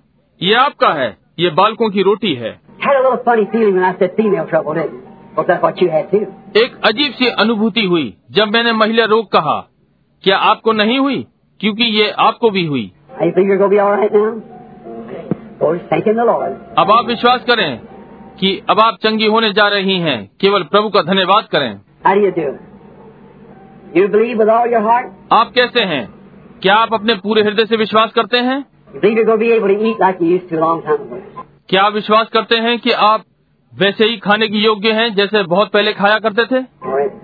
Speaker 1: ये आपका है ये बालकों की रोटी है
Speaker 2: Had a little funny feeling when I said female trouble, didn't you? Well, that's what you had too.
Speaker 1: एक अजीब सी अनुभूति हुई जब मैंने महिला रोग कहा क्या आपको नहीं हुई क्योंकि ये आपको भी हुई
Speaker 2: How you think you're going to be all right now? Boy, thanking the Lord.
Speaker 1: अब आप विश्वास करें कि अब आप चंगी होने जा रही हैं केवल प्रभु का धन्यवाद करें
Speaker 2: How do you do it? You believe with all your heart?
Speaker 1: आप कैसे हैं क्या आप अपने पूरे हृदय से विश्वास करते हैं
Speaker 2: You believe you're going to be able to eat like you used to a long time ago?
Speaker 1: क्या आप विश्वास करते हैं कि आप वैसे ही खाने के योग्य हैं जैसे बहुत पहले खाया करते थे
Speaker 2: All right.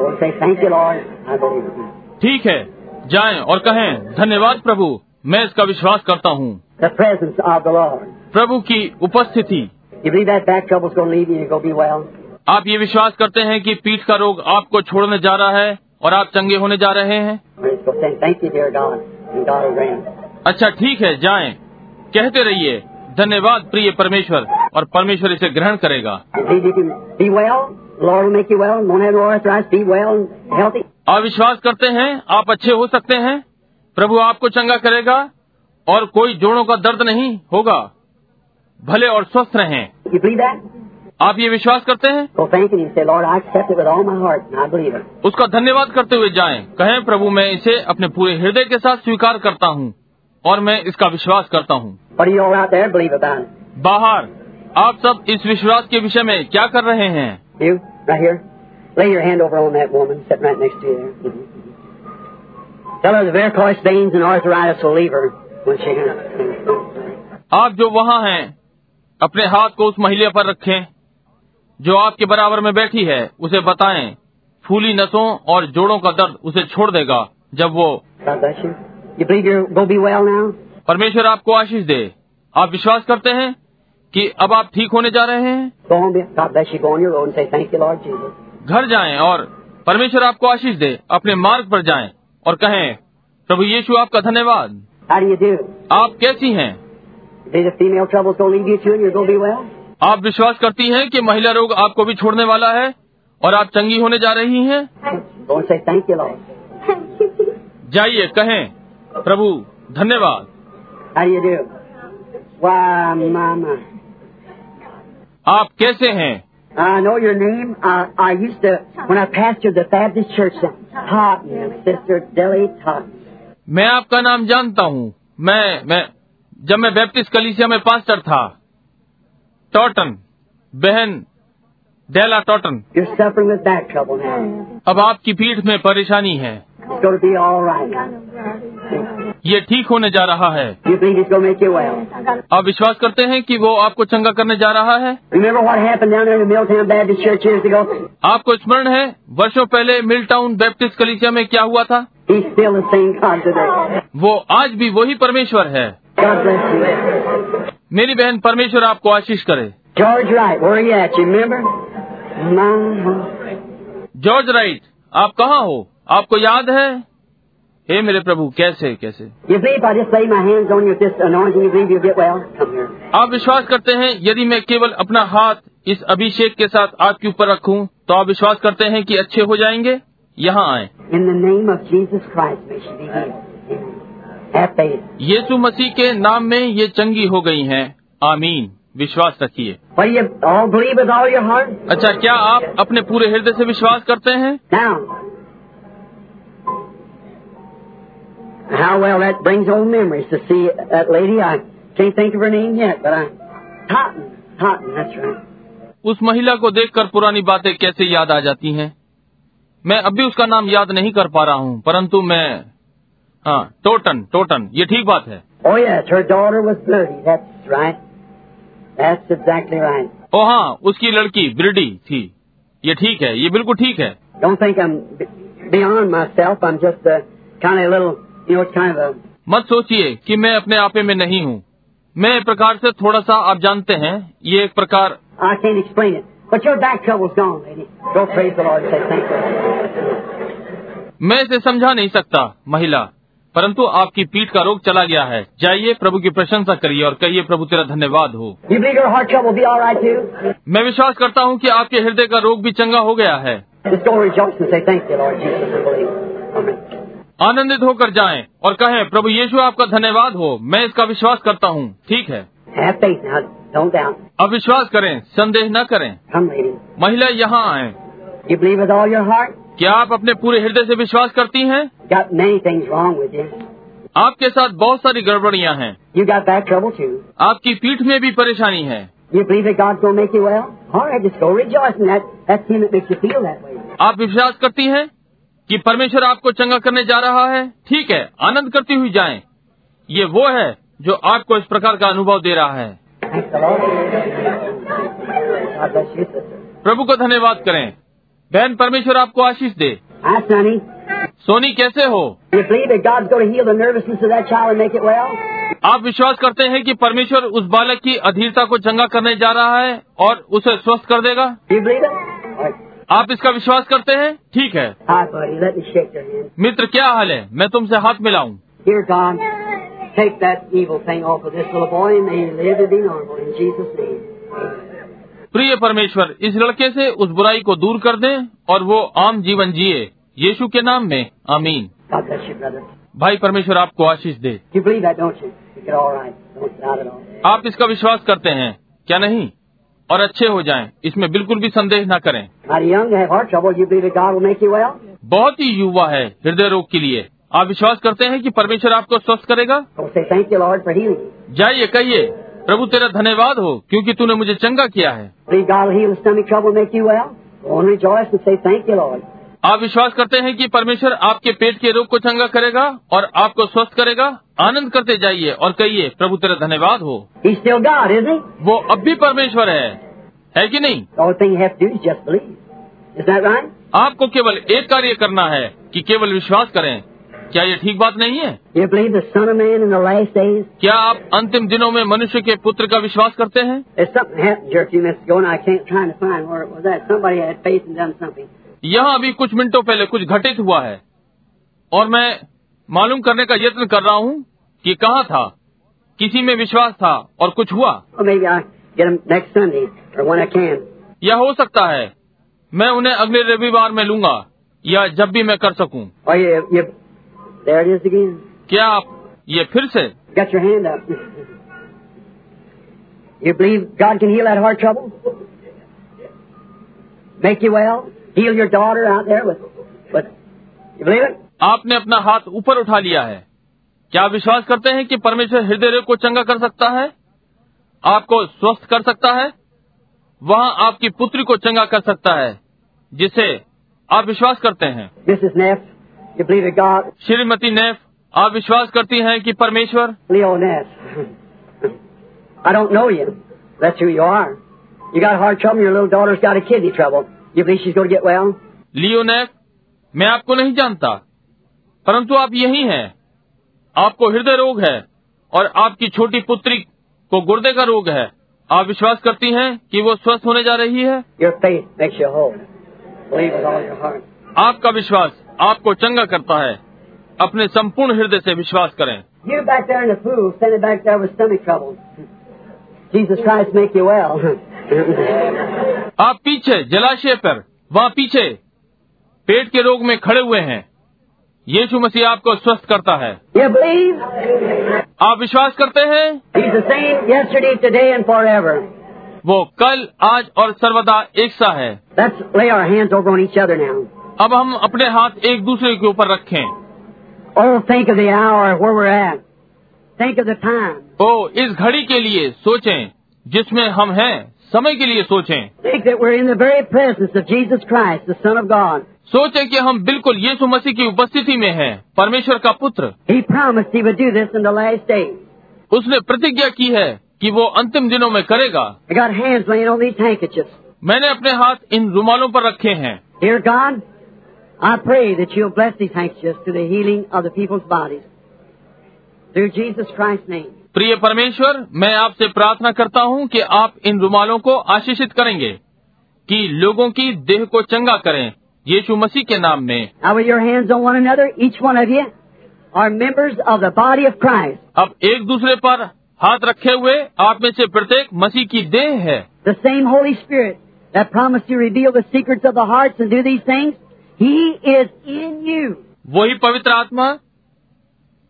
Speaker 2: Well, say thank you, Lord. I believe it.
Speaker 1: ठीक है जाएं और कहें धन्यवाद प्रभु मैं इसका विश्वास करता हूँ
Speaker 2: The presence of the Lord.
Speaker 1: प्रभु की उपस्थिति
Speaker 2: You believe that back trouble's going to leave you and you're going to be well?
Speaker 1: आप ये विश्वास करते हैं कि पीठ का रोग आपको छोड़ने जा रहा है और आप चंगे होने जा रहे हैं
Speaker 2: All right. So say thank you, dear God. And God will reign.
Speaker 1: अच्छा ठीक है जाएं कहते रहिए धन्यवाद प्रिय परमेश्वर और परमेश्वर इसे ग्रहण करेगा
Speaker 2: You believe you can be well? The Lord will make you well. Won't have no arthritis. Be well and healthy.
Speaker 1: आप विश्वास करते हैं आप अच्छे हो सकते हैं प्रभु आपको चंगा करेगा और कोई जोड़ों का दर्द नहीं होगा भले और स्वस्थ रहें
Speaker 2: You believe that?
Speaker 1: आप ये विश्वास करते हैं
Speaker 2: Well, thank you. And you say, Lord, I accept it with all my heart and I believe it.
Speaker 1: उसका धन्यवाद करते हुए जाएं कहें प्रभु मैं इसे अपने पूरे हृदय के साथ स्वीकार करता हूँ और मैं इसका विश्वास करता हूँ
Speaker 2: What do you all out there believe about it?
Speaker 1: बाहर आप सब इस विश्वास के विषय में क्या कर रहे हैं
Speaker 2: You, right here. Lay your hand over on that woman sitting right next to you there. Mhm. Tell her the varicose veins and arthritis will leave her when she can.
Speaker 1: आप जो वहाँ हैं अपने हाथ को उस महिला पर रखें जो आपके बराबर में बैठी है उसे बताएं फूली नसों और जोड़ों का दर्द उसे छोड़ देगा जब वो
Speaker 2: God bless you. You believe you're going to be well now?
Speaker 1: परमेश्वर आपको आशीष दे आप विश्वास करते हैं कि अब आप ठीक होने जा रहे हैं
Speaker 2: Go on, be- God bless you. Go on your road and say, Thank you, Lord Jesus.
Speaker 1: घर जाएं और परमेश्वर आपको आशीष दे अपने मार्ग पर जाएं और कहें प्रभु यीशु आपका धन्यवाद
Speaker 2: How do you do?
Speaker 1: आप कैसी हैं
Speaker 2: You believe the female trouble's going to leave you too and you're going to be well?
Speaker 1: आप विश्वास करती हैं कि महिला रोग आपको भी छोड़ने वाला है और आप चंगी होने जा रही हैं
Speaker 2: Go and say, Thank you, Lord.
Speaker 1: जाइए कहें प्रभु धन्यवाद
Speaker 2: How do you do? Why, Mama.
Speaker 1: आप कैसे हैं
Speaker 2: Uh, I know your name. I, I used to, when I pastored the Baptist church, Totten, Sister Dilly Totten.
Speaker 1: मैं आपका नाम जानता हूँ मैं मैं जब मैं बैप्टिस्ट कलीसिया में पास्टर था टॉटन बहन Della Totten
Speaker 2: You're suffering with back trouble now.
Speaker 1: अब आपकी पीठ में परेशानी है
Speaker 2: It's going to be all right now.
Speaker 1: ये ठीक होने जा रहा है
Speaker 2: You believe it's going to make you well.
Speaker 1: आप विश्वास करते हैं कि वो आपको चंगा करने जा रहा है
Speaker 2: Remember what happened down there in the Milltown Baptist Church years ago?
Speaker 1: आपको स्मरण है वर्षों पहले मिलटाउन बैप्टिस्ट कलीसिया में क्या हुआ था
Speaker 2: He's still the same God today.
Speaker 1: वो आज भी वही परमेश्वर है
Speaker 2: God bless you.
Speaker 1: मेरी बहन परमेश्वर आपको आशीष करे
Speaker 2: George Wright, where are you at? You remember? Mama.
Speaker 1: George Wright आप कहाँ हो आपको याद है हे मेरे प्रभु कैसे कैसे
Speaker 2: You believe I just lay my hands on you with this anointing, you believe you'll get well? Come here.
Speaker 1: आप विश्वास करते हैं यदि मैं केवल अपना हाथ इस अभिषेक के साथ आपके ऊपर रखूं तो आप विश्वास करते हैं कि अच्छे हो जाएंगे यहाँ आए
Speaker 2: In the name of Jesus Christ, may she be healed. Amen. Have faith.
Speaker 1: यीशु मसीह के नाम में ये चंगी हो गई हैं आमीन विश्वास रखिए
Speaker 2: What do you all believe with all your heart?
Speaker 1: अच्छा क्या आप अपने पूरे हृदय से विश्वास करते हैं
Speaker 2: Now, how well that brings old memories to see that lady. I can't think of her name yet, but I. Totten. Totten, that's right.
Speaker 1: उस महिला को देखकर पुरानी बातें कैसे याद आ जाती हैं मैं अब भी उसका नाम याद नहीं कर पा रहा हूँ परंतु मैं हाँ टोटन टोटन ये ठीक बात है
Speaker 2: Oh, yes, her daughter was dirty. That's right. That's exactly right.
Speaker 1: ओ हाँ उसकी लड़की ब्रिडी थी ये ठीक है ये बिल्कुल ठीक है
Speaker 2: Don't think I'm b- beyond myself. I'm just a kind of little, you know, kind of a.
Speaker 1: मत सोचिए कि मैं अपने आपे में नहीं हूँ मैं एक प्रकार से थोड़ा सा आप जानते हैं ये एक प्रकार
Speaker 2: I can't explain it. But your back trouble's gone, lady. Go praise the Lord and say thank you.
Speaker 1: मैं इसे समझा नहीं सकता महिला परंतु आपकी पीठ का रोग चला गया है जाइए प्रभु की प्रशंसा करिए और कहिए प्रभु तेरा धन्यवाद हो
Speaker 2: You believe your heart trouble will be all right too?
Speaker 1: मैं विश्वास करता हूँ कि आपके हृदय का रोग भी चंगा हो गया है
Speaker 2: Just go rejoice and say thank you, Lord Jesus, and believe. Amen.
Speaker 1: आनंदित होकर जाएं और कहें प्रभु यीशु आपका धन्यवाद हो मैं इसका विश्वास करता हूँ ठीक है
Speaker 2: Have faith now. Don't doubt.
Speaker 1: अब विश्वास करें संदेह न करें
Speaker 2: Come, lady.
Speaker 1: महिला यहाँ आए
Speaker 2: You believe with all your heart?
Speaker 1: क्या आप अपने पूरे हृदय से विश्वास करती हैं
Speaker 2: Got many things wrong with you.
Speaker 1: आपके साथ बहुत सारी गड़बड़ियाँ हैं
Speaker 2: You got back trouble too.
Speaker 1: आपकी पीठ में भी परेशानी है
Speaker 2: You believe that God's gonna make you well? All right, just go rejoice in that. That's Him that makes you feel that way.
Speaker 1: आप विश्वास करती हैं कि परमेश्वर आपको चंगा करने जा रहा है ठीक है आनंद करती हुई जाएं ये वो है जो आपको इस प्रकार का अनुभव दे रहा है
Speaker 2: Thank the Lord. God bless you, sister.
Speaker 1: प्रभु को धन्यवाद करें बहन परमेश्वर आपको आशीष दे
Speaker 2: Hi, Sonny.
Speaker 1: सोनी कैसे हो
Speaker 2: You believe that God's going to heal the nervousness of that child and make it well?
Speaker 1: आप विश्वास करते हैं कि परमेश्वर उस बालक की अधीरता को चंगा करने जा रहा है और उसे स्वस्थ कर देगा
Speaker 2: Do you believe it? All right.
Speaker 1: आप इसका विश्वास करते हैं ठीक है
Speaker 2: Hi, buddy. Let me shake your hand.
Speaker 1: मित्र क्या हाल है मैं तुमसे हाथ मिलाऊं
Speaker 2: Dear God, take that evil thing off of this little boy and may he live to be normal in Jesus' name.
Speaker 1: प्रिय परमेश्वर इस लड़के से उस बुराई को दूर कर दें और वो आम जीवन जिए यीशु के नाम में आमीन
Speaker 2: God bless you, brother.
Speaker 1: भाई परमेश्वर आपको आशीष दे
Speaker 2: You believe that, don't you? You get all right. Don't doubt at all.
Speaker 1: आप इसका विश्वास करते हैं क्या नहीं और अच्छे हो जाएं इसमें बिल्कुल भी संदेह ना करें
Speaker 2: Mighty young to have heart trouble. You believe that God will make you well?
Speaker 1: बहुत ही युवा है हृदय रोग के लिए आप विश्वास करते हैं कि परमेश्वर आपको स्वस्थ करेगा
Speaker 2: Go say thank you, Lord, for healing you.
Speaker 1: जाइए कहिए प्रभु तेरा धन्यवाद हो क्योंकि तूने मुझे चंगा किया है
Speaker 2: Believe God will heal the stomach trouble and make you well? Go and rejoice and say thank you, Lord.
Speaker 1: आप विश्वास करते हैं कि परमेश्वर आपके पेट के रोग को चंगा करेगा और आपको स्वस्थ करेगा आनंद करते जाइए और कहिए प्रभु तेरा धन्यवाद हो
Speaker 2: He's still God, isn't he?
Speaker 1: वो अब भी परमेश्वर है है कि नहीं
Speaker 2: The only thing you have to do is just believe. Is that right?
Speaker 1: आपको केवल एक कार्य करना है कि केवल विश्वास करें क्या ये ठीक बात नहीं है
Speaker 2: You believe the Son of Man in the last days?
Speaker 1: क्या आप अंतिम दिनों में मनुष्य के पुत्र का विश्वास करते हैं
Speaker 2: There's something happened here a few minutes ago, and I can't trying to find where it was at. Somebody had faith and done something.
Speaker 1: यहाँ अभी कुछ मिनटों पहले कुछ घटित हुआ है और मैं मालूम करने का यत्न कर रहा हूँ कि कहाँ था किसी में विश्वास था और कुछ हुआ
Speaker 2: Well, Oh, maybe I get them next Sunday or when I can.
Speaker 1: यह हो सकता है मैं uन्हें अगले रविवार में लूंगा या जब भी मैं कर सकूं
Speaker 2: Oh, you, you, there it is again.
Speaker 1: क्या आप ये फिर से
Speaker 2: Got your hand up. you believe God can heal that heart trouble? Make you well? Heal your daughter out there with, with, you believe it?
Speaker 1: आपने अपना हाथ ऊपर उठा लिया है क्या आप विश्वास करते हैं कि परमेश्वर हृदय रोग को चंगा कर सकता है आपको स्वस्थ कर सकता है वहाँ आपकी पुत्री को चंगा कर सकता है जिसे आप विश्वास करते हैं
Speaker 2: Mrs. Neff, you believe in God?
Speaker 1: Shrimati नेफ आप विश्वास करती हैं कि परमेश्वर
Speaker 2: Leo Neff. I don't know you. That's who you are. You got heart trouble, your little daughter's got a kidney trouble. You believe she's going to get well?
Speaker 1: लियो नेफ मैं आपको नहीं जानता परंतु आप यही हैं आपको हृदय रोग है और आपकी छोटी पुत्री को गुर्दे का रोग है आप विश्वास करती हैं कि वो स्वस्थ होने जा रही है
Speaker 2: Your faith makes you whole. Believe with all your heart.
Speaker 1: आपका विश्वास आपको चंगा करता है अपने संपूर्ण हृदय से विश्वास करें
Speaker 2: You back there in the pool, standing back there with stomach trouble. Jesus Christ make you well.
Speaker 1: आप पीछे जलाशय पर वहाँ पीछे पेट के रोग में खड़े हुए हैं यीशु मसीह आपको स्वस्थ करता है
Speaker 2: you believe?
Speaker 1: आप विश्वास करते हैं
Speaker 2: He's the same yesterday, today, and forever.
Speaker 1: वो कल आज और सर्वदा एक सा है
Speaker 2: Let's lay our hands over on each other now.
Speaker 1: अब हम अपने हाथ एक दूसरे के ऊपर रखें
Speaker 2: Oh, think of the hour where we're at. Think of the time.
Speaker 1: ओ इस घड़ी के लिए सोचें जिसमें हम हैं समय के लिए सोचें
Speaker 2: Think that we're in the very presence of Jesus Christ, the Son of God.
Speaker 1: सोचे कि हम बिल्कुल यीशु मसीह की उपस्थिति में हैं परमेश्वर का पुत्र
Speaker 2: He promised He would do this in the last days.
Speaker 1: उसने प्रतिज्ञा की है कि वो अंतिम दिनों में करेगा
Speaker 2: I got hands laying on these handkerchiefs.
Speaker 1: मैंने अपने हाथ इन रुमालों पर रखे हैं
Speaker 2: Dear God, I pray that you'll bless these handkerchiefs to the healing of the people's bodies. Through Jesus Christ's name.
Speaker 1: प्रिय परमेश्वर मैं आपसे प्रार्थना करता हूँ कि आप इन रुमालों को आशीषित करेंगे कि लोगों की देह को चंगा करें यीशु मसीह के नाम में
Speaker 2: Now with your hands on one another, each one of you are members of the body of Christ,
Speaker 1: अब एक दूसरे पर हाथ रखे हुए आप में से प्रत्येक मसीह की देह है
Speaker 2: the same Holy Spirit that promised to reveal the secrets of the hearts and do these things. He is in you.
Speaker 1: वही पवित्र आत्मा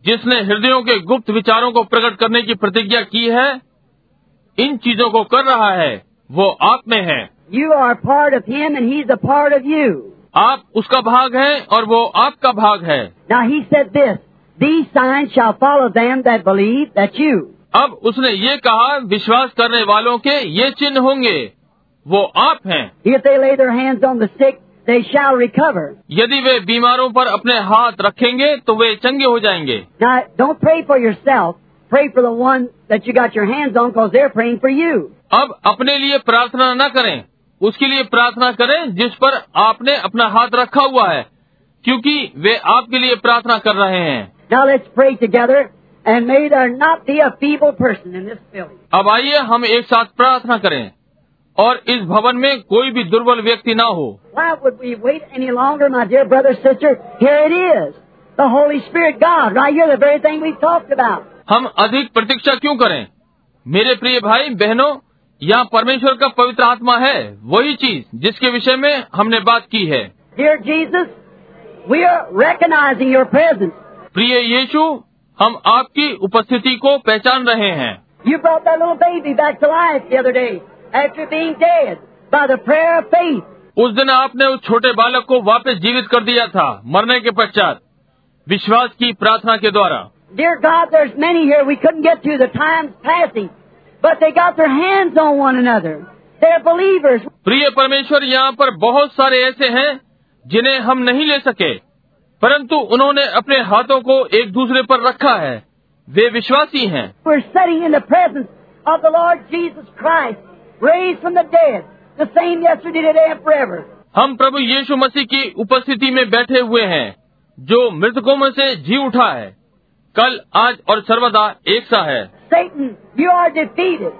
Speaker 1: जिसने हृदयों के गुप्त विचारों को प्रकट करने की प्रतिज्ञा की है इन चीजों को कर रहा है वो आप में है
Speaker 2: You are a part of Him and He's a part of you.
Speaker 1: आप उसका भाग है और वो आपका भाग है
Speaker 2: Now He said this, these signs shall follow them that believe that you.
Speaker 1: अब उसने ये कहा विश्वास करने वालों के ये चिन्ह होंगे वो आप हैं
Speaker 2: If they lay their hands on the sick, they shall recover.
Speaker 1: यदि वे बीमारों पर अपने हाथ रखेंगे तो वे चंगे हो जाएंगे
Speaker 2: Now, don't pray for yourself. Pray for the one that you got your hands on because they're praying for you.
Speaker 1: अब अपने लिए प्रार्थना न करें उसके लिए प्रार्थना करें जिस पर आपने अपना हाथ रखा हुआ है क्योंकि वे आपके लिए प्रार्थना कर रहे हैं
Speaker 2: Now let's pray together and may there not be a feeble person in this building.
Speaker 1: अब आइए हम एक साथ प्रार्थना करें और इस भवन में कोई भी दुर्बल व्यक्ति ना हो
Speaker 2: Why would we wait any longer, my dear brother, sister? Here it is. The Holy Spirit God, right here, the very thing we've talked about.
Speaker 1: हम अधिक प्रतीक्षा क्यों करें मेरे प्रिय भाई बहनों यहाँ परमेश्वर का पवित्र आत्मा है वही चीज जिसके विषय में हमने बात की है
Speaker 2: Dear Jesus, we are recognizing your presence.
Speaker 1: प्रिय यीशु हम आपकी उपस्थिति को पहचान रहे हैं
Speaker 2: You brought that little baby back to life the other day after being dead by the prayer of faith.
Speaker 1: उस दिन आपने उस छोटे बालक को वापस जीवित कर दिया था मरने के पश्चात विश्वास की प्रार्थना के द्वारा
Speaker 2: Dear God, there's many here we couldn't get to. The time's passing. But they got their hands on one another. They're believers.
Speaker 1: प्रिय परमेश्वर यहाँ पर बहुत सारे ऐसे हैं जिन्हें हम नहीं ले सके परंतु उन्होंने अपने हाथों को एक दूसरे पर रखा है वे विश्वासी हैं
Speaker 2: We're sitting in the presence of the Lord Jesus Christ, raised from the dead, the same yesterday, today, and forever.
Speaker 1: हम प्रभु यीशु मसीह की उपस्थिति में बैठे हुए हैं जो मृतकों में से जी उठा है कल आज और सर्वदा एक सा है
Speaker 2: Satan, you are defeated.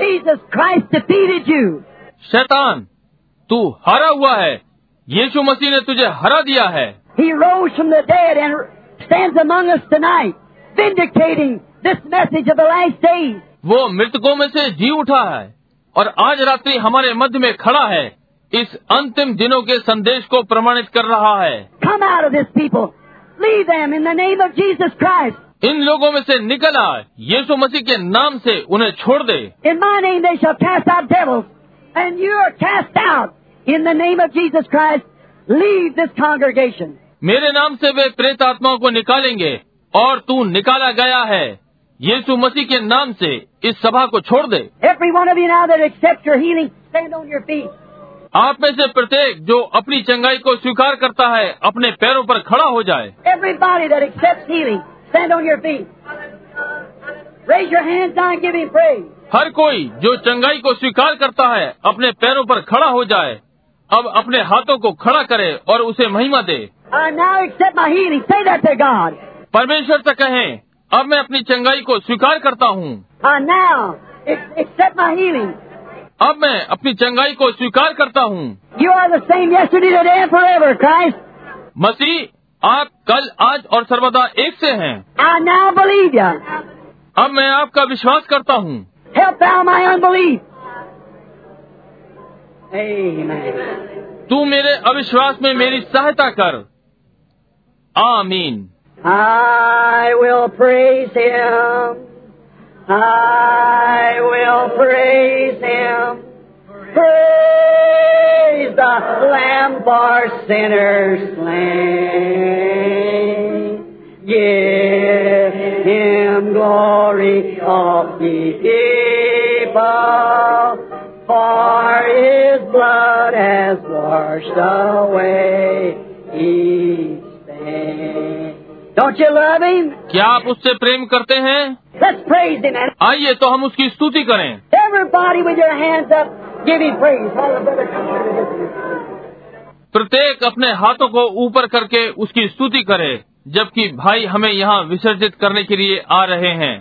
Speaker 2: Jesus Christ defeated you.
Speaker 1: शैतान तू हारा हुआ है यीशु मसीह ने तुझे हरा दिया है
Speaker 2: He rose from the dead and stands among us tonight, vindicating this message of the last days.
Speaker 1: वो मृतकों में से जी उठा है और आज रात्रि हमारे मध्य में खड़ा है इस अंतिम दिनों के संदेश को प्रमाणित कर रहा है
Speaker 2: Come out of this people. Leave them in the name of Jesus Christ.
Speaker 1: इन लोगों में से निकल आ यीशु मसीह के नाम से उन्हें छोड़ दे
Speaker 2: In my name they shall cast out devils, and you are cast out. In the name of Jesus Christ, leave this congregation.
Speaker 1: मेरे नाम से वे प्रेत आत्माओं को निकालेंगे और तू निकाला गया है यीशु मसीह के नाम से इस सभा को छोड़ दे
Speaker 2: Every one of you now that accepts your healing, stand on your feet.
Speaker 1: आप में से प्रत्येक जो अपनी चंगाई को स्वीकार करता है अपने पैरों पर खड़ा हो जाए
Speaker 2: Everybody that accepts healing, stand on your feet. Raise your hands now and give him praise.
Speaker 1: हर कोई जो चंगाई को स्वीकार करता है अपने पैरों पर खड़ा हो जाए अब अपने हाथों को खड़ा करे और उसे महिमा दे
Speaker 2: I now accept my healing. Say that to God.
Speaker 1: परमेश्वर से कहें अब मैं अपनी चंगाई को स्वीकार करता हूँ
Speaker 2: I now ac- accept my healing.
Speaker 1: अब मैं अपनी चंगाई को स्वीकार करता हूँ
Speaker 2: You are the same yesterday, today, and forever, Christ.
Speaker 1: मसीह आप कल आज और सर्वदा एक से हैं
Speaker 2: I now believe you.
Speaker 1: अब मैं आपका विश्वास करता हूँ
Speaker 2: Help thou my unbelief. Amen.
Speaker 1: तू मेरे अविश्वास में मेरी सहायता कर आमीन
Speaker 2: I will praise him. I will praise him. Praise the Lamb for sinners slain. Give him glory, all ye people, for his blood.
Speaker 3: blood has washed away each stain.
Speaker 2: Don't you love Him?
Speaker 1: क्या आप उससे प्रेम करते हैं
Speaker 2: Let's praise Him and
Speaker 1: आइए तो हम उसकी स्तुति करें
Speaker 2: everybody with your hands up, give Him praise. Hallelujah.
Speaker 1: प्रत्येक अपने हाथों को ऊपर करके उसकी स्तुति करे जबकि भाई हमें यहाँ विसर्जित करने के लिए आ रहे हैं